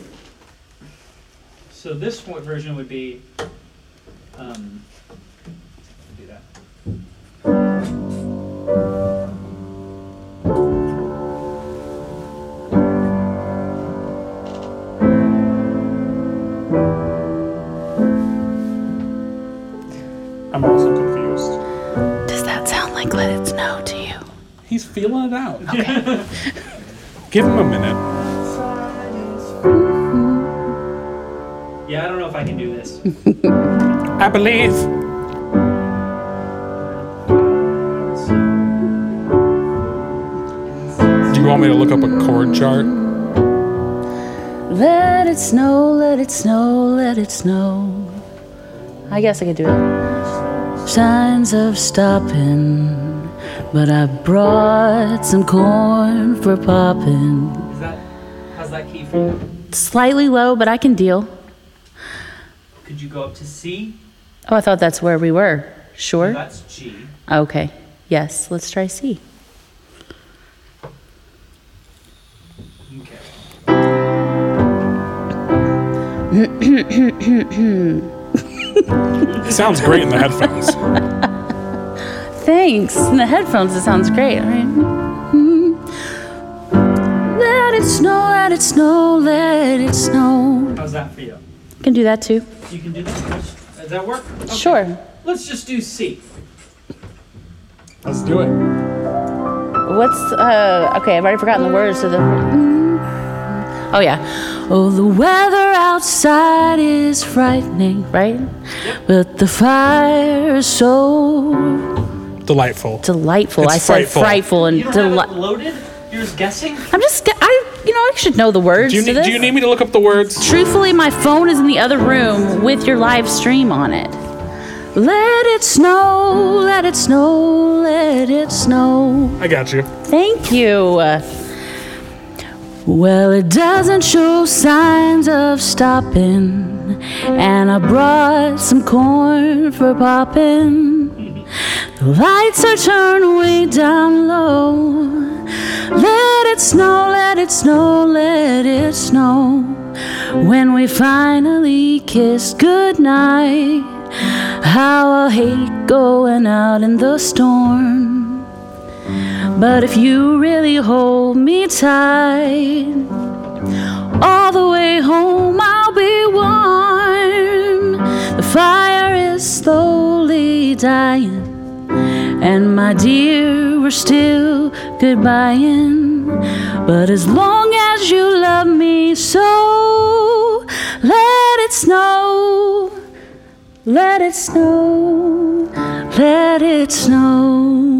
Speaker 2: So this one version would be. Um, do that.
Speaker 1: I'm also confused.
Speaker 12: Does that sound like "Let It Snow" to you?
Speaker 1: He's feeling it out. Give him a minute.
Speaker 2: Yeah, I don't know if I can do this.
Speaker 1: I believe. Do you want me to look up a chord chart?
Speaker 12: Let it snow, let it snow, let it snow. I guess I could do it. Signs of stopping, but I brought some corn for popping.
Speaker 2: Is that? How's that key for you?
Speaker 12: Slightly low, but I can deal.
Speaker 2: Could you go up to C?
Speaker 12: Oh, I thought that's where we were. Sure.
Speaker 2: That's G.
Speaker 12: Okay. Yes, let's try C.
Speaker 1: It sounds great in the headphones.
Speaker 12: Thanks. In the headphones, it sounds great. All right. Let it snow, let it snow, let it snow.
Speaker 2: How's that for you?
Speaker 12: Can do that too.
Speaker 2: You can do that. Does that work?
Speaker 12: Sure.
Speaker 2: Let's just do C.
Speaker 1: Let's do it.
Speaker 12: What's uh okay, I've already forgotten the words to the Oh yeah. Oh the weather outside is frightening, right? But the fire is so
Speaker 1: Delightful.
Speaker 12: delightful.
Speaker 1: It's
Speaker 12: I said
Speaker 1: frightful.
Speaker 12: frightful, and
Speaker 2: You don't have it
Speaker 12: deli-
Speaker 2: loaded? You're just guessing?
Speaker 12: I'm just I you know, I should know the words
Speaker 1: Do you,
Speaker 12: to
Speaker 1: need,
Speaker 12: this.
Speaker 1: do you need me to look up the words?
Speaker 12: Truthfully, my phone is in the other room with your live stream on it. Let it snow, Oh, let it snow, let it snow.
Speaker 1: I got you.
Speaker 12: Thank you. Well, it doesn't show signs of stopping, and I brought some corn for popping. The lights are turned way down low. Let it snow, let it snow, let it snow. When we finally kiss goodnight, how I'll hate going out in the storm. But if you really hold me tight, all the way home I'll be warm. The fire is slowly dying, and my dear, we're still goodbying. But as long as you love me so, let it snow, let it snow, let it snow.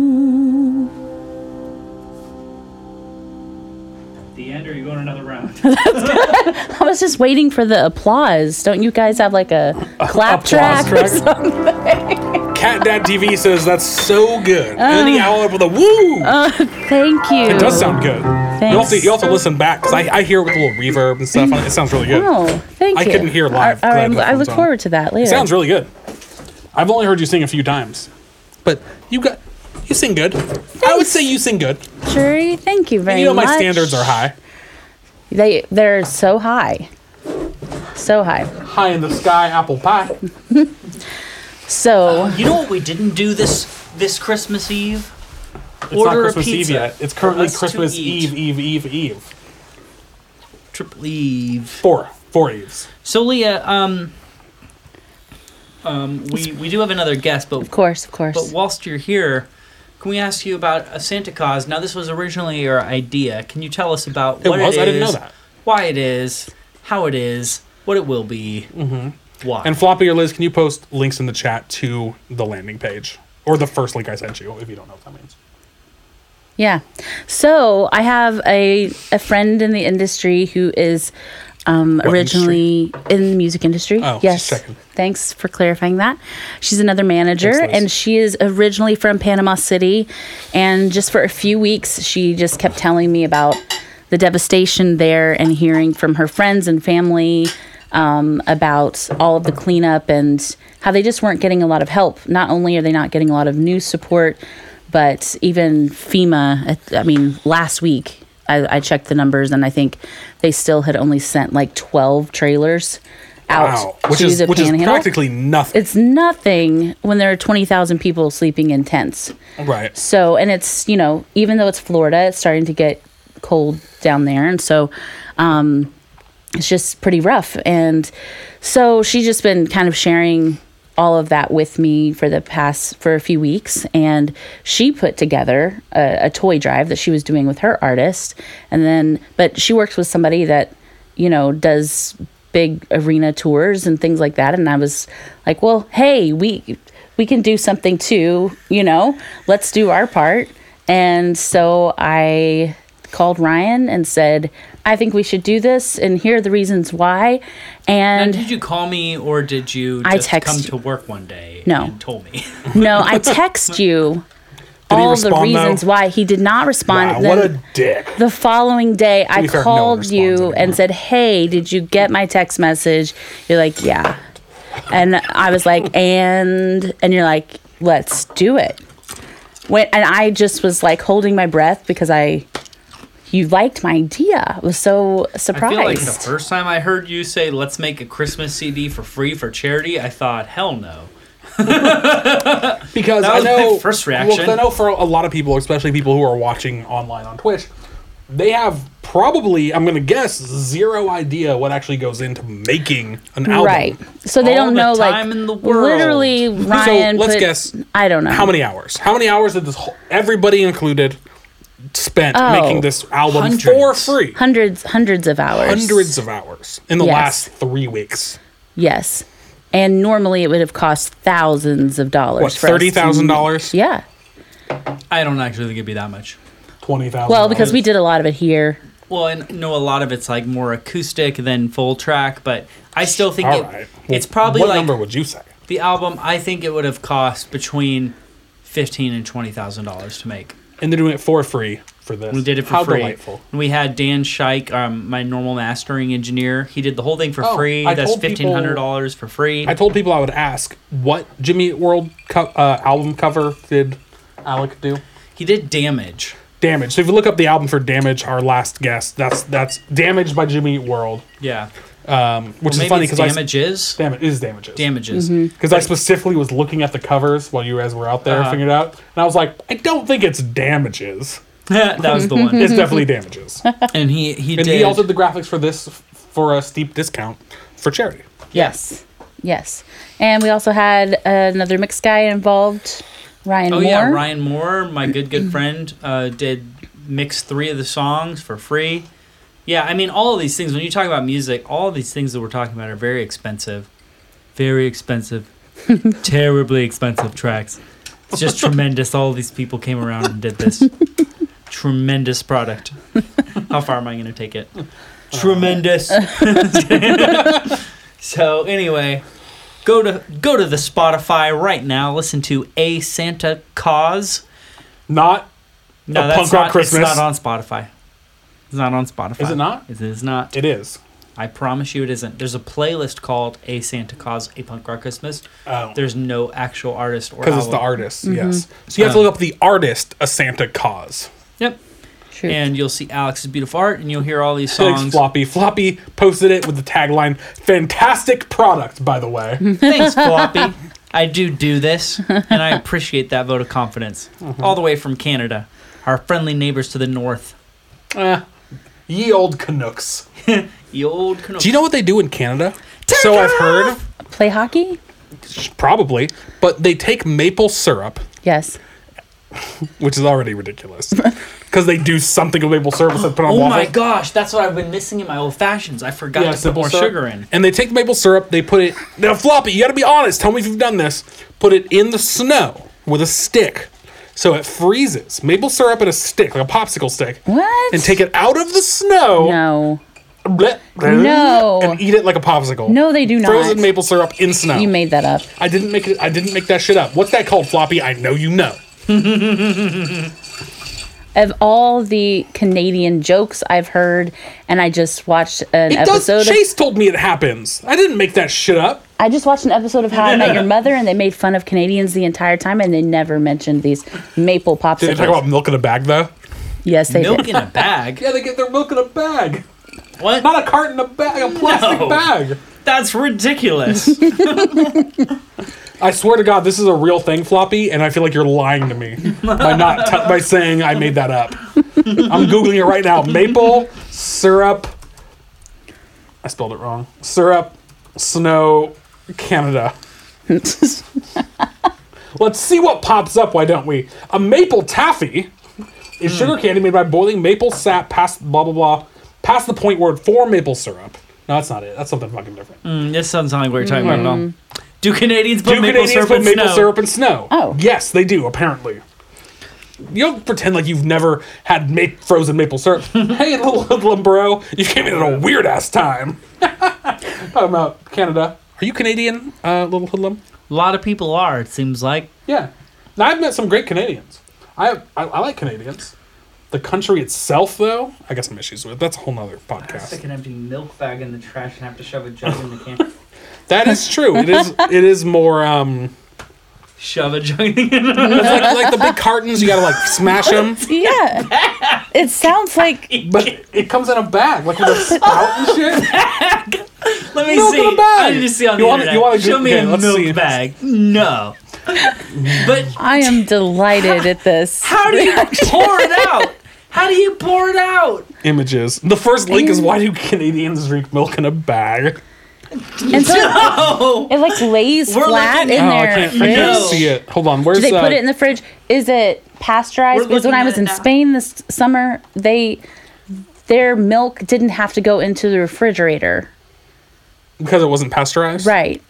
Speaker 2: The end, or are you going another round?
Speaker 12: I was just waiting for the applause. Don't you guys have like a clap
Speaker 1: Applause
Speaker 12: track? or
Speaker 1: track.
Speaker 12: something?
Speaker 1: Cat Dad TV says that's so good. and then he howled with a woo.
Speaker 12: Uh, Thank Oh, you.
Speaker 1: it does sound good. You also you also listen back because I, I hear it with a little reverb and stuff. on it. It sounds really good.
Speaker 12: Oh, thank
Speaker 1: I
Speaker 12: you.
Speaker 1: couldn't hear live.
Speaker 12: All right,
Speaker 1: Glad
Speaker 12: I
Speaker 1: headphones
Speaker 12: look
Speaker 1: on.
Speaker 12: forward to that later.
Speaker 1: It sounds really good. I've only heard you sing a few times, but you got you sing good. I would say you sing good.
Speaker 12: Jury, thank you very
Speaker 1: you know my
Speaker 12: much.
Speaker 1: standards are high,
Speaker 12: They they're so high, so high.
Speaker 1: high in the sky, apple pie.
Speaker 12: So
Speaker 2: You know what we didn't do this this Christmas Eve?
Speaker 1: It's not Christmas Eve yet. It's currently
Speaker 2: Us to
Speaker 1: Christmas
Speaker 2: eat.
Speaker 1: Eve, Eve, Eve, Eve.
Speaker 2: Triple Eve.
Speaker 1: Four, four eves.
Speaker 2: So Leah, um, um, we we do have another guest, but
Speaker 12: of course, of course.
Speaker 2: but whilst you're here, can we ask you about a Santa Claus? Now this was originally your idea. Can you tell us about
Speaker 1: It
Speaker 2: what
Speaker 1: was?
Speaker 2: it is?
Speaker 1: I didn't know that.
Speaker 2: Why it is? How it is? What it will be? Why?
Speaker 1: Mm-hmm. And Floppy or Liz, can you post links in the chat to the landing page or the first link I sent you if you don't know what that means?
Speaker 12: Yeah. So I have a a friend in the industry who is um, originally in the music industry.
Speaker 1: Oh, just
Speaker 12: yes.
Speaker 1: checking.
Speaker 12: Thanks for clarifying that. She's another manager,
Speaker 1: Thanks, Liz.
Speaker 12: and she is originally from Panama City. And just for a few weeks, she just kept telling me about the devastation there and hearing from her friends and family um, about all of the cleanup and how they just weren't getting a lot of help. Not only are they not getting a lot of news support, but even FEMA, I mean, last week, I, I checked the numbers and I think they still had only sent like 12 trailers out
Speaker 1: Which
Speaker 12: to
Speaker 1: is
Speaker 12: the
Speaker 1: which is
Speaker 12: panhandle.
Speaker 1: practically nothing.
Speaker 12: it's nothing when there are 20,000 people sleeping in tents.
Speaker 1: right.
Speaker 12: So, and it's, you know, even though it's Florida, it's starting to get cold down there. And so, um, it's just pretty rough. And so she's just been kind of sharing all of that with me for the past for a few weeks and she put together a, a toy drive that she was doing with her artist and then but she works with somebody that you know does big arena tours and things like that and i was like well hey we we can do something too you know let's do our part and so i called ryan and said i think we should do this and here are the reasons why
Speaker 2: And
Speaker 12: and
Speaker 2: did you call me, or did you
Speaker 12: I
Speaker 2: just
Speaker 12: text
Speaker 2: come
Speaker 12: you.
Speaker 2: to work one day
Speaker 12: No.
Speaker 2: and told me?
Speaker 12: no i text you
Speaker 1: he
Speaker 12: all the
Speaker 1: respond, though?
Speaker 12: reasons why he did not respond
Speaker 1: Wow,
Speaker 12: Then-
Speaker 1: Ah, what a dick.
Speaker 12: the following day i
Speaker 1: be fair, no one
Speaker 12: called
Speaker 1: responds
Speaker 12: you
Speaker 1: anymore.
Speaker 12: and said hey did you get my text message you're like yeah and i was like and and you're like let's do it when, and i just was like holding my breath because i you liked my idea. I was so
Speaker 2: I
Speaker 12: surprised.
Speaker 2: feel like the first time I heard you say, "Let's make a Christmas CD for free for charity," I thought, "Hell no."
Speaker 1: because
Speaker 2: That was
Speaker 1: I
Speaker 2: my
Speaker 1: know
Speaker 2: first
Speaker 1: Well, 'cause
Speaker 2: reaction.
Speaker 1: I know for a lot of people, especially people who are watching online on Twitch, they have probably I'm going to guess zero idea what actually goes into making an album.
Speaker 12: Right. So they
Speaker 2: All
Speaker 12: don't
Speaker 2: the
Speaker 12: know
Speaker 2: time
Speaker 12: like
Speaker 2: in the world.
Speaker 12: literally Ryan
Speaker 1: let's
Speaker 12: put-
Speaker 1: guess
Speaker 12: I don't know.
Speaker 1: How many hours? How many hours did this whole, everybody included spent
Speaker 12: Oh.
Speaker 1: making this album
Speaker 2: Hundreds.
Speaker 1: for free?
Speaker 12: hundreds hundreds of hours.
Speaker 1: Hundreds of hours in the
Speaker 12: Yes.
Speaker 1: last three weeks.
Speaker 12: Yes. And normally it would have cost thousands of dollars
Speaker 1: What
Speaker 12: for us to-
Speaker 1: thirty thousand dollars?
Speaker 12: Yeah.
Speaker 2: I don't actually think it'd be that much.
Speaker 1: Twenty thousand.
Speaker 12: Well, because we did a lot of it here.
Speaker 2: Well, I know a lot of it's like more acoustic than full track, but I still think
Speaker 1: All
Speaker 2: it,
Speaker 1: right.
Speaker 2: it's probably
Speaker 1: what
Speaker 2: like
Speaker 1: number would you say?
Speaker 2: the album. I think it would have cost between fifteen and twenty thousand dollars to make.
Speaker 1: And they're doing it for free for this.
Speaker 2: We did it for
Speaker 1: How
Speaker 2: free.
Speaker 1: delightful.
Speaker 2: And we had Dan Scheik, um, my normal mastering engineer. He did the whole thing for
Speaker 1: Oh,
Speaker 2: free.
Speaker 1: I
Speaker 2: That's
Speaker 1: told people-
Speaker 2: fifteen hundred dollars for free.
Speaker 1: I told people I would ask what Jimmy Eat World co- uh, album cover did Alec do?
Speaker 2: he did damage.
Speaker 1: Damage. So if you look up the album for Damage, our last guest, that's that's Damage by Jimmy Eat World,
Speaker 2: Yeah,
Speaker 1: um, which
Speaker 2: maybe
Speaker 1: is funny
Speaker 2: it's
Speaker 1: because I
Speaker 2: damages.
Speaker 1: damage it is damages.
Speaker 2: damages.
Speaker 1: Because I specifically was looking at the covers while you guys were out there
Speaker 2: Uh-huh.
Speaker 1: figuring it out, and I was like, I don't think it's damages.
Speaker 2: that was the one.
Speaker 1: It's definitely damages. And
Speaker 2: And he he did.
Speaker 1: he altered the graphics for this f- for a steep discount for charity.
Speaker 12: Yes. Yes. And we also had another mixed guy involved, Ryan
Speaker 2: oh
Speaker 12: Moore.
Speaker 2: yeah, Ryan Moore, my good good friend, uh, did mix three of the songs for free. Yeah, I mean all of these things. When you talk about music, all of these things that we're talking about are very expensive, very expensive, terribly expensive tracks. It's just tremendous. All of these people came around and did this tremendous product. How far am I going to take it?
Speaker 1: Uh,
Speaker 2: Tremendous. so anyway, go to go to the Spotify right now. Listen to a Santa Cause.
Speaker 1: Not
Speaker 2: No,
Speaker 1: A
Speaker 2: that's
Speaker 1: Punk
Speaker 2: not.
Speaker 1: Rock Christmas.
Speaker 2: It's not on Spotify. It's not on Spotify.
Speaker 1: Is it not?
Speaker 2: It is not.
Speaker 1: it is.
Speaker 2: I promise you, it isn't. There's a playlist called "A Santa Cause A Punk Rock Christmas."
Speaker 1: Oh.
Speaker 2: There's no actual artist or Um,
Speaker 1: Because it's the
Speaker 2: album.
Speaker 1: artist, yes. So you have to look up the artist, a Santa Cause.
Speaker 2: Yep.
Speaker 12: True.
Speaker 2: And you'll see Alex's beautiful art, and you'll hear all these
Speaker 1: Thanks,
Speaker 2: songs.
Speaker 1: Floppy. Floppy posted it with the tagline, fantastic product, by the way.
Speaker 2: Thanks, Floppy. I do do this, and I appreciate that vote of confidence.
Speaker 1: Mm-hmm.
Speaker 2: All the way from Canada, our friendly neighbors to the north.
Speaker 1: Eh, ye old Canucks.
Speaker 2: The old Canucks.
Speaker 1: Do you know what they do in Canada? so I've heard,
Speaker 12: Play hockey?
Speaker 1: probably, but they take maple syrup,
Speaker 12: Yes.
Speaker 1: which is already ridiculous, because they do something with maple syrup and put on
Speaker 2: Oh
Speaker 1: waffles.
Speaker 2: my gosh, that's what I've been missing in my old fashions. I forgot to put
Speaker 1: simple
Speaker 2: more
Speaker 1: syrup.
Speaker 2: sugar in.
Speaker 1: And they take maple syrup, they put it. Now, Floppy, you gotta be honest. Tell me if you've done this. Put it in the snow with a stick. So it freezes. Maple syrup and a stick, like a popsicle stick.
Speaker 12: What?
Speaker 1: And take it out of the snow.
Speaker 12: No.
Speaker 1: bleh, bleh,
Speaker 12: No.
Speaker 1: And eat it like a popsicle.
Speaker 12: No, they do not.
Speaker 1: Frozen maple syrup in snow.
Speaker 12: You made that up.
Speaker 1: I didn't make it. I didn't make that shit up. What's that called, Floppy? I know you know.
Speaker 12: Of all the Canadian jokes I've heard, and I just watched an
Speaker 1: It
Speaker 12: episode.
Speaker 1: does.
Speaker 12: of-
Speaker 1: Chase told me it happens. I didn't make that shit up.
Speaker 12: I just watched an episode of How I Met Your Mother, and they made fun of Canadians the entire time, and they never mentioned these maple
Speaker 1: Did they talk about
Speaker 12: popsicles.
Speaker 1: milk in a bag though?
Speaker 12: Yes, they
Speaker 2: Milk
Speaker 12: did.
Speaker 2: in a bag?
Speaker 1: Yeah, they get their milk in a bag.
Speaker 2: What?
Speaker 1: Not a carton, a bag, a plastic
Speaker 2: No.
Speaker 1: bag.
Speaker 2: That's ridiculous.
Speaker 1: I swear to God, this is a real thing, Floppy, and I feel like you're lying to me by not t- by saying I made that up. I'm googling it right now. Maple syrup. I spelled it wrong. Syrup, snow, Canada. Let's see what pops up. Why don't we? A maple taffy is sugar candy made by boiling maple sap past blah blah blah past the point where it formed maple syrup. No, that's not it. That's something fucking different.
Speaker 2: Mm, this doesn't sound like what you're talking about at all. Do Canadians put
Speaker 1: Do
Speaker 2: maple
Speaker 1: Canadians
Speaker 2: syrup
Speaker 1: put
Speaker 2: in
Speaker 1: maple
Speaker 2: snow?
Speaker 1: syrup and snow?
Speaker 12: Oh.
Speaker 1: yes, they do. Apparently, you don't pretend like you've never had ma- frozen maple syrup. hey, little hoodlum bro, you came in at a weird ass time. Talking about Canada. Are you Canadian, uh, little hoodlum?
Speaker 2: A lot of people are, it seems like.
Speaker 1: Yeah. Now, I've met some great Canadians. I, I I like Canadians. The country itself, though, I got some issues with. That's a whole nother podcast.
Speaker 2: an empty milk bag in the trash and have to shove a jug in the can.
Speaker 1: That is true. It is it is more um
Speaker 2: shove a junk in.
Speaker 1: like, like the big cartons, you gotta like smash them.
Speaker 12: Yeah. it sounds like
Speaker 1: But it comes in a bag, like with a spout and shit.
Speaker 2: Let me
Speaker 1: Milk
Speaker 2: see.
Speaker 1: in a bag.
Speaker 2: I need to see on
Speaker 1: You
Speaker 2: the
Speaker 1: want-
Speaker 2: internet.
Speaker 1: you want to
Speaker 2: Show
Speaker 1: do-
Speaker 2: me
Speaker 1: okay,
Speaker 2: a milk
Speaker 1: let's see.
Speaker 2: bag. No. but
Speaker 12: I am delighted at this.
Speaker 2: how do you pour it out? How do you pour it out?
Speaker 1: Images. The first link is why do Canadians drink milk in a bag?
Speaker 12: And so
Speaker 2: Oh,
Speaker 12: it like lays
Speaker 2: We're
Speaker 12: flat
Speaker 2: looking-
Speaker 12: in
Speaker 1: Oh, I
Speaker 12: there.
Speaker 1: can't, I can't
Speaker 2: No.
Speaker 1: see it. Hold on. Where's
Speaker 12: Do they
Speaker 1: uh,
Speaker 12: put it in the fridge? Is it
Speaker 2: We're
Speaker 12: pasteurized? Because when
Speaker 2: looking
Speaker 12: I
Speaker 2: at
Speaker 12: was
Speaker 2: it
Speaker 12: in
Speaker 2: now.
Speaker 12: Spain this summer, they their milk didn't have to go into the refrigerator.
Speaker 1: because it wasn't pasteurized?
Speaker 12: Right.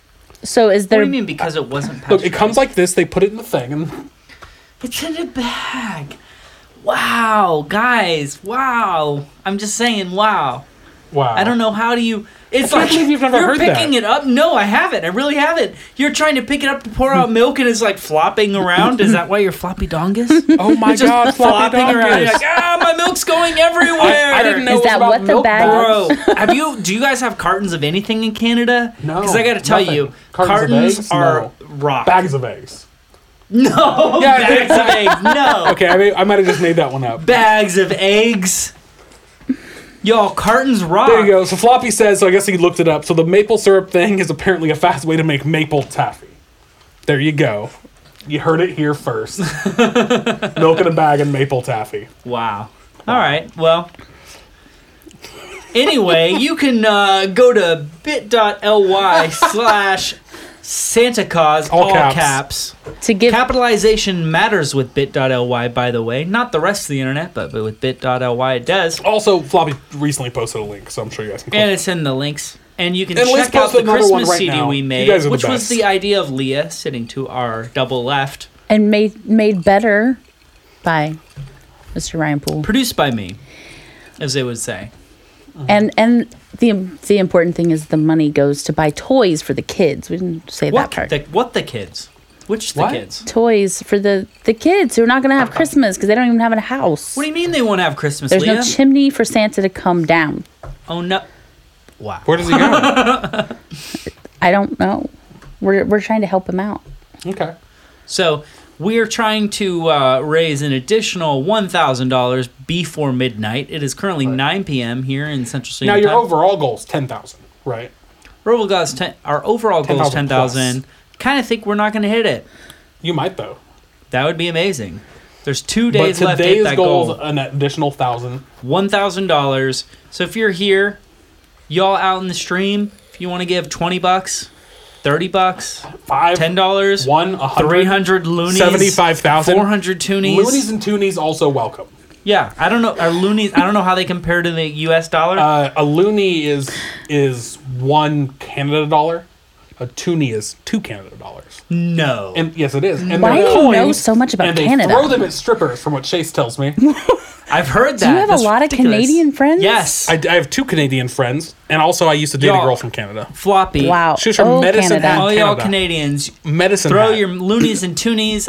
Speaker 12: So is
Speaker 2: what do
Speaker 12: there
Speaker 2: you mean? Because it wasn't
Speaker 1: Look, it
Speaker 2: pasteurized.
Speaker 1: comes like this. They put it in the thing, and
Speaker 2: It's in a bag. Wow, guys. Wow. I'm just saying. Wow.
Speaker 1: wow.
Speaker 2: I don't know how do you. It's
Speaker 1: I can't
Speaker 2: like
Speaker 1: believe you've never
Speaker 2: are
Speaker 1: heard that.
Speaker 2: picking it up. No, I haven't. I really haven't. You're trying to pick it up to pour out milk, and it's like flopping around. Is that why you're floppy dongus?
Speaker 1: Oh my
Speaker 2: It's just
Speaker 1: god, floppy
Speaker 2: flopping around. You're
Speaker 1: donkeys.
Speaker 2: like, ah, my milk's going everywhere.
Speaker 1: I, I didn't
Speaker 12: Is
Speaker 1: know. it was
Speaker 12: that
Speaker 1: about
Speaker 12: what the
Speaker 1: milk
Speaker 12: bag-
Speaker 1: bags.
Speaker 2: Bro, have you? Do you guys have cartons of anything in Canada?
Speaker 1: No,
Speaker 2: because I got to tell
Speaker 1: nothing.
Speaker 2: you,
Speaker 1: Cartons of eggs?
Speaker 2: cartons, are
Speaker 1: No.
Speaker 2: rock.
Speaker 1: Bags of eggs.
Speaker 2: no,
Speaker 1: Yeah, I
Speaker 2: bags of eggs. No,
Speaker 1: Okay, I, may, I might have just made that one up.
Speaker 2: bags of eggs. Y'all, cartons rock.
Speaker 1: There you go. So Floppy says, so I guess he looked it up. So the maple syrup thing is apparently a fast way to make maple taffy. There you go. You heard it here first. Milk in a bag and maple taffy.
Speaker 2: Wow. All right. Well. Anyway, you can uh, go to bit.ly slash Santa Claus
Speaker 1: All
Speaker 2: all,
Speaker 1: caps.
Speaker 2: caps.
Speaker 12: to give
Speaker 2: Capitalization matters with bit.ly, by the way. Not the rest of the internet, but, but with bit.ly it does.
Speaker 1: Also, Floppy recently posted a link, so I'm sure you guys can click.
Speaker 2: And it's in the links. And you can
Speaker 1: And let's
Speaker 2: check out
Speaker 1: post
Speaker 2: the
Speaker 1: another one
Speaker 2: Christmas
Speaker 1: right
Speaker 2: CD
Speaker 1: now.
Speaker 2: we
Speaker 1: You
Speaker 2: made,
Speaker 1: guys are the
Speaker 2: which was
Speaker 1: best.
Speaker 2: the idea of Leah sitting to our double left,
Speaker 12: and made made better by Mr. Ryan Poole.
Speaker 2: produced by me, as they would say. Uh-huh.
Speaker 12: And and the the important thing is the money goes to buy toys for the kids. We didn't say
Speaker 2: What
Speaker 12: that part.
Speaker 2: the, what the kids? Which the
Speaker 1: What?
Speaker 2: kids?
Speaker 12: toys for the the kids who are not going to have Christmas because they don't even have a house.
Speaker 2: What do you mean they won't have Christmas,
Speaker 12: There's
Speaker 2: Leah?
Speaker 12: no chimney for Santa to come down.
Speaker 2: oh no! Wow.
Speaker 1: Where does he go?
Speaker 12: I don't know. We're we're trying to help him out.
Speaker 1: okay.
Speaker 2: So we're trying to uh, raise an additional one thousand dollars before midnight. It is currently nine p.m. here in Central
Speaker 1: Now,
Speaker 2: Standard
Speaker 1: your
Speaker 2: Time.
Speaker 1: overall goal is 10,000, right?
Speaker 2: Robo God's ten, our overall goal is
Speaker 1: 10,000
Speaker 2: ten
Speaker 1: plus.
Speaker 2: thousand. Kind of think we're not going to hit it.
Speaker 1: You might, though.
Speaker 2: That would be amazing. There's two
Speaker 1: But
Speaker 2: days left to hit
Speaker 1: today's
Speaker 2: that
Speaker 1: goal
Speaker 2: goal.
Speaker 1: is an additional 1,000.
Speaker 2: One thousand dollars. So if you're here, y'all out in the stream, if you want to give twenty bucks, thirty bucks,
Speaker 1: Five,
Speaker 2: ten dollars,
Speaker 1: one, a hundred,
Speaker 2: three hundred loonies,
Speaker 1: 75,000.
Speaker 2: four hundred toonies.
Speaker 1: Loonies and Toonies also welcome.
Speaker 2: Yeah, I don't know. Are loonies? I don't know how they compare to the U.S. dollar.
Speaker 1: Uh, a loony is is one Canada dollar. A toonie is two Canada dollars.
Speaker 2: no.
Speaker 1: And yes, it is. And
Speaker 12: Why
Speaker 1: they're
Speaker 12: do you know
Speaker 1: coins,
Speaker 12: so much about
Speaker 1: and they
Speaker 12: Canada?
Speaker 1: throw them at strippers, from what Chase tells me.
Speaker 2: I've heard that.
Speaker 12: Do you have
Speaker 2: That's
Speaker 12: a lot
Speaker 2: ridiculous.
Speaker 12: of Canadian friends?
Speaker 2: Yes.
Speaker 1: I, I have two Canadian friends, and also I used to date a
Speaker 2: Y'all-
Speaker 1: girl from Canada.
Speaker 2: floppy.
Speaker 12: Wow.
Speaker 1: She was from
Speaker 12: oh,
Speaker 1: Medicine
Speaker 12: Canada.
Speaker 1: Hat.
Speaker 2: All y'all
Speaker 1: Canada.
Speaker 2: Canadians,
Speaker 1: Medicine.
Speaker 2: throw
Speaker 1: Hat.
Speaker 2: your loonies and toonies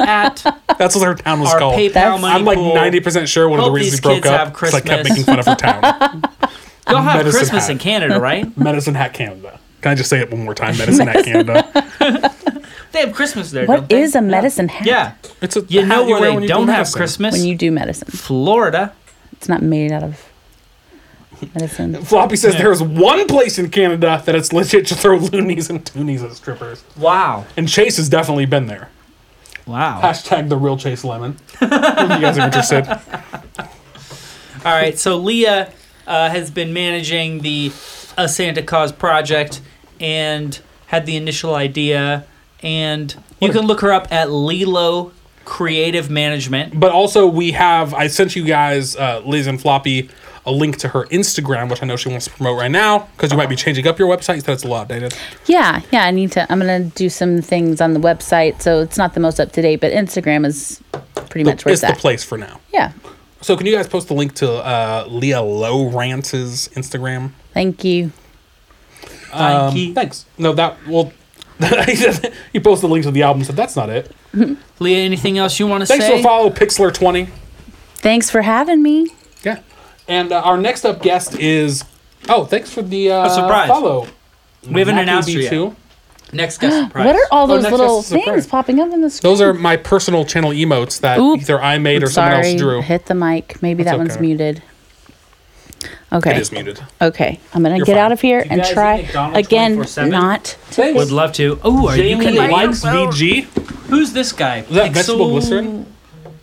Speaker 2: at
Speaker 1: That's what her town was
Speaker 2: our
Speaker 1: called.
Speaker 2: PayPal
Speaker 12: That's-
Speaker 2: money
Speaker 1: I'm like
Speaker 2: pool.
Speaker 1: 90% sure one of the
Speaker 2: Hope
Speaker 1: reasons
Speaker 2: these
Speaker 1: we broke
Speaker 2: kids
Speaker 1: up
Speaker 2: have
Speaker 1: because I kept
Speaker 2: Christmas.
Speaker 1: making fun of her town.
Speaker 2: Y'all have
Speaker 1: Medicine
Speaker 2: Christmas
Speaker 1: Hat.
Speaker 2: in Canada, right?
Speaker 1: Medicine Hat Canada. Can I just say it one more time? Medicine Hat Canada.
Speaker 2: They have Christmas there.
Speaker 12: What
Speaker 2: don't they?
Speaker 12: is a medicine hat?
Speaker 2: Yeah.
Speaker 1: It's a
Speaker 2: You
Speaker 1: hat
Speaker 2: know
Speaker 1: wear
Speaker 2: where they
Speaker 1: when you do
Speaker 2: don't have
Speaker 1: medicine.
Speaker 2: Christmas?
Speaker 12: When you do medicine,
Speaker 2: Florida.
Speaker 12: it's not made out of medicine.
Speaker 1: Floppy says there is one place in Canada that it's legit to throw loonies and toonies at strippers.
Speaker 2: Wow.
Speaker 1: And Chase has definitely been there.
Speaker 2: Wow.
Speaker 1: Hashtag the real Chase Lemon. if you guys are interested.
Speaker 2: All right, so Leah uh, has been managing the A Santa Cause project and had the initial idea. And you can look her up at Lilo Creative Management.
Speaker 1: But also, we have, I sent you guys, uh, Liz and Floppy, a link to her Instagram, which I know she wants to promote right now because you might be changing up your website. So that's a little outdated.
Speaker 12: Yeah, yeah. I need to. I'm gonna do some things on the website, so it's not the most up to date, but Instagram is pretty much where
Speaker 1: It's
Speaker 12: it's
Speaker 1: the
Speaker 12: at.
Speaker 1: place for now.
Speaker 12: Yeah.
Speaker 1: So, can you guys post the link to uh, Leah Lowrance's Instagram? Um,
Speaker 12: Thank you.
Speaker 2: Thank you.
Speaker 1: Thanks. No, that, well, you post the link to the album, so that's not it.
Speaker 2: Leah, anything else you want to
Speaker 1: Thanks
Speaker 2: say?
Speaker 1: for follow, Pixlr20.
Speaker 12: Thanks for having me.
Speaker 1: Yeah. And uh, our next up guest is. Oh, thanks for the uh,
Speaker 2: surprise.
Speaker 1: follow.
Speaker 2: we haven't
Speaker 1: Matthew
Speaker 2: announced her yet.
Speaker 1: B2.
Speaker 2: Next guest surprise.
Speaker 12: What are all
Speaker 1: Oh,
Speaker 12: those
Speaker 1: next
Speaker 12: little
Speaker 1: is the
Speaker 12: things
Speaker 1: surprise.
Speaker 12: popping up in the screen?
Speaker 1: Those are my personal channel emotes that
Speaker 12: Oop.
Speaker 1: either I made or someone
Speaker 12: Sorry,
Speaker 1: else drew.
Speaker 12: hit the mic. Maybe
Speaker 1: That's
Speaker 12: that one's
Speaker 1: okay.
Speaker 12: muted. Okay.
Speaker 1: It is muted.
Speaker 12: Okay, I'm gonna
Speaker 1: You're
Speaker 12: get
Speaker 1: fine.
Speaker 12: out of here and
Speaker 2: guys eat
Speaker 12: try
Speaker 2: McDonald's
Speaker 12: again.
Speaker 2: 24/7?
Speaker 12: Not
Speaker 2: Would love to. Oh, are you
Speaker 1: Jamie
Speaker 2: kidding? me?
Speaker 1: likes VG. Is
Speaker 2: Who's this guy?
Speaker 1: that
Speaker 2: Pixel-
Speaker 1: vegetable glycerin?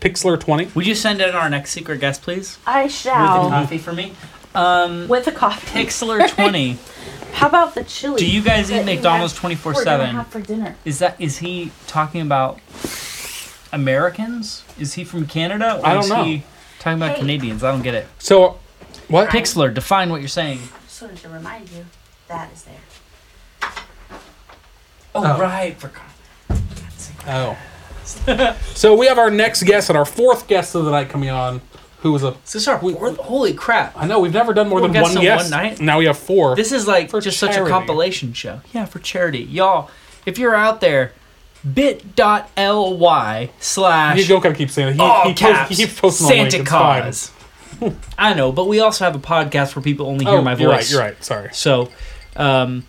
Speaker 1: Pixlr twenty.
Speaker 2: Would you send in our next secret guest, please?
Speaker 13: I
Speaker 2: With a
Speaker 13: shall.
Speaker 2: coffee for me. Um,
Speaker 13: With a coffee.
Speaker 2: Pixlr twenty.
Speaker 13: How about the chili?
Speaker 2: Do you guys eat
Speaker 13: that you
Speaker 2: McDonald's
Speaker 13: have-
Speaker 2: twenty four
Speaker 12: we're gonna
Speaker 2: seven?
Speaker 12: have for dinner.
Speaker 2: Is that is he talking about Americans? Is he from Canada? Or
Speaker 1: I don't
Speaker 2: is
Speaker 1: know.
Speaker 2: he talking about Canadians? I don't get it.
Speaker 1: So, what?
Speaker 2: Pixlr, define what you're saying.
Speaker 13: Just wanted to remind you that is there.
Speaker 2: Oh, right, for
Speaker 1: Oh. so we have our next guest and our fourth guest of the night coming on, who is a.
Speaker 2: Is this our fourth? Holy crap.
Speaker 1: I know we've never done more
Speaker 2: Four
Speaker 1: than
Speaker 2: guests
Speaker 1: one
Speaker 2: in
Speaker 1: guest.
Speaker 2: one night?
Speaker 1: Now we have four.
Speaker 2: This is like
Speaker 1: For
Speaker 2: just such a
Speaker 1: charity.
Speaker 2: compilation show. Yeah, for charity. Y'all, if you're out there, bit.ly
Speaker 1: you
Speaker 2: slash
Speaker 1: don't gotta keep saying it. He,
Speaker 2: all
Speaker 1: he, posts-
Speaker 2: Oh, caps
Speaker 1: he keeps posting the link.
Speaker 2: Santa
Speaker 1: It's fine.
Speaker 2: Claus. I know, but we also have a podcast where people only hear
Speaker 1: Oh,
Speaker 2: my voice.
Speaker 1: you're right. You're right. Sorry.
Speaker 2: So, um,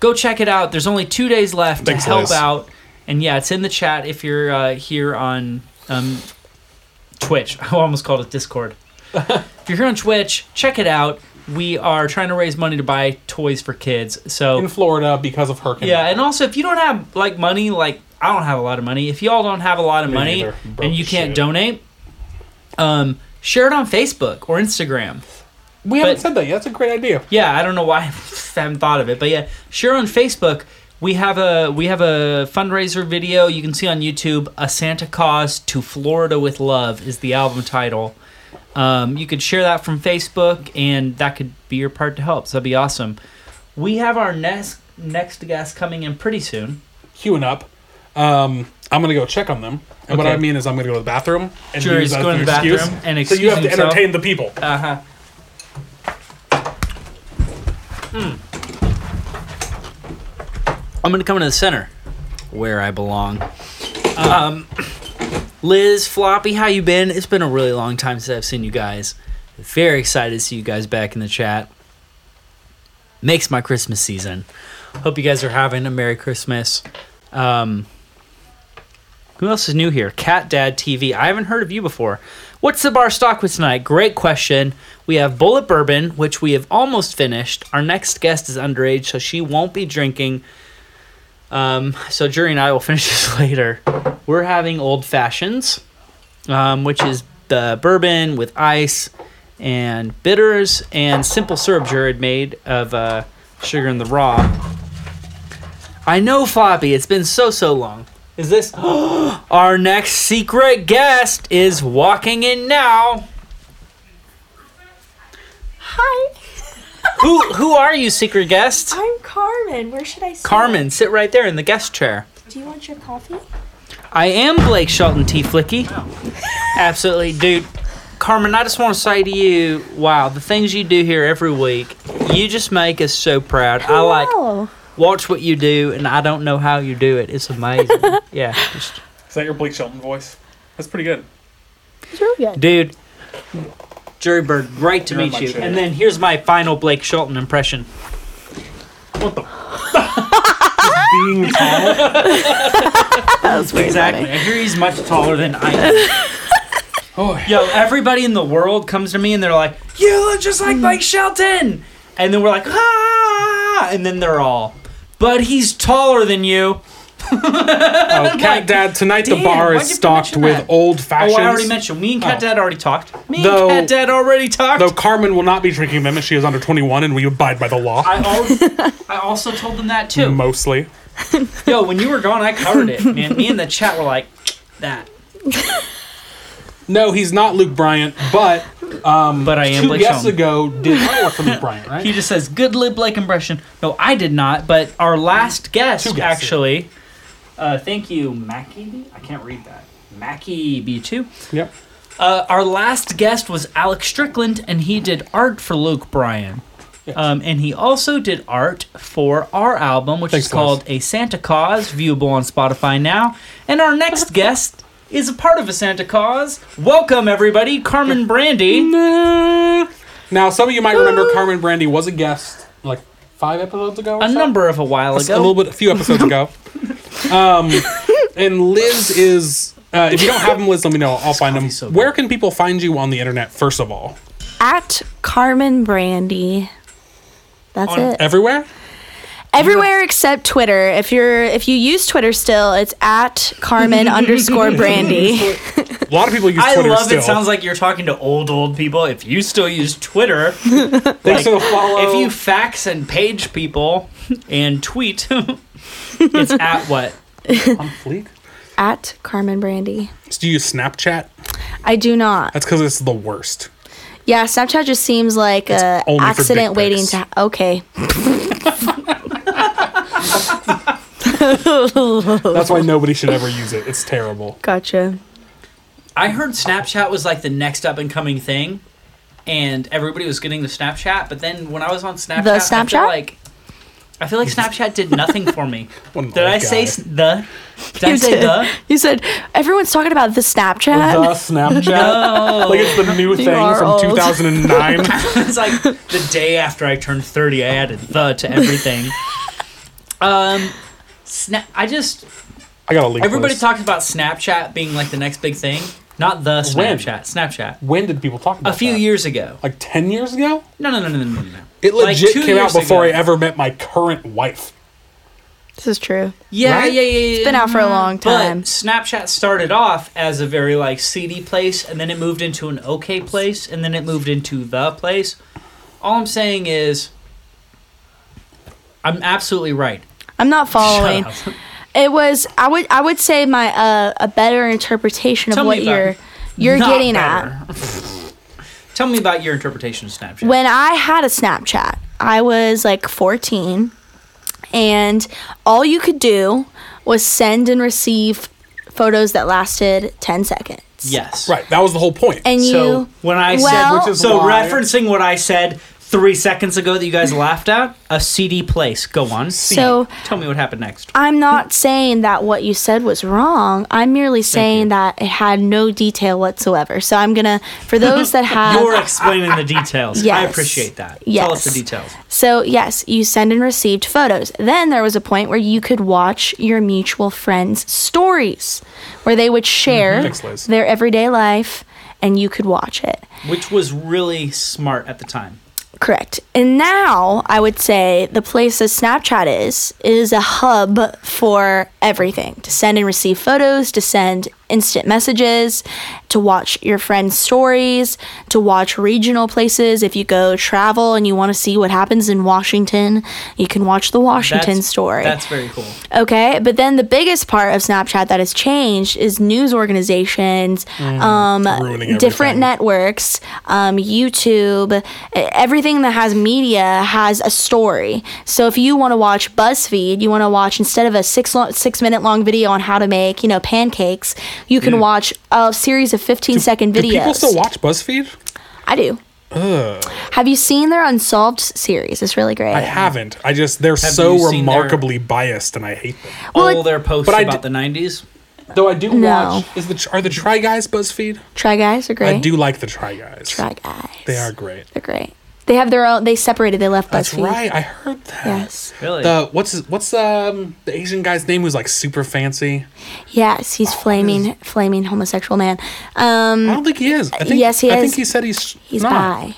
Speaker 2: go check it out. There's only two days left
Speaker 1: Thanks,
Speaker 2: to help
Speaker 1: Liz.
Speaker 2: out, and yeah, it's in the chat if you're uh, here on um, Twitch. I almost called it Discord. if you're here on Twitch, check it out. We are trying to raise money to buy toys for kids. So
Speaker 1: In Florida because of hurricane.
Speaker 2: yeah, and also if you don't have like money, like I don't have a lot of money. If y'all don't have a lot of
Speaker 1: Me
Speaker 2: money
Speaker 1: neither. Broke
Speaker 2: and you
Speaker 1: as
Speaker 2: can't
Speaker 1: shit.
Speaker 2: donate, um, share it on Facebook or Instagram.
Speaker 1: we haven't
Speaker 2: but-
Speaker 1: said that yet. That's a great idea.
Speaker 2: Yeah, I don't know why I haven't thought of it, but yeah, share on Facebook. We have a we have a fundraiser video you can see on YouTube. A Santa Claus to Florida with Love is the album title. Um, you could share that from Facebook, and that could be your part to help. So that'd be awesome. We have our next next guest coming in pretty soon.
Speaker 1: Queuing up. Um, I'm gonna go check on them. And what
Speaker 2: Okay.
Speaker 1: I mean is, I'm gonna go to the bathroom and
Speaker 2: Sure,
Speaker 1: use
Speaker 2: he's
Speaker 1: that as
Speaker 2: going
Speaker 1: an
Speaker 2: to the
Speaker 1: excuse.
Speaker 2: bathroom and
Speaker 1: so you have
Speaker 2: excusing
Speaker 1: to
Speaker 2: himself.
Speaker 1: entertain the people.
Speaker 2: Uh huh. Hmm. I'm gonna come into the center, where I belong. Um, Liz, Floppy, how you been? It's been a really long time since I've seen you guys. Very excited to see you guys back in the chat. Makes my Christmas season. Hope you guys are having a Merry Christmas. Um, who else is new here? Cat Dad TV. I haven't heard of you before. What's the bar stock with tonight? Great question. We have Bullet Bourbon, which we have almost finished. Our next guest is underage, so she won't be drinking. Um, so Jury and I will finish this later. We're having Old Fashions, um, which is the bourbon with ice and bitters and simple syrup Jury had made of uh, sugar in the raw. I know, Floppy. It's been so so long. Is this our next secret guest is walking in now?
Speaker 13: Hi,
Speaker 2: Who who are you, secret guest?
Speaker 13: I'm Carmen. Where should I sit?
Speaker 2: Carmen, sit right there in the guest chair.
Speaker 13: Do you want your coffee?
Speaker 2: I am Blake Shelton T. Flicky. Absolutely, dude. Carmen, I just want to say to you, wow, the things you do here every week, you just make us so proud. I like
Speaker 13: Hello.
Speaker 2: watch what you do, and I don't know how you do it. It's amazing. yeah, just
Speaker 1: Is that your Blake Shelton voice? That's pretty good.
Speaker 13: It's real good.
Speaker 2: Dude, Jerry Bird, great to
Speaker 1: You're in
Speaker 2: meet
Speaker 1: my
Speaker 2: you.
Speaker 1: chair.
Speaker 2: And then here's my final Blake Shelton impression.
Speaker 1: What the? Being tall.
Speaker 2: Exactly. I hear he's much taller than I am.
Speaker 1: Oh.
Speaker 2: Yo, everybody in the world comes to me and they're like, "You look just like Blake Shelton," and then we're like, "Ah!" And then they're all, "But he's taller than you."
Speaker 1: Oh, Cat Dad, tonight the
Speaker 2: Damn,
Speaker 1: bar
Speaker 2: why'd
Speaker 1: is
Speaker 2: you
Speaker 1: stocked
Speaker 2: mention
Speaker 1: with
Speaker 2: that?
Speaker 1: old
Speaker 2: Oh,
Speaker 1: fashions.
Speaker 2: I already mentioned. Me and Cat
Speaker 1: Oh.
Speaker 2: Dad already talked. Me
Speaker 1: Though-
Speaker 2: and Cat Dad already talked.
Speaker 1: Though Carmen will not be drinking them as she is under 21 and we abide by the law.
Speaker 2: I, al- I also told them that too.
Speaker 1: mostly.
Speaker 2: Yo, when you were gone, I covered it, man. Me and the chat were like, "That."
Speaker 1: No, he's not Luke Bryant, but um,
Speaker 2: But I am
Speaker 1: two
Speaker 2: Blake
Speaker 1: guests
Speaker 2: Shelton.
Speaker 1: ago did not work for Luke Bryant, right?
Speaker 2: He just says good lib Blake impression. No, I did not, but our last guest
Speaker 1: guesses.
Speaker 2: actually. Uh, thank you, Mackie B. I can't read that. Mackie B2.
Speaker 1: Yep.
Speaker 2: Uh, our last guest was Alex Strickland, and he did art for Luke Bryan. Um, and he also did art for our album, which
Speaker 1: Thanks,
Speaker 2: is called A Santa Cause, viewable on Spotify now. And our next guest is a part of A Santa Cause. Welcome, everybody, Carmen Brandy.
Speaker 13: Ah.
Speaker 1: Now, some of you might remember Carmen Brandy was a guest like five episodes ago. Or
Speaker 2: A
Speaker 1: so?
Speaker 2: number of a while
Speaker 1: a
Speaker 2: ago.
Speaker 1: little bit, a few episodes ago. Um, and Liz is. Uh, if you don't have them, Liz, let me know. I'll find them. Where can people find you on the internet? First of all,
Speaker 13: At Carmen Brandy. That's
Speaker 1: on
Speaker 13: it.
Speaker 1: everywhere.
Speaker 13: Everywhere except Twitter. If you're if you use Twitter still, it's at Carmen underscore Brandy.
Speaker 1: A lot of people use
Speaker 2: I
Speaker 1: Twitter
Speaker 2: love
Speaker 1: still.
Speaker 2: it. Sounds like you're talking to old old people. If you still use Twitter,
Speaker 1: Thanks for the follow.
Speaker 2: if you fax and page people and tweet, it's at what?
Speaker 1: on Fleek,
Speaker 13: at Carmen Brandy.
Speaker 1: do you use Snapchat?
Speaker 13: I do not.
Speaker 1: That's because it's the worst.
Speaker 13: Yeah, Snapchat just seems like a
Speaker 1: only for dick
Speaker 13: accident waiting
Speaker 1: pics.
Speaker 13: to. Okay.
Speaker 1: That's why nobody should ever use it. It's terrible.
Speaker 13: Gotcha.
Speaker 2: I heard Snapchat was like the next up and coming thing, and everybody was getting the Snapchat. But then when I was on Snapchat, I feel
Speaker 13: Snapchat?
Speaker 2: like I feel like Snapchat did nothing for me.
Speaker 1: What an
Speaker 2: Did
Speaker 1: old
Speaker 2: I say
Speaker 1: guy.
Speaker 2: s- the? Did I
Speaker 13: You
Speaker 2: say
Speaker 13: did.
Speaker 2: the?
Speaker 13: You said everyone's talking about the
Speaker 1: the
Speaker 13: Snapchat.
Speaker 1: Snapchat?
Speaker 2: No.
Speaker 1: Like it's the new thing
Speaker 13: are
Speaker 1: from
Speaker 13: old.
Speaker 1: 2009.
Speaker 2: it's like the day after I turned 30, I added the to everything. Um, sna- I just
Speaker 1: I gotta leave.
Speaker 2: everybody
Speaker 1: this.
Speaker 2: talks about Snapchat being like the next big thing. Not the
Speaker 1: When?
Speaker 2: Snapchat. Snapchat.
Speaker 1: When did people talk about
Speaker 2: A few
Speaker 1: that?
Speaker 2: years ago.
Speaker 1: like ten years ago?
Speaker 2: No, no, no, no, no, no. no.
Speaker 1: It
Speaker 2: Like,
Speaker 1: legit
Speaker 2: two
Speaker 1: came out
Speaker 2: years
Speaker 1: before
Speaker 2: ago.
Speaker 1: I ever met my current wife.
Speaker 13: This is true.
Speaker 2: Yeah,
Speaker 1: Right?
Speaker 2: yeah, yeah, yeah. Mm-hmm.
Speaker 13: It's been out for a long
Speaker 2: But
Speaker 13: time.
Speaker 2: Snapchat started off as a very like seedy place, and then it moved into an okay place, and then it moved into the place. All I'm saying is, I'm absolutely right.
Speaker 13: I'm not following.
Speaker 2: Shut up.
Speaker 13: It was I would I would say my uh, a better interpretation
Speaker 2: Tell
Speaker 13: of
Speaker 2: me
Speaker 13: what
Speaker 2: about
Speaker 13: you're you're
Speaker 2: Not
Speaker 13: getting at.
Speaker 2: better. Tell me about your interpretation of Snapchat.
Speaker 13: When I had a Snapchat, I was like 14 and all you could do was send and receive photos that lasted 10 seconds.
Speaker 2: yes,
Speaker 1: Right. That was the whole point.
Speaker 13: And
Speaker 2: So
Speaker 13: you
Speaker 2: when I
Speaker 13: well-
Speaker 1: Which
Speaker 2: said,
Speaker 1: is
Speaker 2: so
Speaker 1: why-
Speaker 2: referencing what I said three seconds ago that you guys laughed at, a seedy place. Go on.
Speaker 13: So-
Speaker 2: Mm-hmm. tell me what happened next.
Speaker 13: I'm not saying that what you said was wrong. I'm merely saying that it had no detail whatsoever. So I'm going to for those that have
Speaker 2: You're explaining the details. I
Speaker 13: Yes.
Speaker 2: appreciate that. Tell
Speaker 13: Yes.
Speaker 2: us the details.
Speaker 13: So, yes, you send and received photos. Then there was a point where you could watch your mutual friends' stories where they would share
Speaker 1: Thanks, Liz.
Speaker 13: their everyday life and you could watch it.
Speaker 2: Which was really smart at the time.
Speaker 13: Correct. And now I would say the place that Snapchat is is a hub for everything to send and receive photos, to send instant messages, to watch your friends' stories, to watch regional places. If you go travel and you want to see what happens in Washington, you can watch the Washington
Speaker 2: That's-
Speaker 13: story.
Speaker 2: That's very cool.
Speaker 13: Okay, but then the biggest part of Snapchat that has changed is news organizations,
Speaker 1: Mm, ruining
Speaker 13: um, different
Speaker 1: everything.
Speaker 13: networks, um, YouTube, e- everything that has media has a story. So if you want to watch BuzzFeed, you want to watch instead of a six lo- six minute long video on how to make you know pancakes, you can watch a series of fifteen second
Speaker 1: Mm. Do
Speaker 13: videos.
Speaker 1: people still watch BuzzFeed?
Speaker 13: I do. Have you seen their Unsolved series? It's really great.
Speaker 1: I haven't. I just they're so
Speaker 2: you seen their-
Speaker 1: remarkably biased, and I hate them.
Speaker 13: Well,
Speaker 2: All
Speaker 13: it-
Speaker 2: their posts
Speaker 1: but I
Speaker 2: about
Speaker 1: d-
Speaker 2: the 90s.
Speaker 1: Though I do
Speaker 13: No.
Speaker 1: watch. Is the are the Try Guys BuzzFeed?
Speaker 13: Try guys are great.
Speaker 1: I do like the Try Guys.
Speaker 13: Try guys.
Speaker 1: They are great.
Speaker 13: They're great. They have their own. They separated. They left
Speaker 1: That's
Speaker 13: BuzzFeed.
Speaker 1: right. I heard that.
Speaker 13: Yes.
Speaker 2: Really?
Speaker 1: The what's his- what's um the Asian guy's name who's like super fancy?
Speaker 13: Yes, he's flaming, flaming homosexual man. Um,
Speaker 1: Oh, I don't think he is. I think
Speaker 13: Yes, he
Speaker 1: I
Speaker 13: is.
Speaker 1: think he said he's
Speaker 13: he's
Speaker 1: not.
Speaker 13: bi.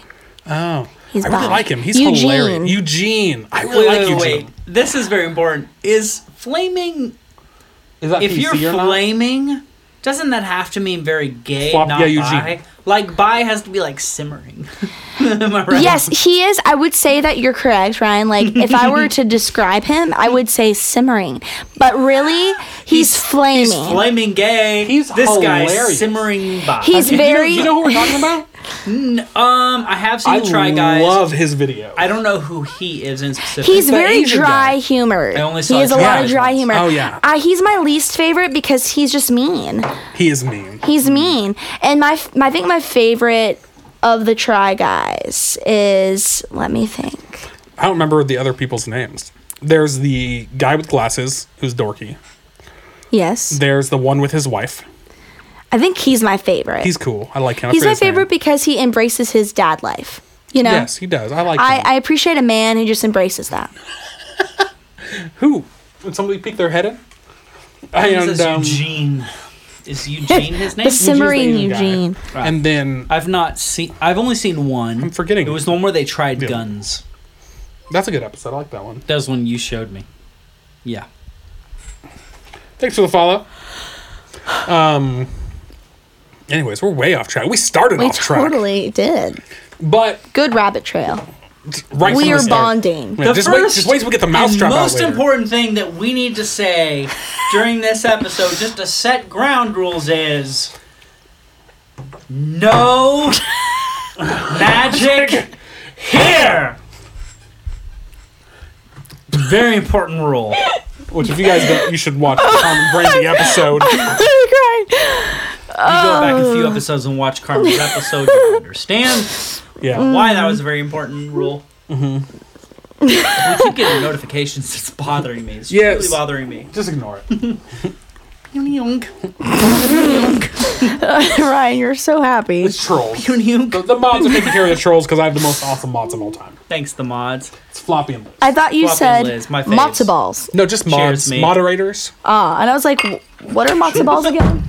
Speaker 1: Oh,
Speaker 13: He's
Speaker 1: I really
Speaker 13: bi.
Speaker 1: like him. He's
Speaker 13: Eugene.
Speaker 1: hilarious. Eugene. I really like Eugene.
Speaker 2: This is very important. Is flaming,
Speaker 1: Is that
Speaker 2: if you're
Speaker 1: PC or not?
Speaker 2: flaming, doesn't that have to mean very gay,
Speaker 1: Flop-
Speaker 2: not
Speaker 1: yeah, Eugene.
Speaker 2: bi? Like, bi has to be like simmering. Am I right?
Speaker 13: Yes, he is. I would say that you're correct, Ryan. Like, if I were to describe him, I would say simmering. But really, he's, flaming.
Speaker 2: He's
Speaker 13: He's,
Speaker 2: flaming gay.
Speaker 1: He's
Speaker 2: this
Speaker 1: hilarious.
Speaker 2: guy's simmering bi.
Speaker 13: very.
Speaker 1: You know, you know who we're talking about?
Speaker 2: um, I have seen
Speaker 1: I
Speaker 2: Try Guys.
Speaker 1: love his video.
Speaker 2: I don't know who he is in specific.
Speaker 13: He's
Speaker 1: that
Speaker 13: very
Speaker 1: Asian
Speaker 13: dry
Speaker 1: guy.
Speaker 13: humor.
Speaker 2: I only saw
Speaker 13: He has a
Speaker 2: Try
Speaker 13: lot of
Speaker 2: Guys
Speaker 13: dry
Speaker 2: once.
Speaker 13: humor.
Speaker 1: Oh, yeah.
Speaker 13: Uh, he's my least favorite because he's just mean.
Speaker 1: he is mean.
Speaker 13: He's mean. And my, f- my, I think my favorite of the Try Guys is. Let me think.
Speaker 1: I don't remember the other people's names. There's the guy with glasses who's dorky.
Speaker 13: Yes.
Speaker 1: There's the one with his wife.
Speaker 13: I think he's my favorite.
Speaker 1: He's cool. I like him. I
Speaker 13: He's
Speaker 1: forget
Speaker 13: my
Speaker 1: his name.
Speaker 13: favorite because he embraces his dad life. You know,
Speaker 1: Yes, he does. I like
Speaker 13: I,
Speaker 1: him.
Speaker 13: I appreciate a man who just embraces that.
Speaker 1: Who? Would somebody peek their head in? I
Speaker 2: This
Speaker 1: am
Speaker 2: is
Speaker 1: um,
Speaker 2: Eugene. Is Eugene his name?
Speaker 13: The simmering
Speaker 1: Eugene's the Asian
Speaker 13: Eugene.
Speaker 1: guy. And then
Speaker 2: I've not seen. I've only seen one.
Speaker 1: I'm forgetting.
Speaker 2: It was the one where they tried guns.
Speaker 1: that's a good episode. I like that one.
Speaker 2: That was one you showed me. Yeah.
Speaker 1: Thanks for the follow. Um. Anyways, we're way off track. We started
Speaker 13: We
Speaker 1: off track,
Speaker 13: totally did.
Speaker 1: but
Speaker 13: Good rabbit trail.
Speaker 1: right from
Speaker 13: We
Speaker 1: the
Speaker 13: are
Speaker 1: start-
Speaker 13: bonding.
Speaker 1: Yeah, just, wait, just wait till we get the mousetrap
Speaker 2: and
Speaker 1: out
Speaker 2: most
Speaker 1: later.
Speaker 2: important thing that we need to say during this episode, just to set ground rules, is no magic here. Very important rule.
Speaker 1: Which, if you guys don't, you should watch the Tom and Brandy episode.
Speaker 2: You go back a
Speaker 13: Oh.
Speaker 2: few episodes and watch Carmen's episode, you understand
Speaker 1: Yeah,
Speaker 2: why that was a very important rule.
Speaker 13: Mm-hmm.
Speaker 2: we keep getting notifications. It's bothering me. It's
Speaker 1: Yes.
Speaker 2: really bothering me.
Speaker 1: just ignore it.
Speaker 13: Ryan, you're so happy.
Speaker 1: It's trolls. The, the mods are taking care of the trolls because I have the most awesome mods of all time.
Speaker 2: Thanks, the mods.
Speaker 1: It's floppy and blue.
Speaker 13: I thought you
Speaker 2: Floppy
Speaker 13: said
Speaker 2: Liz, my faves.
Speaker 13: matzo balls.
Speaker 1: No, just mods,
Speaker 2: mate.
Speaker 1: moderators.
Speaker 13: Ah, and I was like, what are matzo balls again?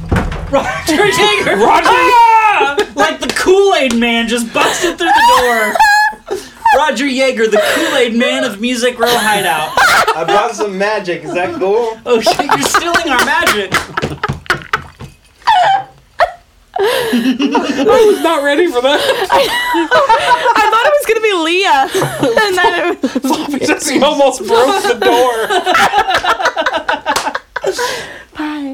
Speaker 2: Roger Taylor, Ah!
Speaker 1: Roger,
Speaker 2: like the Kool Aid Man, just busted through the door. Roger Yeager, the Kool Aid Man of Music Row Hideout.
Speaker 4: I brought some magic. Is that cool?
Speaker 2: Oh shit, you're stealing our magic.
Speaker 1: I was not ready for that.
Speaker 13: I thought it was gonna be Leah, and then it was
Speaker 1: Floppy just he almost broke the door.
Speaker 13: Bye.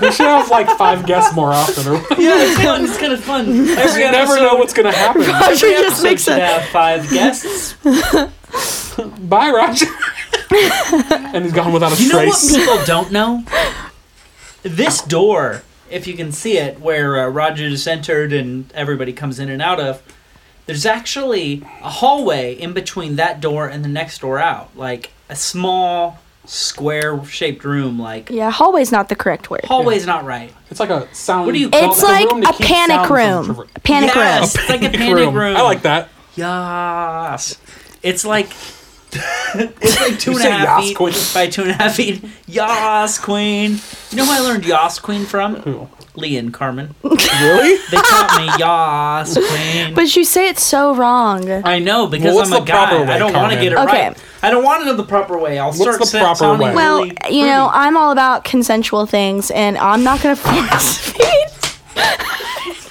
Speaker 1: We should have like five guests more often. Or
Speaker 2: Yeah, it's fun. It's kind of fun. Every
Speaker 1: you never
Speaker 2: episode,
Speaker 1: know what's gonna happen.
Speaker 13: Roger
Speaker 2: every
Speaker 13: just
Speaker 2: episode
Speaker 13: makes
Speaker 2: should
Speaker 13: a
Speaker 2: have five guests.
Speaker 1: Bye, Roger. and he's gone without a
Speaker 2: You know what
Speaker 1: trace.
Speaker 2: people don't know? This door, if you can see it, where uh, Roger just entered and everybody comes in and out of, there's actually a hallway in between that door and the next door out. Like a small square shaped room. Like,
Speaker 13: yeah. Hallway's not the correct word.
Speaker 2: hallway's not right.
Speaker 1: It's like a sound.
Speaker 2: What do you call
Speaker 13: It's
Speaker 2: that?
Speaker 13: like
Speaker 1: room to
Speaker 13: a
Speaker 1: keep
Speaker 13: panic
Speaker 1: sound from
Speaker 13: room.
Speaker 1: traver-
Speaker 13: Panic
Speaker 2: Yes,
Speaker 13: room.
Speaker 2: it's like a panic room.
Speaker 1: I like that.
Speaker 2: Yas. It's like it's like two
Speaker 1: You
Speaker 2: and
Speaker 1: say
Speaker 2: a half
Speaker 1: yas,
Speaker 2: feet
Speaker 1: queen.
Speaker 2: by two and a half feet. Yas queen. You know who I learned yas queen from? Who? Lee and Carmen.
Speaker 1: Really?
Speaker 2: They taught me yas queen.
Speaker 13: But you say it so wrong.
Speaker 2: I know because
Speaker 1: Well, what's
Speaker 2: I'm a
Speaker 1: the proper
Speaker 2: guy.
Speaker 1: way,
Speaker 2: I don't want to
Speaker 1: Carmen?
Speaker 2: get it
Speaker 13: Okay.
Speaker 2: right. I don't want to know the proper way. I'll start
Speaker 1: the
Speaker 2: sa-
Speaker 1: proper
Speaker 2: sounding
Speaker 1: way?
Speaker 13: Well,
Speaker 2: really
Speaker 13: you know,
Speaker 2: fruity.
Speaker 13: I'm all about consensual things, and I'm not gonna force feed.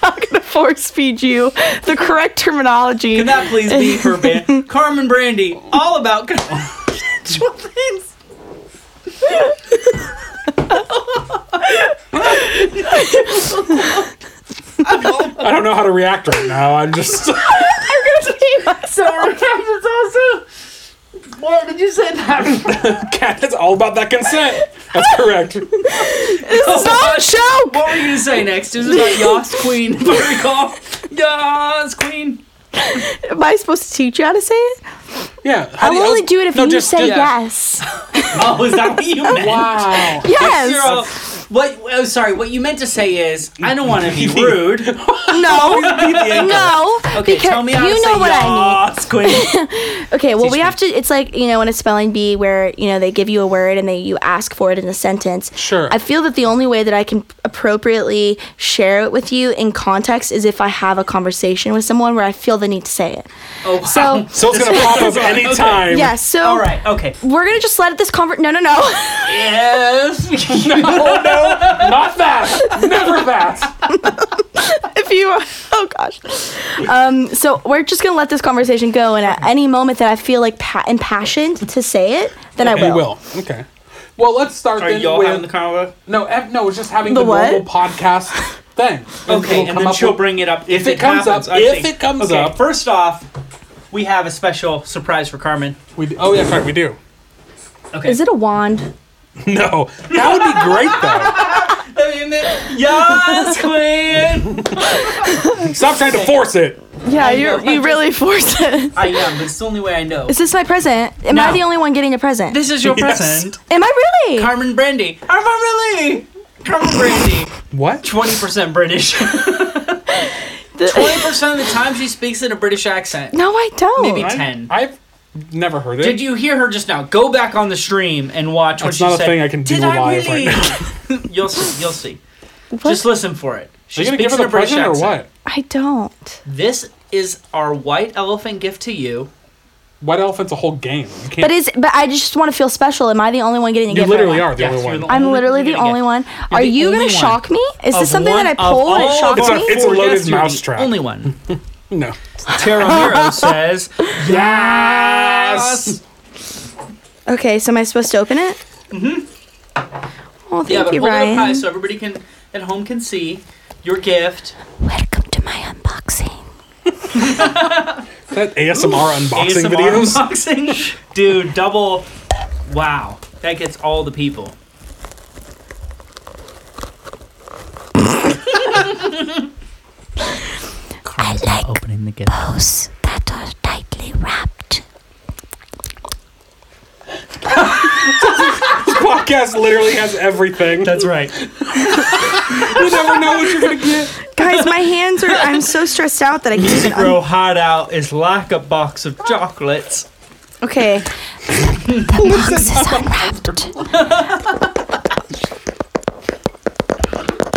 Speaker 13: not gonna force feed you the correct terminology.
Speaker 2: Can that please be for band? Carmen Brandy, all about consensual things.
Speaker 1: I don't know how to react right now. I'm just.
Speaker 2: Sorry, it's also. Why did you say that?
Speaker 1: Cat, it's all about that consent. That's correct.
Speaker 13: It's
Speaker 1: Oh,
Speaker 13: not a joke.
Speaker 2: What were you gonna say next? Is it about Yas Queen? Recall Yas Queen.
Speaker 13: Am I supposed to teach you how to say it?
Speaker 1: Yeah.
Speaker 13: I will only do it if
Speaker 1: no,
Speaker 13: you
Speaker 1: just-
Speaker 13: say
Speaker 1: yeah.
Speaker 13: yes.
Speaker 2: Oh, is that what you meant?
Speaker 1: Wow.
Speaker 2: You're
Speaker 13: Yes.
Speaker 2: all- what? Oh, sorry. What you meant to say is, I don't want to be rude.
Speaker 13: No. no.
Speaker 2: Okay, tell me how
Speaker 13: you
Speaker 2: to
Speaker 13: know
Speaker 2: say
Speaker 13: what I need.
Speaker 2: Yas Queen.
Speaker 13: Okay, well,
Speaker 2: Teach
Speaker 13: we
Speaker 2: me.
Speaker 13: have to. It's like you know, in a spelling bee, where you know they give you a word and they you ask for it in a sentence.
Speaker 1: Sure.
Speaker 13: I feel that the only way that I can appropriately share it with you in context is if I have a conversation with someone where I feel the need to say it.
Speaker 2: Oh,
Speaker 13: So
Speaker 2: wow.
Speaker 1: So it's gonna pop up anytime.
Speaker 13: yeah, so
Speaker 2: All right. Okay.
Speaker 13: we're gonna just let this convert. No, no, no.
Speaker 2: Yes.
Speaker 1: Not that. Never that.
Speaker 13: if you, oh gosh. Um, so we're just gonna let this conversation go, and at any moment that I feel like pa- impassioned to say it, then I
Speaker 1: We
Speaker 13: will.
Speaker 1: will. Okay. Well, let's start
Speaker 2: Are
Speaker 1: then
Speaker 2: y'all
Speaker 1: with
Speaker 2: having the convo?
Speaker 1: no. Ev, no, it's just having the,
Speaker 13: The what?
Speaker 1: normal podcast thing.
Speaker 2: Okay,
Speaker 1: It'll
Speaker 2: and
Speaker 1: come
Speaker 2: then
Speaker 1: up
Speaker 2: she'll
Speaker 1: with-
Speaker 2: bring it up if,
Speaker 1: it comes
Speaker 2: happens,
Speaker 1: up-
Speaker 2: I
Speaker 1: if
Speaker 2: think.
Speaker 1: it comes
Speaker 2: Okay,
Speaker 1: up.
Speaker 2: First off, we have a special surprise for Carmen.
Speaker 1: We do- oh yeah, that's right. We do.
Speaker 2: Okay.
Speaker 13: Is it a wand?
Speaker 1: No, that would be great though.
Speaker 2: Yes, Queen.
Speaker 1: Stop trying to force it.
Speaker 13: Yeah,
Speaker 2: you're- know. you
Speaker 13: really force it.
Speaker 2: I am, but it's the only way I know.
Speaker 13: Is this my present? Am I
Speaker 2: No.
Speaker 13: the only one getting a present?
Speaker 2: This is your
Speaker 1: Yes.
Speaker 2: present,
Speaker 13: Am I really?
Speaker 2: Carmen Brandy. Carmen Brandy. Carmen Brandy.
Speaker 1: What?
Speaker 2: Twenty percent British. Twenty percent of the time, she speaks in a British accent.
Speaker 13: No, I don't.
Speaker 2: Maybe ten.
Speaker 1: I've never heard it.
Speaker 2: Did you hear her just now? Go back on the stream and watch what
Speaker 1: That's
Speaker 2: she
Speaker 1: not a
Speaker 2: said.
Speaker 1: thing I can do
Speaker 2: Did I
Speaker 1: live
Speaker 2: really?
Speaker 1: right now.
Speaker 2: you'll see. You'll see. Just listen for it.
Speaker 1: Are
Speaker 2: She
Speaker 1: you gonna give
Speaker 2: speaks
Speaker 1: her
Speaker 2: in
Speaker 1: the
Speaker 2: a British
Speaker 1: present or
Speaker 2: accent.
Speaker 1: what?
Speaker 13: I don't.
Speaker 2: This is our white elephant gift to you.
Speaker 1: White elephant's a whole game. You can't.
Speaker 13: But is but I just want to feel special. Am I the only one getting a
Speaker 1: you
Speaker 13: gift?
Speaker 1: literally are the
Speaker 2: Yes,
Speaker 1: only
Speaker 2: you're
Speaker 1: one.
Speaker 2: the
Speaker 13: I'm
Speaker 2: Only
Speaker 13: literally
Speaker 2: people
Speaker 13: the
Speaker 2: getting a
Speaker 13: only
Speaker 2: gift.
Speaker 13: one. Are
Speaker 2: the
Speaker 13: you gonna
Speaker 2: only one.
Speaker 13: shock me? Is
Speaker 2: Of
Speaker 13: this something that
Speaker 2: one
Speaker 13: I
Speaker 2: of
Speaker 13: pulled and it
Speaker 2: all of
Speaker 13: shocked
Speaker 1: It's a-
Speaker 2: our
Speaker 13: me?
Speaker 1: it's a
Speaker 2: four
Speaker 1: loaded
Speaker 2: guests, you're the
Speaker 1: mousetrap.
Speaker 2: Only one.
Speaker 1: no.
Speaker 2: Tara Hero says yes.
Speaker 13: Okay, so am I supposed to open it? Mm-hmm.
Speaker 1: Mm-hmm.
Speaker 13: Oh, thank
Speaker 2: Yeah, but
Speaker 13: you,
Speaker 2: hold it up high
Speaker 13: Ryan.
Speaker 2: so everybody can at home can see your gift.
Speaker 13: Welcome to my unboxing.
Speaker 1: That ASMR unboxing
Speaker 2: ASMR
Speaker 1: videos.
Speaker 2: unboxing. Dude, double. Wow. That gets all the people. Carl's not opening the gift.
Speaker 13: Those that are tightly wrapped.
Speaker 1: This podcast literally has everything.
Speaker 2: That's right.
Speaker 1: you never know what you're gonna get.
Speaker 13: Guys, my hands are. I'm so stressed out that I can't even.
Speaker 2: Bro, hot out is like a box of chocolates.
Speaker 13: okay.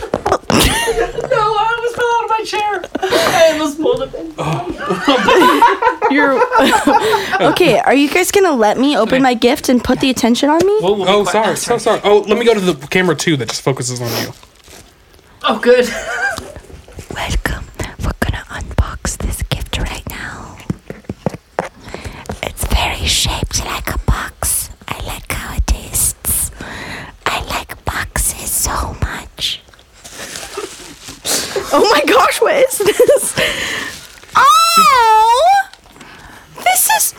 Speaker 2: No, I almost fell out of my chair. I almost pulled it. in.
Speaker 13: You're. okay, are you guys gonna let me open my gift and put the attention on me?
Speaker 2: Well, we'll be
Speaker 1: Oh, sorry,
Speaker 2: quiet.
Speaker 1: so sorry. Oh, let me go to the camera two that just focuses on you.
Speaker 2: Oh, good.
Speaker 13: Welcome. We're gonna unbox this gift right now. It's very shaped like a box. I like how it tastes. I like boxes so much. oh my gosh, what is this? Oh! This is.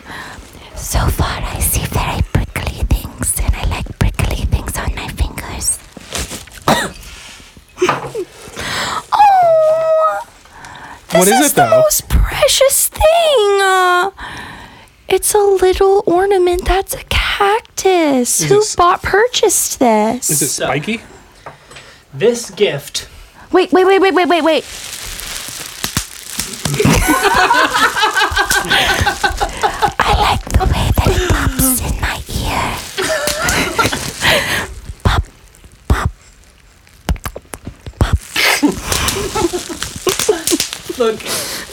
Speaker 13: So far, I see very prickly things, and I like prickly things on my fingers. oh!
Speaker 1: What
Speaker 13: This
Speaker 1: is
Speaker 13: is
Speaker 1: it,
Speaker 13: the
Speaker 1: though?
Speaker 13: most precious thing. Uh, it's a little ornament that's a cactus.
Speaker 1: Is
Speaker 13: Who
Speaker 1: it s-
Speaker 13: bought purchased this?
Speaker 1: Is it
Speaker 2: So-
Speaker 1: spiky?
Speaker 2: This gift.
Speaker 13: Wait, wait, wait, wait, wait, wait, wait. I like the way that it pops in my ear.
Speaker 2: Look,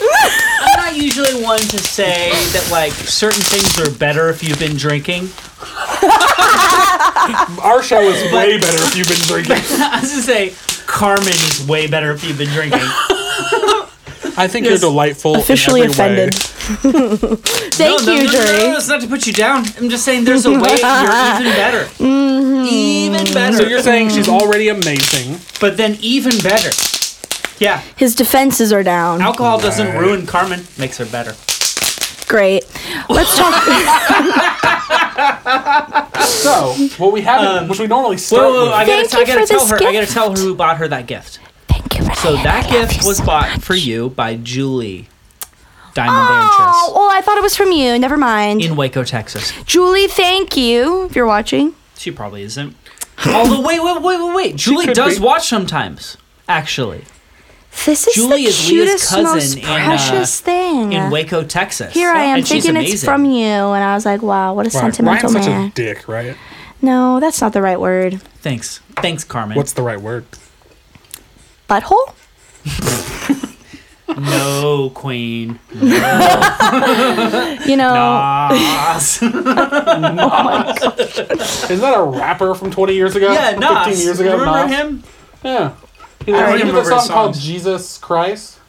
Speaker 2: I'm not usually one to say that like certain things are better if you've been drinking.
Speaker 1: Our show is way better if you've been drinking.
Speaker 2: I was gonna say Carmen is way better if you've been drinking.
Speaker 1: I think you're delightful.
Speaker 13: Officially
Speaker 1: in every way.
Speaker 13: offended. Thank
Speaker 2: no, no,
Speaker 13: you,
Speaker 2: no, no,
Speaker 13: jury.
Speaker 2: no, it's not to put you down. I'm just saying there's a way you're even better,
Speaker 13: Mm-hmm.
Speaker 2: even better.
Speaker 1: So you're saying she's already amazing.
Speaker 2: but then even better. Yeah,
Speaker 13: His defenses are down.
Speaker 2: alcohol doesn't ruin Carmen; makes her better.
Speaker 13: Great. Let's talk.
Speaker 1: So what we haven't, which we normally start
Speaker 2: Whoa, whoa, whoa, Um, I gotta,
Speaker 13: Thank
Speaker 2: I
Speaker 13: you
Speaker 2: gotta
Speaker 13: for
Speaker 2: tell
Speaker 13: this
Speaker 2: her. I gotta
Speaker 13: gift.
Speaker 2: tell her who bought her that gift.
Speaker 13: Thank you,
Speaker 2: So that gift was bought for you by Julie Diamond
Speaker 13: Oh,
Speaker 2: Dantress
Speaker 13: well, I thought it was from you. Never mind.
Speaker 2: in Waco, Texas.
Speaker 13: Julie, thank you if you're watching.
Speaker 2: She probably isn't. Although, wait, wait, wait, wait, wait. Julie
Speaker 1: could
Speaker 2: does
Speaker 1: be.
Speaker 2: watch sometimes, actually,
Speaker 13: This is
Speaker 2: Julie
Speaker 13: the
Speaker 2: is Leah's
Speaker 13: cutest,
Speaker 2: cousin
Speaker 13: most
Speaker 2: in, uh,
Speaker 13: precious thing.
Speaker 2: in Waco, Texas.
Speaker 13: Here I am
Speaker 2: And she's
Speaker 13: thinking it's
Speaker 2: amazing.
Speaker 13: from you, and I was like, wow, what a
Speaker 1: Right.
Speaker 13: sentimental
Speaker 1: Ryan's such
Speaker 13: man.
Speaker 1: a dick, right?
Speaker 13: no, that's not the right word.
Speaker 2: Thanks. Thanks, Carmen.
Speaker 1: What's the right word?
Speaker 13: Butthole?
Speaker 2: no, Queen.
Speaker 13: You know,
Speaker 2: Nas.
Speaker 1: Oh Is that a rapper from 20 years ago?
Speaker 2: yeah, Nas.
Speaker 1: 15 years ago,
Speaker 2: You remember
Speaker 1: Nas?
Speaker 2: him?
Speaker 1: Yeah. He
Speaker 2: don't
Speaker 1: did
Speaker 2: remember
Speaker 1: a song
Speaker 2: his
Speaker 1: called
Speaker 2: songs.
Speaker 1: Jesus Christ,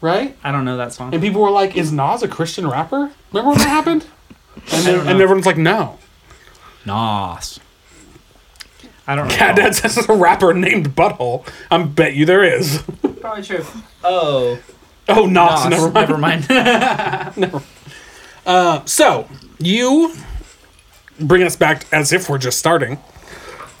Speaker 1: right?
Speaker 2: I don't know that song.
Speaker 1: And people were like, "Is Nas a Christian rapper?" Remember when that happened? And, then,
Speaker 2: don't know.
Speaker 1: and everyone's like, "No,
Speaker 2: Nas. I don't know.
Speaker 1: God, that's, that's a rapper named Butthole. I bet you there is."
Speaker 2: probably true. Oh,
Speaker 1: Oh, Nas,
Speaker 2: Nas.
Speaker 1: never mind. Uh,
Speaker 2: Never mind.
Speaker 1: So you bringing us back as if we're just starting.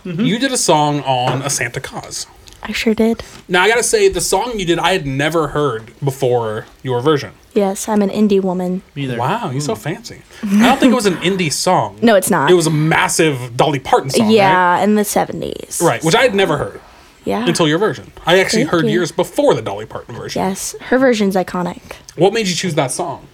Speaker 2: Mm-hmm.
Speaker 1: You did a song on a Santa Cause.
Speaker 13: I sure did.
Speaker 1: Now I gotta say, the song you did, I had never heard before your version.
Speaker 13: Yes, I'm an indie woman.
Speaker 2: Neither.
Speaker 1: Wow, you're
Speaker 2: Hmm.
Speaker 1: so fancy. I don't think it was an indie song.
Speaker 13: No, it's not.
Speaker 1: It was a massive Dolly Parton song.
Speaker 13: yeah, in the 70s.
Speaker 1: Right, right which I had never heard.
Speaker 13: Yeah.
Speaker 1: until your version. I actually
Speaker 13: Thank
Speaker 1: heard
Speaker 13: you.
Speaker 1: yours before the Dolly Parton version.
Speaker 13: Yes, her version's iconic.
Speaker 1: What made you choose that song?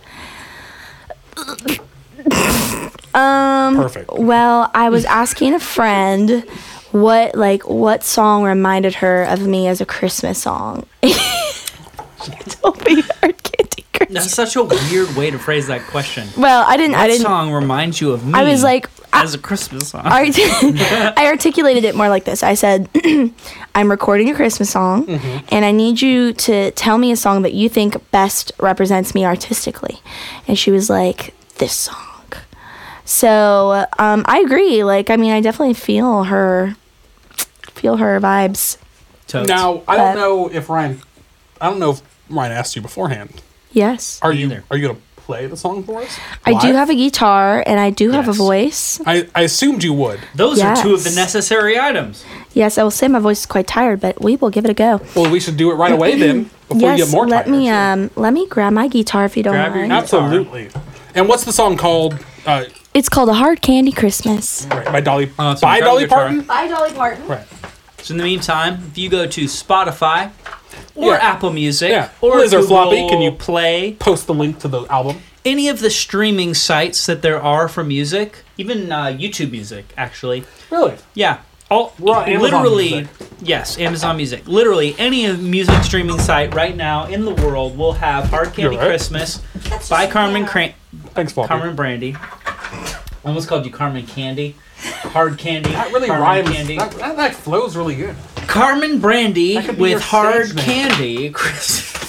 Speaker 13: Um,
Speaker 1: Perfect.
Speaker 13: Well, I was asking a friend what like what song reminded her of me as a Christmas song.
Speaker 2: That's such a weird way to phrase that question.
Speaker 13: Well, I didn't.
Speaker 2: What
Speaker 13: I didn't.
Speaker 2: song reminds you of me?
Speaker 13: I was like, I-
Speaker 2: as a Christmas song.
Speaker 13: art- I articulated it more like this. I said, I'm recording a Christmas song,
Speaker 2: Mm-hmm.
Speaker 13: and I need you to tell me a song that you think best represents me artistically. And she was like, This song. So um, I agree. Like, I mean, I definitely feel her, feel her vibes.
Speaker 2: Totes.
Speaker 1: Now I don't
Speaker 13: But-
Speaker 1: know if Ryan, I don't know if Ryan asked you beforehand.
Speaker 13: Yes.
Speaker 1: Are you are you gonna play the song for us?
Speaker 13: I do
Speaker 1: Live?
Speaker 13: have a guitar and I do have a
Speaker 2: Yes.
Speaker 13: voice.
Speaker 1: I, I assumed you would.
Speaker 2: Those are two of the
Speaker 13: Yes.
Speaker 2: necessary items.
Speaker 13: Yes, I will say my voice is quite tired, but we will give it a go.
Speaker 1: Well, we should do it right away then before
Speaker 13: yes,
Speaker 1: you get more
Speaker 13: let
Speaker 1: tired.
Speaker 13: me um, let me grab my guitar if you don't
Speaker 2: Grab your
Speaker 13: mind.
Speaker 1: Absolutely. And what's the song called? Uh,
Speaker 13: It's called a hard candy Christmas.
Speaker 1: right, by Dolly
Speaker 2: Uh, so
Speaker 1: by
Speaker 2: grab
Speaker 1: Dolly
Speaker 2: your guitar.
Speaker 1: Parton.
Speaker 13: Bye, Dolly Parton.
Speaker 1: Right.
Speaker 2: So in the meantime, if you go to Spotify or
Speaker 1: Yeah.
Speaker 2: Apple Music
Speaker 1: Yeah.
Speaker 2: or
Speaker 1: Liz or
Speaker 2: Google
Speaker 1: Floppy, can you-
Speaker 2: play
Speaker 1: Post the link to the album.
Speaker 2: any of the streaming sites that there are for music, even uh, YouTube Music, actually.
Speaker 1: Really? Oh,
Speaker 2: Yeah. All
Speaker 1: We're on Amazon
Speaker 2: literally
Speaker 1: Music.
Speaker 2: yes, Amazon Music. Literally any of music streaming site right now in the world will have Hard Candy
Speaker 1: You're right.
Speaker 2: Christmas by Carmen Cran-
Speaker 1: Thanks, Floppy.
Speaker 2: Carmen Brandy. Almost called you Carmen Candy. Hard Candy.
Speaker 1: That really
Speaker 2: Carmen
Speaker 1: rhymes.
Speaker 2: Candy.
Speaker 1: That, that, that flows really good.
Speaker 2: Carmen Brandy
Speaker 1: That could be your
Speaker 2: with
Speaker 1: stage
Speaker 2: Hard
Speaker 1: name.
Speaker 2: Candy Christmas.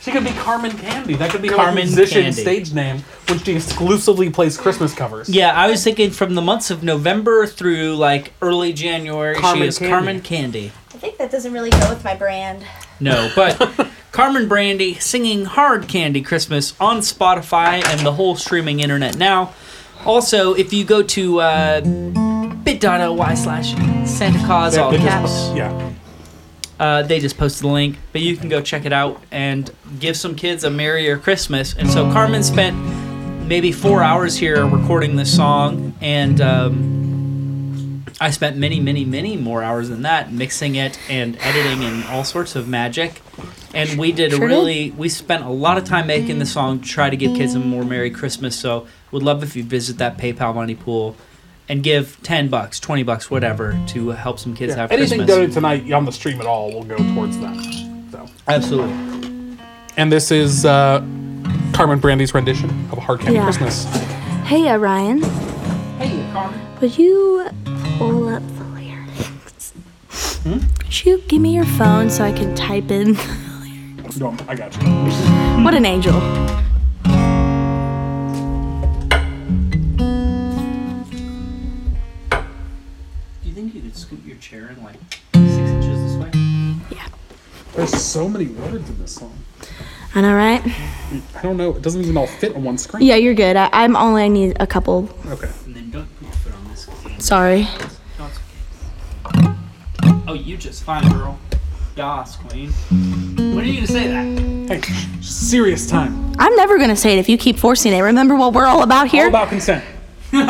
Speaker 1: She could be Carmen Candy. That could be her
Speaker 2: Carmen
Speaker 1: like, musician
Speaker 2: Candy.
Speaker 1: stage name, which she exclusively plays Christmas covers.
Speaker 2: Yeah, I was thinking from the months of November through like early January,
Speaker 1: Carmen
Speaker 2: she is
Speaker 1: Candy.
Speaker 2: Carmen Candy.
Speaker 13: I think that doesn't really go with my brand.
Speaker 2: No, but Carmen Brandy singing Hard Candy Christmas on Spotify and the whole streaming internet now. Also, if you go to uh, bit.ly slash Santa Claus,
Speaker 1: They-
Speaker 2: all
Speaker 1: they just-
Speaker 2: caps,
Speaker 1: yeah.
Speaker 2: uh, they just posted the link, but you can go check it out and give some kids a merrier Christmas. And so Carmen spent maybe four hours here recording this song, and um, I spent many, many, many more hours than that mixing it and editing and all sorts of magic. And we did a
Speaker 13: Sure did.
Speaker 2: really, we spent a lot of time making the song to try to give kids a more Merry Christmas. So would love if you visit that PayPal money pool. And give ten bucks, twenty bucks, whatever, to help some kids
Speaker 1: Yeah.
Speaker 2: have
Speaker 1: Anything
Speaker 2: Christmas.
Speaker 1: done tonight on the stream at all will go towards that. So.
Speaker 2: Absolutely.
Speaker 1: And this is uh, Carmen Brandy's rendition of Hard Candy
Speaker 13: Yeah.
Speaker 1: Christmas.
Speaker 13: Hey, uh, Ryan,
Speaker 2: Hey, Carmen.
Speaker 13: would you pull up the lyrics?
Speaker 1: Hmm?
Speaker 13: Would you give me your phone so I can type in?
Speaker 1: No, I got you.
Speaker 13: what an angel.
Speaker 2: Do you think you could scoot your chair in like six inches this way?
Speaker 1: There's so many words in this song.
Speaker 13: I know, right?
Speaker 1: I don't know. It doesn't even all fit on one screen.
Speaker 13: Yeah, you're good. I, I'm only I need a couple.
Speaker 1: Okay.
Speaker 2: And then don't put your foot on this. 'cause then-
Speaker 13: Sorry.
Speaker 2: No, it's okay. Oh, you just fine, girl. Yas, queen. When are you gonna say that?
Speaker 1: Hey, serious time.
Speaker 13: I'm never gonna say it if you keep forcing it. Remember what we're all about here?
Speaker 1: All about consent.
Speaker 2: The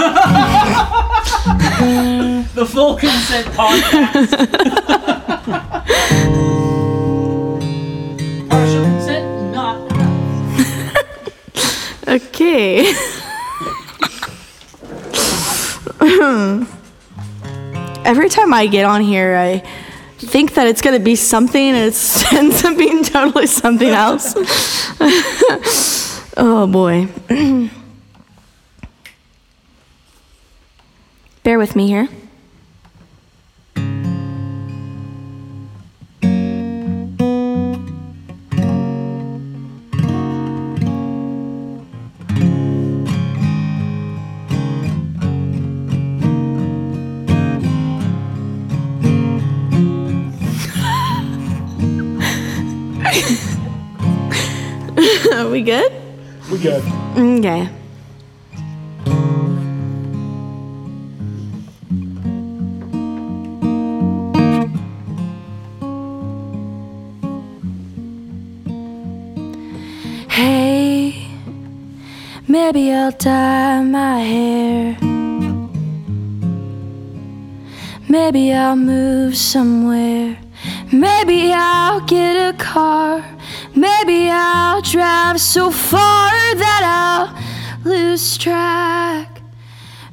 Speaker 2: full consent podcast. Partial consent, not.
Speaker 13: okay. Every time I get on here, I think that it's gonna be something, and it ends up being totally something else. oh boy. Bear with me here. Are we good?
Speaker 1: We good.
Speaker 13: Okay. Hey, maybe I'll dye my hair. Maybe I'll move somewhere
Speaker 14: Maybe I'll get a car. Maybe I'll drive so far that I'll lose track.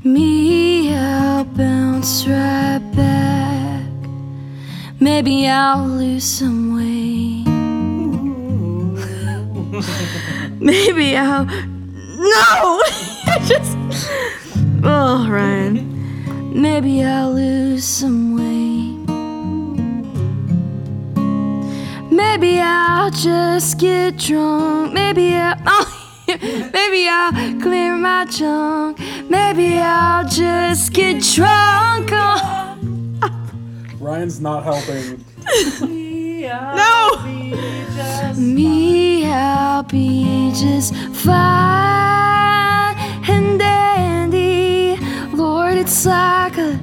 Speaker 14: Me, I'll bounce right back. Maybe I'll lose some weight. Maybe I'll. No! I just. Oh, Ryan. Maybe I'll lose some weight. Maybe I'll just get drunk. Maybe I'll. oh, Maybe I'll clear my junk. Maybe I'll just get drunk. Oh. on-
Speaker 1: Ryan's not helping.
Speaker 14: No! Me, I'll be just fine and dandy. Lord, it's like a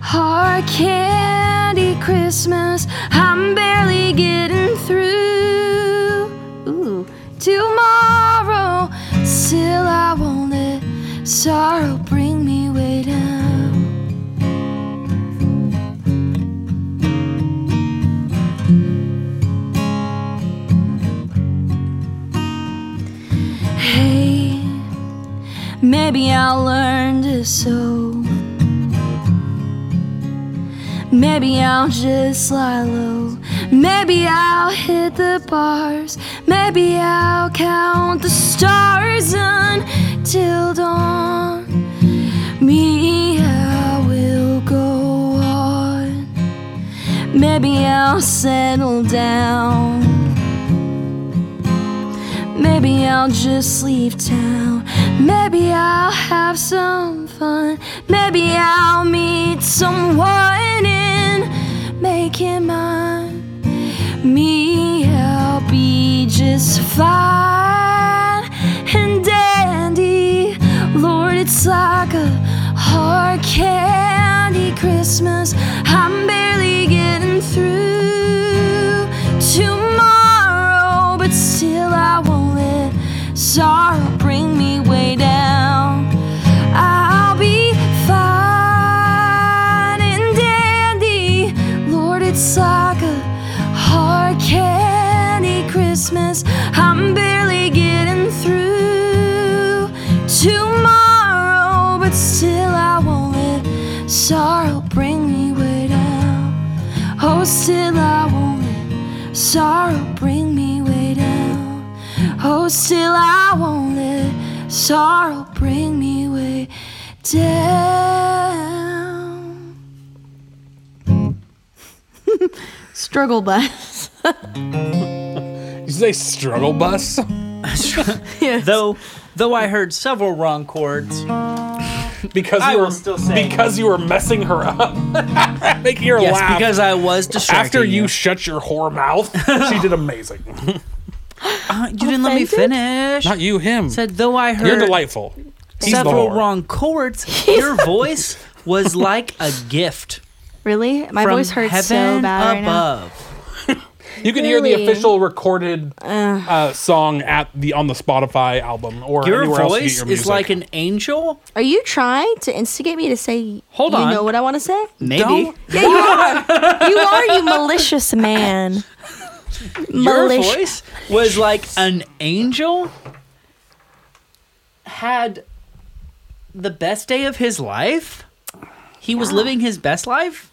Speaker 14: hard candy Christmas. I'm barely getting through. Ooh, tomorrow, still, I won't let sorrow bring me way down. Hey, maybe I'll learn to sew. Maybe I'll just lie low. Maybe I'll hit the bars. Maybe I'll count the stars until dawn. Me, I will go on. Maybe I'll settle down. Maybe I'll just leave town. Maybe I'll have some fun. Maybe I'll meet someone and make him mine. Me, I'll be just fine and dandy. Lord, it's like a hard candy Christmas. I'm barely getting through tomorrow, but still I won't let sorrow bring me way down. I'll be fine and dandy. Lord, it's like a hard candy Christmas. I'm barely getting through tomorrow, but still I won't let sorrow bring me way down. Oh, still I won't let sorrow bring me way down. Oh, still I won't let sorrow bring me way down.
Speaker 13: Struggle bus.
Speaker 1: You say struggle bus?
Speaker 2: Though, though I heard several wrong chords.
Speaker 1: Because
Speaker 2: I
Speaker 1: you
Speaker 2: will
Speaker 1: were
Speaker 2: still say-
Speaker 1: because you were messing her up, making her
Speaker 2: Yes,
Speaker 1: laugh.
Speaker 2: because I was distracted.
Speaker 1: After you shut your whore mouth, she did amazing.
Speaker 2: you didn't let me finish.
Speaker 1: Not you, him.
Speaker 2: Said though I heard
Speaker 1: You're delightful. He's the
Speaker 2: several
Speaker 1: whore.
Speaker 2: wrong chords, your voice was like a gift
Speaker 13: Really? My
Speaker 2: from
Speaker 13: voice hurts
Speaker 2: heaven
Speaker 13: so bad right now.
Speaker 2: above.
Speaker 1: You can hear the
Speaker 13: Really?
Speaker 1: official recorded uh, song at the on the Spotify album or
Speaker 2: Your
Speaker 1: anywhere else you get
Speaker 2: voice
Speaker 1: your music.
Speaker 2: is like an angel.
Speaker 13: Are you trying to instigate me to say
Speaker 2: Hold
Speaker 13: you
Speaker 2: on.
Speaker 13: know what I want to say?
Speaker 2: Maybe
Speaker 1: Don't-
Speaker 13: Yeah, you are. you are, you malicious man.
Speaker 2: your
Speaker 13: Malicious.
Speaker 2: voice was like an angel. Had the best day of his life. He was living his best life.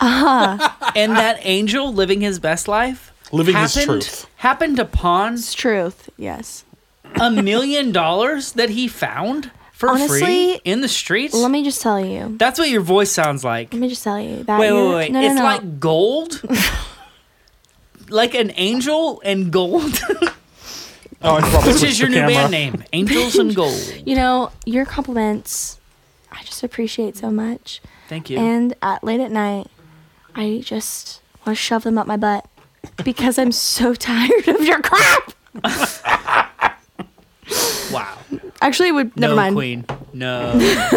Speaker 2: Uh-huh. and that angel living his best life
Speaker 1: Living his
Speaker 2: happened,
Speaker 1: truth.
Speaker 2: happened upon
Speaker 13: It's truth. Yes.
Speaker 2: a million dollars that he found for free
Speaker 13: Honestly,
Speaker 2: in the streets.
Speaker 13: Let me just tell you.
Speaker 2: That's what your voice sounds like.
Speaker 13: Let me just tell you that.
Speaker 2: Wait,
Speaker 13: you're-
Speaker 2: wait, wait.
Speaker 13: No, no,
Speaker 2: it's
Speaker 13: no.
Speaker 2: like gold. like an angel and gold.
Speaker 1: oh, I forgot to
Speaker 2: Which
Speaker 1: switch
Speaker 2: is your
Speaker 1: the
Speaker 2: new
Speaker 1: camera.
Speaker 2: band name. Angels and Gold.
Speaker 13: you know your compliments. I just appreciate so much.
Speaker 2: Thank you.
Speaker 13: And at, late at night, I just want to shove them up my butt because I'm so tired of your crap.
Speaker 2: wow.
Speaker 13: Actually, it would never
Speaker 2: no
Speaker 13: mind.
Speaker 2: queen. No.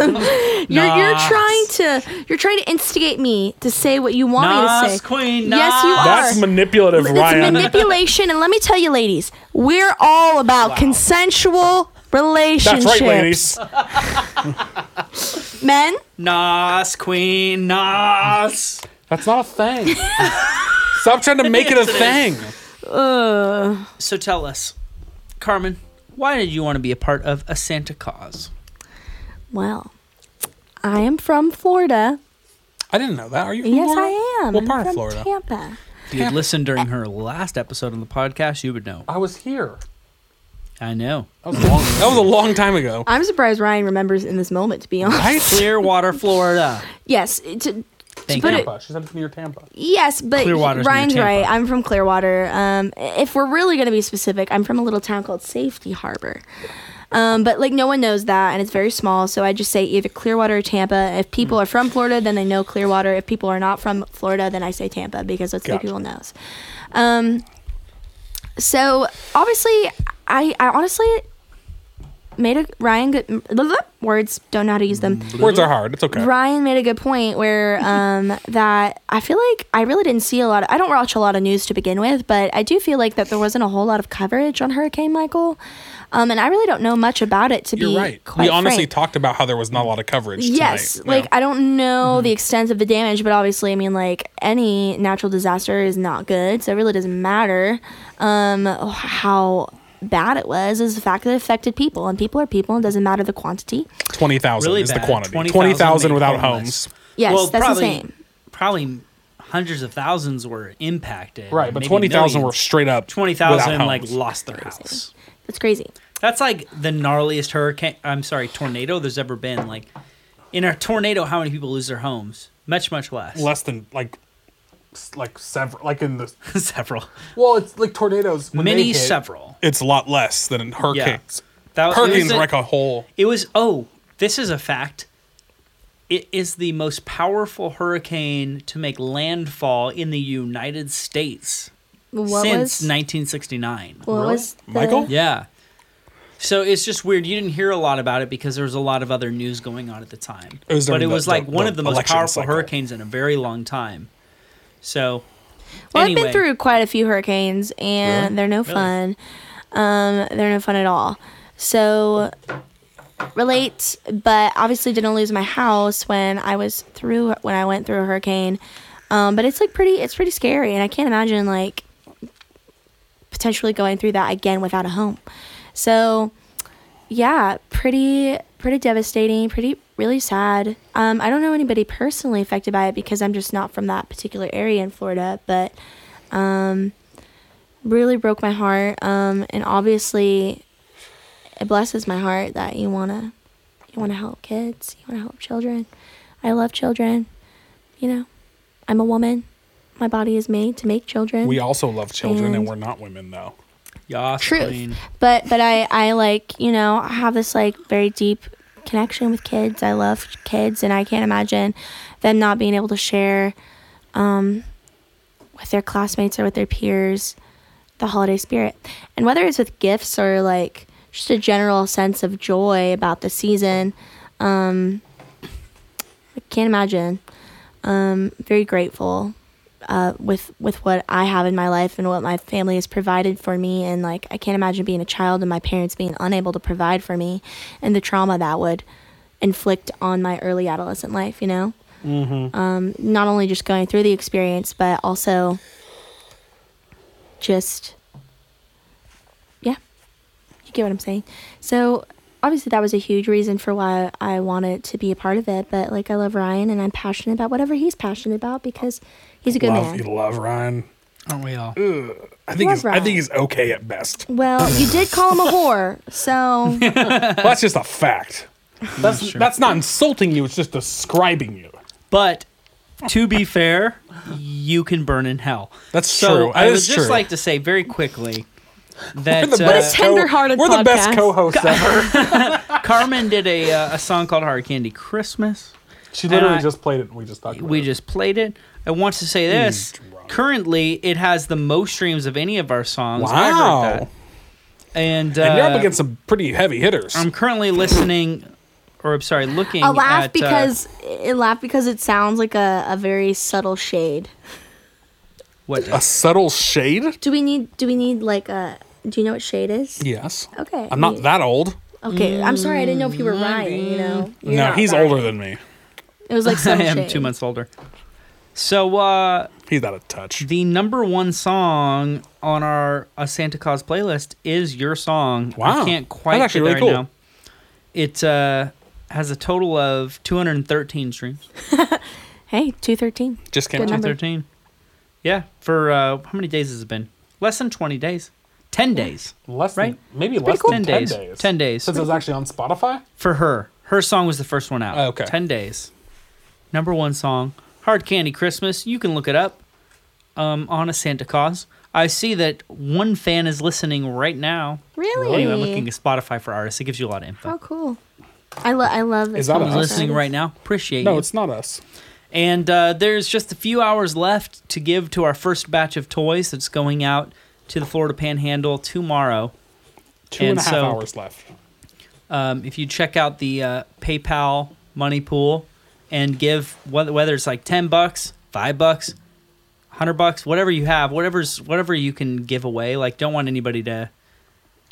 Speaker 13: You're, you're
Speaker 2: Nas.
Speaker 13: trying to you're trying to instigate me to say what you want me to
Speaker 2: Nas
Speaker 13: say.
Speaker 2: Queen. Nas.
Speaker 13: Yes, you are.
Speaker 1: That's manipulative,
Speaker 13: It's
Speaker 1: Ryan.
Speaker 13: manipulation, and let me tell you, ladies, we're all about consensual relationships.
Speaker 1: That's right, ladies.
Speaker 13: Men,
Speaker 2: Nas Queen. Nas.
Speaker 1: That's not a thing. Stop trying to make it a thing.
Speaker 2: Uh, so tell us, Carmen, why did you want to be a part of a Santa Claus?
Speaker 13: Well, I am from Florida.
Speaker 1: I didn't know that. Are you from
Speaker 13: yes,
Speaker 1: Florida?
Speaker 13: I am.
Speaker 1: What
Speaker 13: I'm
Speaker 1: part of
Speaker 13: from
Speaker 1: Florida?
Speaker 13: Tampa.
Speaker 2: If you had listened during her last episode on the podcast, you would know.
Speaker 1: I was here.
Speaker 2: I know.
Speaker 1: That was, long, that was a long time ago.
Speaker 13: I'm surprised Ryan remembers in this moment, to be honest.
Speaker 2: Clearwater, Florida.
Speaker 13: Yes, to, to put it,
Speaker 1: Tampa. She said it's near Tampa.
Speaker 13: yes, but
Speaker 2: Clearwater's near
Speaker 13: Ryan's
Speaker 2: Tampa.
Speaker 13: right. I'm from Clearwater. Um, if we're really going to be specific, I'm from a little town called Safety Harbor. Um, but like no one knows that, and it's very small. So I just say either Clearwater or Tampa. If people are from Florida, then they know Clearwater. If people are not from Florida, then I say Tampa because that's what
Speaker 15: Gotcha.
Speaker 13: people knows. Um, so obviously, I, I honestly made a Ryan good blah, blah, words. Don't know how to use them.
Speaker 1: Words are hard. It's okay.
Speaker 13: Ryan made a good point where um, that I feel like I really didn't see a lot. Of, I don't watch a lot of news to begin with, but I do feel like that there wasn't a whole lot of coverage on Hurricane Michael, um, and I really don't know much about it. To be
Speaker 1: You're right.
Speaker 13: quite
Speaker 1: We honestly
Speaker 13: frank.
Speaker 1: talked about how there was not a lot of coverage.
Speaker 13: Yes,
Speaker 1: tonight. Mm-hmm.
Speaker 13: like I don't know the extent of the damage, but obviously, I mean, like any natural disaster is not good, so it really doesn't matter um, how bad it was. Is the fact that it affected people, and people are people, and it doesn't matter the quantity.
Speaker 1: twenty thousand
Speaker 2: Really
Speaker 1: is the
Speaker 2: bad.
Speaker 1: quantity.
Speaker 2: 20,000
Speaker 1: Twenty thousand
Speaker 2: made
Speaker 1: without
Speaker 2: homeless.
Speaker 1: homes.
Speaker 13: Yes, that's
Speaker 2: probably,
Speaker 13: insane.
Speaker 2: Probably hundreds of thousands were impacted.
Speaker 1: Right, but
Speaker 2: maybe
Speaker 1: twenty thousand were
Speaker 2: millions.
Speaker 1: straight up.
Speaker 2: Twenty thousand
Speaker 1: without
Speaker 2: like
Speaker 1: homes.
Speaker 2: lost their house.
Speaker 13: That's crazy.
Speaker 2: That's like the gnarliest hurricane. I'm sorry, tornado there's ever been. Like in a tornado, how many people lose their homes? Much, much less.
Speaker 1: less than like s- like several like in the
Speaker 2: several.
Speaker 1: Well, it's like tornadoes. when
Speaker 2: Many
Speaker 1: they hit,
Speaker 2: several.
Speaker 1: It's a lot less than in hurricanes.
Speaker 2: That was- it was
Speaker 1: hurricanes
Speaker 2: a-
Speaker 1: wreck a whole.
Speaker 2: It was oh, this is a fact. It is the most powerful hurricane to make landfall in the United States
Speaker 13: What
Speaker 2: since
Speaker 13: was-
Speaker 2: 1969.
Speaker 13: What Really? was the- Michael?
Speaker 2: Yeah. So it's just weird. You didn't hear a lot about it because there was a lot of other news going on at the time.
Speaker 1: It was
Speaker 2: but
Speaker 1: during
Speaker 2: it
Speaker 1: the-
Speaker 2: was like
Speaker 1: the-
Speaker 2: one
Speaker 1: the
Speaker 2: of the most
Speaker 1: election
Speaker 2: powerful
Speaker 1: cycle.
Speaker 2: hurricanes in a very long time. So
Speaker 13: Well,
Speaker 2: anyway,
Speaker 13: I've been through quite a few hurricanes, and
Speaker 2: Really?
Speaker 13: they're no
Speaker 2: Really?
Speaker 13: fun. Um, they're no fun at all. So relate, but obviously didn't lose my house when I was through when I went through a hurricane. Um, but it's like pretty, it's pretty scary, and I can't imagine like potentially going through that again without a home. So yeah, pretty pretty devastating, pretty really sad. Um, I don't know anybody personally affected by it because I'm just not from that particular area in Florida, but um, really broke my heart. Um, and obviously, it blesses my heart that you wanna you wanna help kids, you wanna help children. I love children. You know, I'm a woman. My body is made to make children.
Speaker 1: We also love children, and,
Speaker 13: And-
Speaker 1: we're not women though.
Speaker 2: Yeah,
Speaker 13: truth. But but I I like you know I have this like very deep connection with kids. I love kids, and I can't imagine them not being able to share um, with their classmates or with their peers the holiday spirit, and whether it's with gifts or like just a general sense of joy about the season. Um, I can't imagine. Um, very grateful uh, with with what I have in my life and what my family has provided for me, and like I can't imagine being a child and my parents being unable to provide for me, and the trauma that would inflict on my early adolescent life. You know,
Speaker 15: Mm-hmm.
Speaker 13: um, not only just going through the experience, but also just yeah, you get what I'm saying. So obviously that was a huge reason for why I wanted to be a part of it. But like I love Ryan and I'm passionate about whatever he's passionate about because he's a good
Speaker 1: love,
Speaker 13: man.
Speaker 1: You love Ryan.
Speaker 2: Aren't we all?
Speaker 1: I think
Speaker 13: Love
Speaker 1: he's, I
Speaker 13: Ryan.
Speaker 1: think he's okay at best.
Speaker 13: Well, you did call him a whore, so
Speaker 1: Well, that's just a fact.
Speaker 2: Mm,
Speaker 1: That's that's not insulting you. It's just describing you.
Speaker 2: But to be fair, you can burn in hell.
Speaker 1: That's
Speaker 2: so
Speaker 1: true. That
Speaker 2: I would
Speaker 1: is
Speaker 2: just
Speaker 1: true.
Speaker 2: like to say very quickly that uh,
Speaker 1: We're the best co- We're the best co-host ever.
Speaker 2: Carmen did a uh, a song called Hard Candy Christmas.
Speaker 1: She literally
Speaker 2: And I-
Speaker 1: just played it. and We just talked. About
Speaker 2: we just played it. I want to say this. Currently, it has the most streams of any of our
Speaker 1: it.
Speaker 2: songs. I heard
Speaker 1: Wow.
Speaker 2: that. And, uh,
Speaker 1: And you're up against some pretty heavy hitters.
Speaker 2: I'm currently listening, or I'm sorry, looking.
Speaker 13: I laugh
Speaker 2: at, uh,
Speaker 13: because it laugh because it sounds like a, a very subtle shade.
Speaker 2: what
Speaker 1: a subtle shade.
Speaker 13: Do we need do we need like a do you know what shade is?
Speaker 1: Yes.
Speaker 13: Okay.
Speaker 1: I'm not that old.
Speaker 13: Okay, I'm sorry, I didn't know if
Speaker 2: Mm-hmm.
Speaker 13: you were Ryan, you know.
Speaker 1: no, he's older than me.
Speaker 13: It was like some
Speaker 2: I am
Speaker 13: shade.
Speaker 2: two months older. So uh,
Speaker 1: He's not a touch.
Speaker 2: The number one song on our uh, Santa Claus playlist is your song.
Speaker 1: Wow.
Speaker 2: I can't quite
Speaker 1: That's actually
Speaker 2: get
Speaker 1: really
Speaker 2: there
Speaker 1: cool.
Speaker 2: right now. It uh, has a total of 213 streams.
Speaker 13: Hey, 213.
Speaker 1: Just
Speaker 13: Good number.
Speaker 2: 213. Yeah, for uh, how many days has it been? Less than 20 days. 10 days.
Speaker 1: Less
Speaker 2: right?
Speaker 1: Maybe less than 10 days.
Speaker 2: 10 days.
Speaker 1: Since it was actually on Spotify?
Speaker 2: for her. Her song was the first one out.
Speaker 1: Oh, okay.
Speaker 2: 10 days. Number one song, Hard Candy Christmas. You can look it up um, on a Santa Claus. I see that one fan is listening right now.
Speaker 13: Really?
Speaker 2: Anyway, I'm looking at Spotify for artists. It gives you a lot of info.
Speaker 13: How Oh, cool. I, lo- I love that.
Speaker 2: Is that
Speaker 13: someone's
Speaker 2: listening right now? Appreciate
Speaker 1: No,
Speaker 2: you.
Speaker 1: it's not us.
Speaker 2: And uh, there's just a few hours left to give to our first batch of toys that's going out to the Florida Panhandle tomorrow.
Speaker 1: Two and a half
Speaker 2: so,
Speaker 1: hours left.
Speaker 2: um, if you check out the uh, PayPal money pool and give whether, whether it's like ten bucks, five bucks, hundred bucks, whatever you have, whatever's whatever you can give away. Like, don't want anybody to,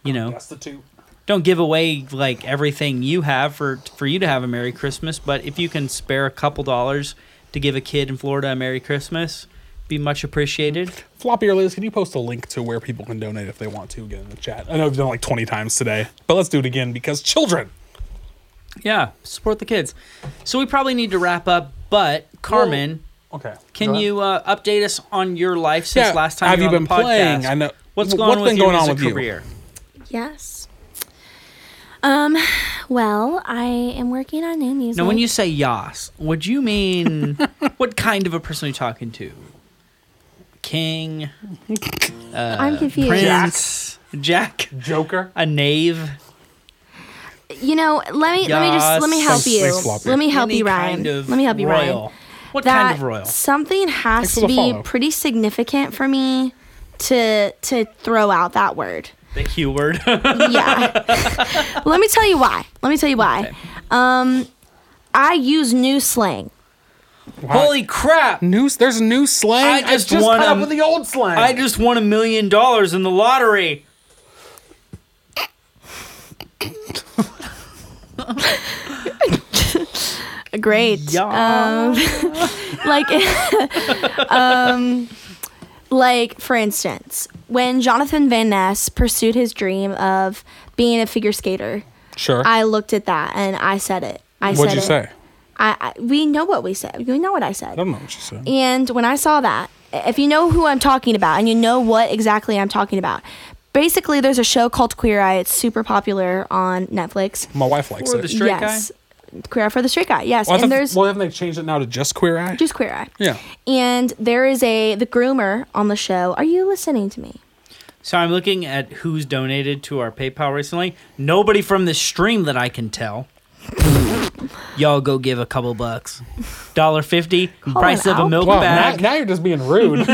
Speaker 2: you know,
Speaker 1: the two.
Speaker 2: don't give away like everything you have for for you to have a Merry Christmas. But if you can spare a couple dollars to give a kid in Florida a Merry Christmas, be much appreciated.
Speaker 1: Floppy or Liz, can you post a link to where people can donate if they want to again in the chat? I know we've done it like 20 times today, but let's do it again because children.
Speaker 2: Yeah, support the kids. So we probably need to wrap up, but Carmen,
Speaker 1: okay,
Speaker 2: can
Speaker 1: Go
Speaker 2: you uh, update us on your life since
Speaker 1: Yeah,
Speaker 2: last time
Speaker 1: have
Speaker 2: you
Speaker 1: you
Speaker 2: were on
Speaker 1: been
Speaker 2: the podcast?
Speaker 1: playing? I know-
Speaker 2: what's
Speaker 1: wh-
Speaker 2: going
Speaker 1: what's
Speaker 2: on with
Speaker 1: been
Speaker 2: your
Speaker 1: going on
Speaker 2: music
Speaker 1: with you?
Speaker 2: career.
Speaker 13: Yes. Um. Well, I am working on new music.
Speaker 2: Now, when you say Yas, would you mean what kind of a person are you talking to? King, uh,
Speaker 13: I'm confused.
Speaker 2: Prince, Jack,
Speaker 1: Joker,
Speaker 2: a knave.
Speaker 13: you know, let me let me just let me
Speaker 2: Yas.
Speaker 13: help you.
Speaker 2: Thanks, Floppy.
Speaker 13: Let me help
Speaker 2: Any
Speaker 13: you, Ryan.
Speaker 2: kind of
Speaker 13: let me help you,
Speaker 2: royal.
Speaker 13: Ryan.
Speaker 2: What
Speaker 13: that
Speaker 2: kind of royal?
Speaker 13: Something has
Speaker 2: Thanks
Speaker 13: to
Speaker 2: for the
Speaker 13: be
Speaker 2: follow.
Speaker 13: pretty significant for me to to throw out that word.
Speaker 2: The Q word.
Speaker 13: Let me tell you why. Let me tell you why. Um, I use new slang.
Speaker 2: Holy crap!
Speaker 1: News. There's new slang.
Speaker 2: I just, won
Speaker 1: caught
Speaker 2: a-
Speaker 1: old slang.
Speaker 2: I just won a million dollars in the lottery.
Speaker 13: Great. Um, like, um, like for instance, when Jonathan Van Ness pursued his dream of being a figure skater,
Speaker 1: Sure.
Speaker 13: I looked at that and I said it. I
Speaker 1: What'd
Speaker 13: said
Speaker 1: you
Speaker 13: it.
Speaker 1: say?
Speaker 13: I, I we know what we said. You know what I
Speaker 1: I
Speaker 13: said.
Speaker 1: don't know what you said.
Speaker 13: And when I saw that, if you know who I'm talking about and you know what exactly I'm talking about, basically there's a show called Queer Eye. It's super popular on Netflix.
Speaker 1: My wife likes it.
Speaker 13: yes. Queer Eye for the Straight Guy. Yes.
Speaker 1: Well, I
Speaker 13: and
Speaker 1: thought-
Speaker 13: there's
Speaker 1: well, haven't they changed it now to just Queer Eye?
Speaker 13: just Queer Eye.
Speaker 1: yeah.
Speaker 13: And there is a the groomer on the show. Are you listening to me?
Speaker 2: So I'm looking at who's donated to our PayPal recently. Nobody from this stream that I can tell. Y'all go give a couple bucks. Dollar fifty,
Speaker 13: Oh,
Speaker 2: price
Speaker 1: it
Speaker 2: of a
Speaker 1: out.
Speaker 2: milk
Speaker 1: Wow,
Speaker 2: bag.
Speaker 1: Now, now you're just being rude.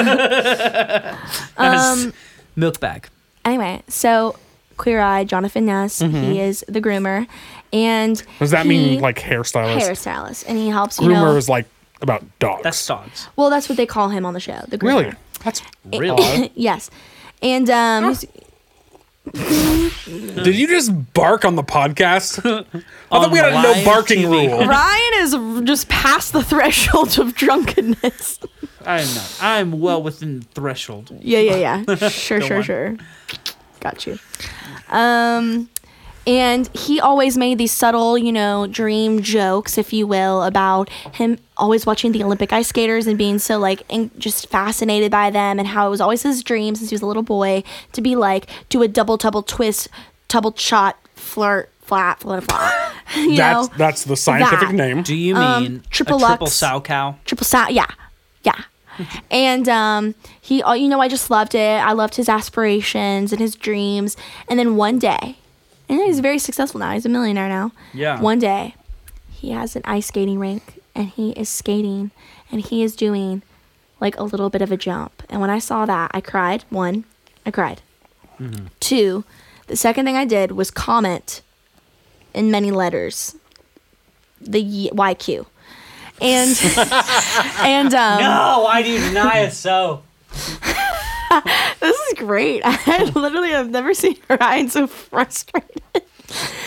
Speaker 13: Um,
Speaker 2: milk bag.
Speaker 13: anyway, so Queer Eye, Jonathan Ness,
Speaker 1: Mhm.
Speaker 13: he is the groomer. And
Speaker 1: Does that
Speaker 13: he-
Speaker 1: mean like hairstylist?
Speaker 13: hairstylist? And he helps,
Speaker 1: Groomer
Speaker 13: you know.
Speaker 1: is like about dogs. That's
Speaker 2: dogs.
Speaker 13: Well, that's what they call him on the show. The groomer. Eh,
Speaker 1: Really? That's really.
Speaker 13: yes. And um,
Speaker 1: Did you just bark on the podcast? I thought
Speaker 2: Mm-hmm. On
Speaker 1: we had a no
Speaker 2: live
Speaker 1: barking rule.
Speaker 13: Ryan is r- just past the threshold of drunkenness.
Speaker 2: I'm not. I'm well within the threshold.
Speaker 13: yeah, yeah, yeah. Sure,
Speaker 2: Go
Speaker 13: sure,
Speaker 2: on.
Speaker 13: sure. Got you. Um, and he always made these subtle, you know, dream jokes, if you will, about him always watching the Olympic ice skaters and being so like in- just fascinated by them, and how it was always his dream since he was a little boy to be like do a double, double twist, double shot, flirt, flat, flat, flat. you know?
Speaker 1: that's that's the scientific
Speaker 13: that.
Speaker 1: name.
Speaker 2: Do you
Speaker 13: Um,
Speaker 2: mean
Speaker 13: triple
Speaker 2: a triple
Speaker 13: Lux.
Speaker 2: sow cow?
Speaker 13: triple sound. Yeah, yeah. And um, he, oh, you know, I just loved it. I loved his aspirations and his dreams. And then one day, and he's very successful now. He's a millionaire now.
Speaker 15: Yeah.
Speaker 13: One day, he has an ice skating rink, and he is skating, and he is doing like a little bit of a jump. And when I saw that, I cried. One, I cried.
Speaker 2: Mm-hmm.
Speaker 13: Two, the second thing I did was comment in many letters the y- YQ. And and um
Speaker 2: no, I do deny it so.
Speaker 13: this is great. I literally have never seen Ryan so frustrated.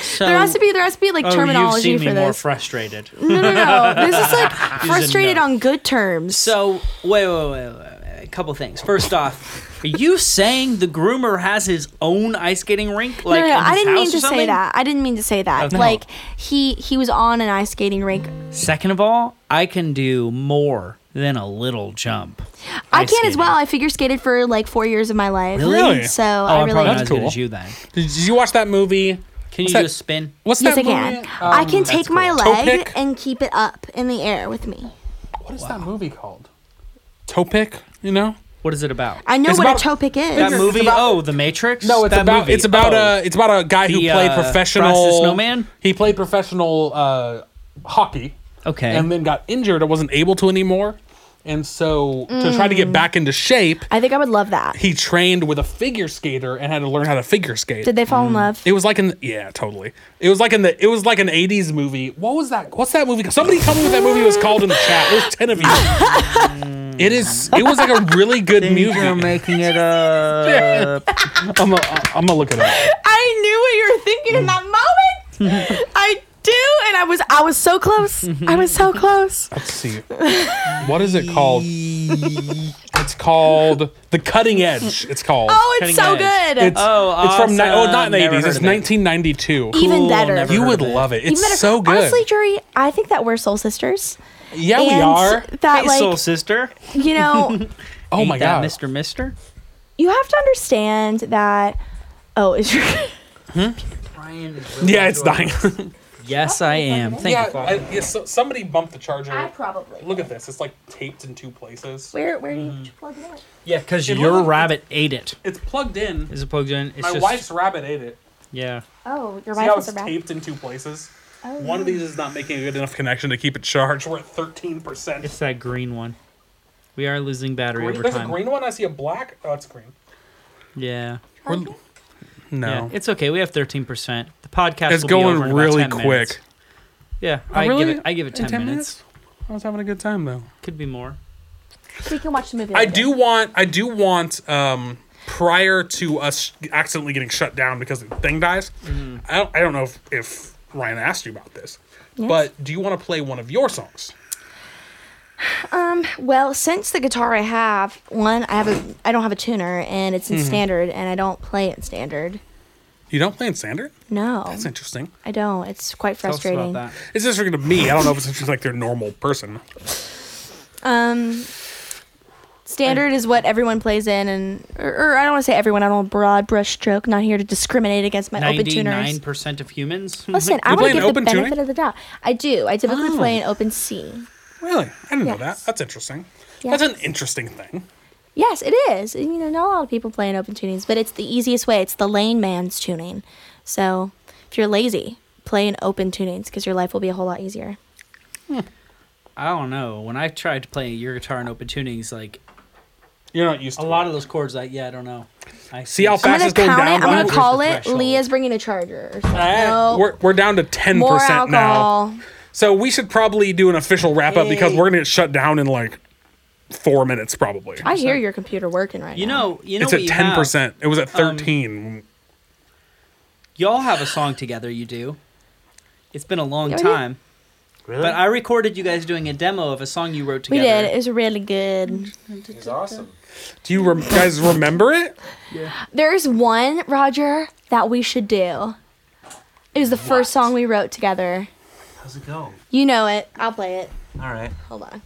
Speaker 2: So,
Speaker 13: there has to be there has to be like
Speaker 2: Oh,
Speaker 13: terminology
Speaker 2: you've seen
Speaker 13: for
Speaker 2: me more
Speaker 13: this.
Speaker 2: frustrated.
Speaker 13: No, no, no. This is like
Speaker 2: He's a
Speaker 13: frustrated on good terms.
Speaker 2: So wait, wait, wait, wait, wait. A couple things. First off, are you saying the groomer has his own ice skating rink? Like
Speaker 13: no, no,
Speaker 2: in his
Speaker 13: I didn't
Speaker 2: house
Speaker 13: mean
Speaker 2: or
Speaker 13: to say
Speaker 2: something?
Speaker 13: that. I didn't mean to say that.
Speaker 2: Okay.
Speaker 13: Like he he was on an ice skating rink.
Speaker 2: Second of all, I can do more than a little jump.
Speaker 13: I can as
Speaker 2: Ice skating.
Speaker 13: well. I figure skated for like four years of my life.
Speaker 2: Really?
Speaker 13: So
Speaker 2: Oh,
Speaker 13: I
Speaker 2: I'm
Speaker 13: really
Speaker 2: probably not
Speaker 13: enjoyed
Speaker 2: as good
Speaker 13: it.
Speaker 2: as you then.
Speaker 1: Did you watch that movie?
Speaker 2: Can
Speaker 1: What's
Speaker 2: you
Speaker 1: that-
Speaker 2: do a spin?
Speaker 1: What's
Speaker 13: yes, I
Speaker 1: that
Speaker 13: can.
Speaker 1: movie?
Speaker 13: I can
Speaker 1: Um,
Speaker 13: take my
Speaker 1: that's cool.
Speaker 13: leg
Speaker 1: Topic?
Speaker 13: and keep it up in the air with me.
Speaker 1: What is that movie called? Topic, you know?
Speaker 2: What is it about?
Speaker 13: I know
Speaker 1: It's
Speaker 13: what
Speaker 1: about-
Speaker 13: a topic is.
Speaker 2: That movie? oh, The Matrix.
Speaker 1: No, it's
Speaker 2: That
Speaker 1: about
Speaker 2: movie.
Speaker 1: it's about
Speaker 2: Oh.
Speaker 1: uh it's about a guy who
Speaker 2: The,
Speaker 1: played
Speaker 2: uh,
Speaker 1: professional
Speaker 2: Frosty the Snowman?
Speaker 1: He played professional uh hockey.
Speaker 2: Okay.
Speaker 1: And then got injured and wasn't able to anymore. And so to try to get
Speaker 13: Mm.
Speaker 1: back into shape,
Speaker 13: I think I would love that.
Speaker 1: he trained with a figure skater and had to learn how to figure skate.
Speaker 13: Did they fall in love?
Speaker 1: It was like an yeah, totally. It was like in the it was like an '80s movie. What was that? What's that movie? Somebody tell me what that movie was called in the chat. There's ten of you. it is. It was like a really good movie. You're making it up. I'm gonna I'm gonna look it up.
Speaker 13: I knew what you were thinking in that moment. I do, and I was I was so close. I was so close.
Speaker 1: Let's see. What is it called? It's called The Cutting Edge. It's called.
Speaker 13: Oh, it's Cutting so Edge. good.
Speaker 1: It's,
Speaker 13: Oh,
Speaker 1: it's from ni- oh,
Speaker 13: awesome.
Speaker 1: not in the
Speaker 13: Never
Speaker 1: 80s.
Speaker 13: heard
Speaker 1: It's
Speaker 13: of it.
Speaker 1: 1992.
Speaker 13: Even Cool, better. never
Speaker 1: You
Speaker 13: heard
Speaker 1: would
Speaker 13: of it.
Speaker 1: love it.
Speaker 13: Even
Speaker 1: It's
Speaker 13: better-
Speaker 1: so good.
Speaker 13: Honestly, Jury, I think that we're soul sisters.
Speaker 1: yeah, we
Speaker 13: and
Speaker 1: are.
Speaker 13: That like
Speaker 2: sister.
Speaker 13: you know,
Speaker 1: Oh my
Speaker 2: Ain't that
Speaker 1: God.
Speaker 2: Mr. Mister.
Speaker 13: you have to understand that. Oh, is your
Speaker 1: Yeah, it's dying.
Speaker 2: yes, I am. Thank
Speaker 1: yeah,
Speaker 2: you.
Speaker 1: I, yeah, so, somebody bumped the charger. I
Speaker 13: probably.
Speaker 1: Look at this. It's like taped in two places.
Speaker 13: where where do you plug it in?
Speaker 2: Mm-hmm. Yeah, because
Speaker 1: It
Speaker 2: your
Speaker 1: looked-
Speaker 2: rabbit ate it.
Speaker 1: It's plugged in.
Speaker 2: Is it plugged in? It's
Speaker 1: my
Speaker 2: just,
Speaker 1: wife's rabbit ate it.
Speaker 2: Yeah.
Speaker 13: Oh, your
Speaker 1: See how
Speaker 13: wife was
Speaker 1: it's
Speaker 13: a rat.
Speaker 1: taped in two places?
Speaker 13: Oh,
Speaker 1: One of
Speaker 13: yeah.
Speaker 1: these is not making a good enough connection to keep it charged. We're at 13%.
Speaker 2: It's that green one. We are losing battery
Speaker 1: Green-
Speaker 2: over
Speaker 1: there's
Speaker 2: time.
Speaker 1: a green one. I see a black. Oh, it's green.
Speaker 2: Yeah.
Speaker 1: No.
Speaker 2: Yeah, it's okay. We have thirteen percent. The podcast
Speaker 1: It's
Speaker 2: will
Speaker 1: going
Speaker 2: be over in about
Speaker 1: really
Speaker 2: 10 minutes.
Speaker 1: quick.
Speaker 2: Yeah,
Speaker 1: Oh,
Speaker 2: I
Speaker 1: really?
Speaker 2: give it. I give it
Speaker 1: In
Speaker 2: ten,
Speaker 1: 10
Speaker 2: minutes.
Speaker 1: I was having a good time though.
Speaker 2: Could be more.
Speaker 13: We can watch the movie.
Speaker 1: I
Speaker 13: later.
Speaker 1: do want. I do want. Um, prior to us accidentally getting shut down because the thing dies,
Speaker 2: Mm-hmm.
Speaker 1: I don't. I don't know if, if Ryan asked you about this,
Speaker 13: Yes.
Speaker 1: but do you want to play one of your songs?
Speaker 13: Um. Well, since the guitar I have, one I have a I don't have a tuner, and it's in
Speaker 1: Mhm.
Speaker 13: standard, and I don't play it in standard.
Speaker 1: You don't play in standard.
Speaker 13: No,
Speaker 1: That's interesting.
Speaker 13: I don't. It's quite frustrating.
Speaker 1: It's interesting to me. I don't know if it's just like their normal person.
Speaker 13: Um, standard is what everyone plays in, and or, or I don't want to say everyone. I don't broad brush stroke. Not here to discriminate against my open tuners.
Speaker 2: Ninety-nine percent of humans. Mhm.
Speaker 13: Listen, I want to give the benefit of the doubt. I do. I typically
Speaker 1: Oh.
Speaker 13: play an open C.
Speaker 1: Really, I didn't know that. That's interesting.
Speaker 13: Yes.
Speaker 1: That's an interesting thing.
Speaker 13: Yes, it is. And, You know, not a lot of people play in open tunings, but it's the easiest way. It's the lane man's tuning. So if you're lazy, play in open tunings because your life will be a whole lot easier.
Speaker 2: I don't know. When I tried to play your guitar in open tunings, like
Speaker 1: you're not used
Speaker 2: to a lot of those chords. Like, yeah, I don't know. I
Speaker 1: See how fast it's going
Speaker 13: Count
Speaker 1: down.
Speaker 13: it. I'm
Speaker 1: by?
Speaker 13: gonna call it. Leah's bringing a charger. Or something.
Speaker 1: Eh,
Speaker 13: no,
Speaker 1: We're, we're down to 10%
Speaker 13: more
Speaker 1: now.
Speaker 13: alcohol.
Speaker 1: So we should probably do an official wrap up because we're going to get shut down in like four minutes probably.
Speaker 13: I hear your computer working right
Speaker 2: You
Speaker 13: now.
Speaker 2: know, you know
Speaker 1: it's
Speaker 2: what
Speaker 1: at
Speaker 2: you
Speaker 1: 10%.
Speaker 2: have?
Speaker 1: It was at
Speaker 2: Um,
Speaker 1: 13.
Speaker 2: Y'all have a song together. You do. It's been a long
Speaker 13: Yeah, we did.
Speaker 2: time. Really? But I recorded you guys doing a demo of a song you wrote
Speaker 13: we
Speaker 2: together.
Speaker 13: did. It was really good.
Speaker 1: It's awesome. Do you rem- guys remember it?
Speaker 13: There's one Roger that we should do. It was the first song we wrote together.
Speaker 15: How's it go?
Speaker 13: You know it. I'll play it.
Speaker 15: All right.
Speaker 13: Hold on.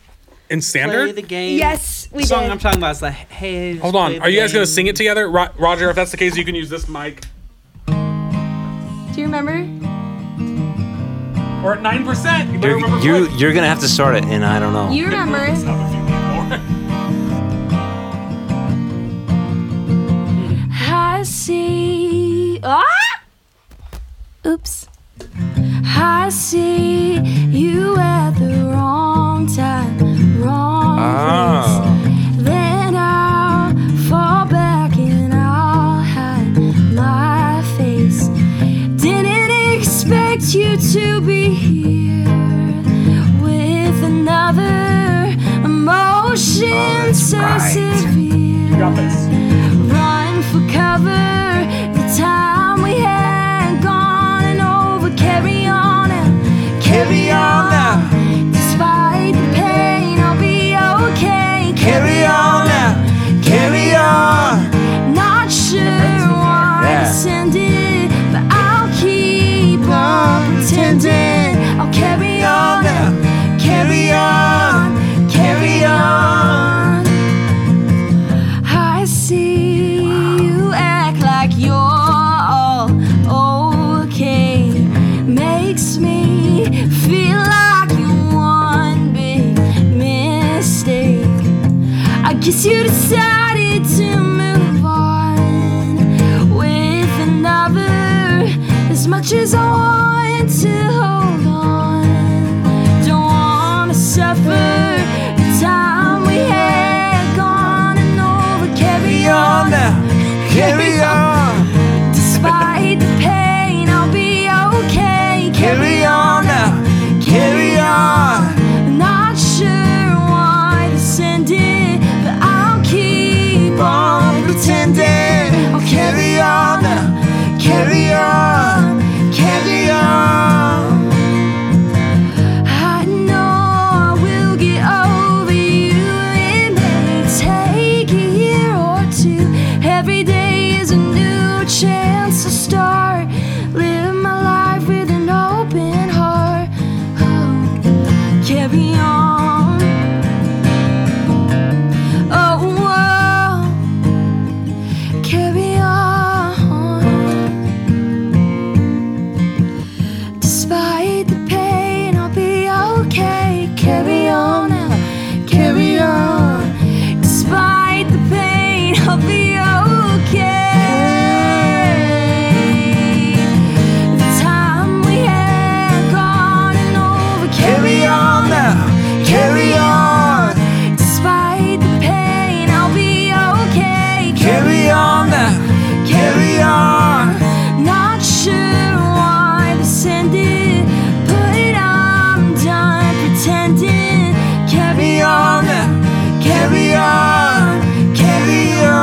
Speaker 1: In
Speaker 2: Play
Speaker 1: standard?
Speaker 2: the game.
Speaker 13: Yes, we
Speaker 2: The song
Speaker 13: did.
Speaker 2: I'm talking about is like, hey. just
Speaker 1: Hold
Speaker 2: play
Speaker 1: on.
Speaker 2: the
Speaker 1: Are you guys going to
Speaker 2: game.
Speaker 1: sing it together? Ro- Roger, if that's the case, you can use this mic.
Speaker 13: Do you remember?
Speaker 1: We're at 9%. You better
Speaker 3: You're,
Speaker 1: remember
Speaker 3: you're, you're gonna have to start it, and I don't
Speaker 1: Oh.
Speaker 3: know.
Speaker 13: You remember?
Speaker 14: I see. Ah! Oops. I see you at the wrong time, wrong place. Then I'll fall back and I'll hide my face. Didn't expect you to be here with another emotion so severe. Run for cover. The time we had gone feel like you one big mistake. I guess you decided to move on with another. As much as I want to hold on, don't wanna suffer. The time we had gone and over. Carry on now, carry on. Despite the pain, I'll be okay. Carry on now, carry on. Not sure why this ended, but I'll keep on pretending. I'll carry on now, carry on, carry on. I know I will get over you. It may take a year or two. Every day is a new chance to start. Live my life with an open heart. Oh, carry on. Oh, whoa. carry on. Despite the pain, I'll be okay. Carry on now, carry on. Despite the pain, I'll be okay. The time we had gone and over. Carry on now, carry on. Despite the pain, I'll be okay. Carry on now, carry on. Not sure why this ended, but I'm done pretending. Carry on, carry on, carry on.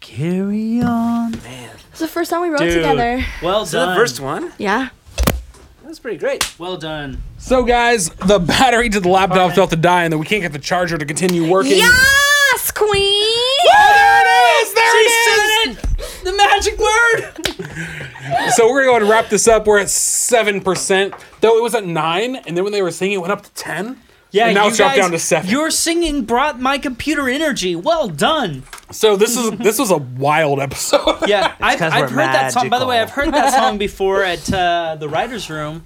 Speaker 2: Carry on. Man.
Speaker 13: It's the first time we wrote together.
Speaker 2: Well
Speaker 1: Is that the
Speaker 2: done.
Speaker 1: first
Speaker 2: one?
Speaker 13: Yeah.
Speaker 2: That's pretty great. Well done.
Speaker 1: So, guys, the battery to the laptop felt to die, and then we can't get the charger to continue working.
Speaker 13: Yes, Queen!
Speaker 1: there it is! There
Speaker 2: it is! The magic word!
Speaker 1: So we're gonna go ahead and wrap this up. We're at seven percent, though it was at nine, and then when they were singing, it went up to ten.
Speaker 2: Yeah,
Speaker 1: and now
Speaker 2: you
Speaker 1: it's dropped
Speaker 2: guys-
Speaker 1: down to seven.
Speaker 2: Your singing brought my computer energy. Well done.
Speaker 1: So this is this was a wild episode.
Speaker 2: Yeah, I've,
Speaker 1: 'cause
Speaker 2: I've heard
Speaker 1: we're
Speaker 2: that song. By the way, I've
Speaker 1: magical.
Speaker 2: heard that song before at uh, the writers' room,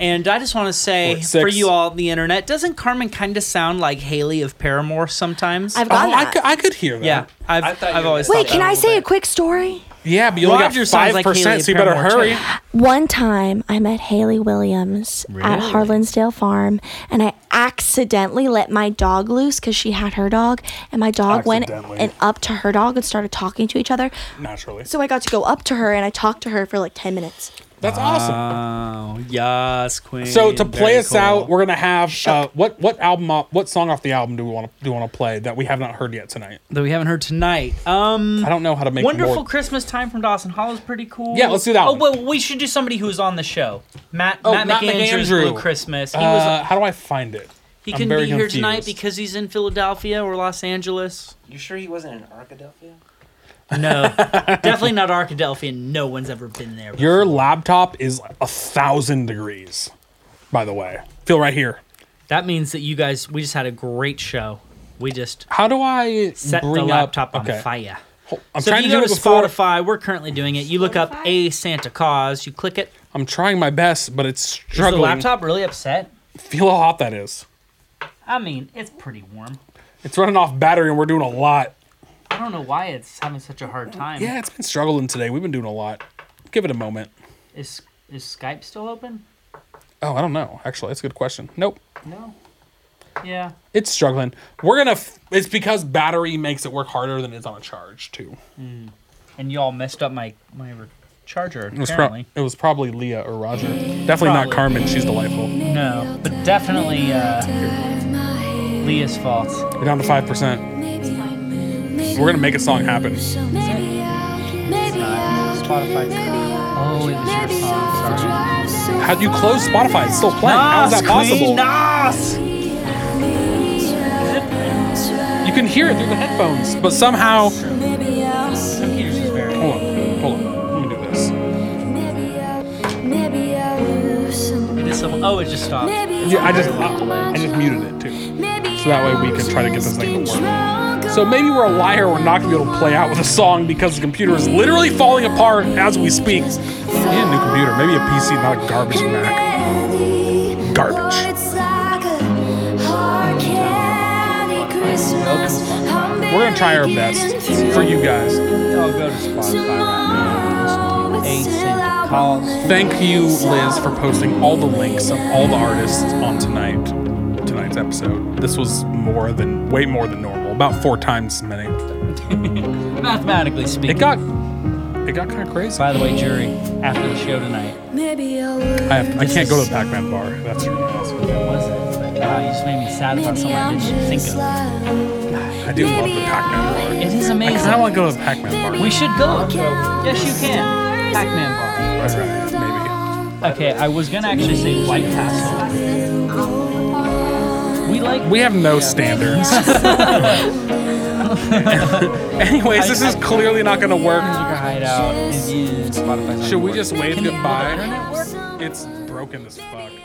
Speaker 2: and I just want to say
Speaker 1: six.
Speaker 2: for you all on the internet, doesn't Carmen kind of sound like Haley of Paramore sometimes?
Speaker 13: I've got Oh, I that.
Speaker 1: could, I could hear that.
Speaker 2: Yeah, I've, I've
Speaker 1: Oh,
Speaker 2: always.
Speaker 13: Wait,
Speaker 2: thought
Speaker 13: can
Speaker 2: that.
Speaker 13: I say a quick story?
Speaker 1: Yeah, but you only
Speaker 2: Roger
Speaker 1: got
Speaker 2: sounds
Speaker 1: five
Speaker 2: like Haley
Speaker 1: percent, so you better
Speaker 2: Paramore,
Speaker 1: hurry.
Speaker 2: too.
Speaker 13: One time I met Haley Williams at
Speaker 1: Really?
Speaker 13: Harlansdale Farm and I accidentally let my dog loose because she had her dog and my dog went
Speaker 1: Accidentally.
Speaker 13: and up to her dog and started talking to each other.
Speaker 1: Naturally.
Speaker 13: So I got to go up to her and I talked to her for like 10 minutes.
Speaker 1: That's awesome.
Speaker 2: Oh, yes, Queen.
Speaker 1: So to play
Speaker 2: Very
Speaker 1: us
Speaker 2: cool.
Speaker 1: out, we're gonna have uh, what what album off, what song off the album do we want to do want to play that we have not heard yet tonight?
Speaker 2: that we haven't heard tonight. Um,
Speaker 1: I don't know how to make
Speaker 2: Wonderful
Speaker 1: More.
Speaker 2: Christmas Time from Dawson Hall is pretty cool.
Speaker 1: Yeah, let's do that
Speaker 2: Oh,
Speaker 1: one.
Speaker 2: well, we should do somebody who was on the show. Matt,
Speaker 1: Oh,
Speaker 2: Matt,
Speaker 1: Matt
Speaker 2: McAndrew's
Speaker 1: McAndrew.
Speaker 2: Blue Christmas. He
Speaker 1: Uh,
Speaker 2: was.
Speaker 1: how do I find it?
Speaker 2: He
Speaker 1: I'm
Speaker 2: couldn't be
Speaker 1: very
Speaker 2: here tonight
Speaker 1: confused.
Speaker 2: because he's in Philadelphia or Los Angeles.
Speaker 4: You sure he wasn't in Arkadelphia?
Speaker 2: No, definitely not Arkadelphia. No one's ever been there.
Speaker 1: Your laptop is a thousand degrees. By the way, feel right here.
Speaker 2: That means that you guys, we just had a great show. We just
Speaker 1: How do I
Speaker 2: set the
Speaker 1: bring up-
Speaker 2: laptop on
Speaker 1: okay.
Speaker 2: fire.
Speaker 1: Oh, I'm
Speaker 2: so
Speaker 1: trying
Speaker 2: if you
Speaker 1: to do
Speaker 2: go
Speaker 1: it
Speaker 2: to
Speaker 1: before-
Speaker 2: Spotify, we're currently doing it. You look up a Santa Claus, you click it.
Speaker 1: I'm trying my best, but it's struggling.
Speaker 2: Is the laptop really upset?
Speaker 1: Feel how hot that is.
Speaker 2: I mean, it's pretty warm.
Speaker 1: It's running off battery, and we're doing a lot.
Speaker 2: I don't know why it's having such a hard time.
Speaker 1: Yeah, it's been struggling today. We've been doing a lot. Give it a moment.
Speaker 2: Is is Skype still open?
Speaker 1: Oh, I don't know. Actually, that's a good question. Nope.
Speaker 2: No. Yeah.
Speaker 1: It's struggling. We're gonna. F- it's because battery makes it work harder than it's on a charge too.
Speaker 2: Mm. And y'all messed up my my re- charger
Speaker 1: It was, pro-
Speaker 2: apparently.
Speaker 1: it was probably Leah or Roger. Definitely not
Speaker 2: Probably.
Speaker 1: Carmen. She's delightful.
Speaker 2: no, but definitely uh, Leah's fault.
Speaker 1: We're down to five percent. We're gonna make a song happen.
Speaker 2: Oh, it was your song. Sorry.
Speaker 1: How do you close Spotify? It's still playing. How is that
Speaker 2: Nas,
Speaker 1: possible?
Speaker 2: Queen, Nas!
Speaker 1: You can hear it through the headphones, but somehow.
Speaker 2: Computers is very.
Speaker 1: Hold on. Hold on. Let me do this.
Speaker 14: Maybe I'll lose some
Speaker 2: This of Oh, it just stopped.
Speaker 1: Yeah, I just uh, I, I just muted it too, so that way we can try to get this thing to work. So maybe we're a liar. We're not gonna be able to play out with a song because the computer is literally falling apart as we speak. We need a new computer, maybe a PC, not a garbage Mac. Garbage. We're gonna try our best for you guys.
Speaker 2: I'll go to Spotify right now. Async calls.
Speaker 1: Thank you, Liz, for posting all the links of all the artists on tonight tonight's episode. This was more than way more than normal, about four times as many.
Speaker 2: Mathematically speaking.
Speaker 1: It got it got kind of crazy.
Speaker 2: By the way, jury, after the show tonight.
Speaker 14: Maybe I'll
Speaker 1: I, have, I can't go to the Pac-Man bar. That's that's what that was.
Speaker 2: Wow, you just made me sad about something I didn't think of.
Speaker 1: I do love the Pac-Man bar.
Speaker 2: It is amazing.
Speaker 1: I kind of want to go to the Pac-Man bar.
Speaker 2: We should go. Yes, you can. Pac-Man
Speaker 1: That's right, maybe.
Speaker 2: bar. Okay, I was gonna actually say White Castle. We like.
Speaker 1: We have no standards. Anyways, this is clearly not going to work.
Speaker 2: Hideout is used. Spotify's on
Speaker 1: Should we
Speaker 2: board.
Speaker 1: just wave
Speaker 2: Can you- will the
Speaker 1: goodbye?
Speaker 2: internet work?
Speaker 1: It's broken as fuck.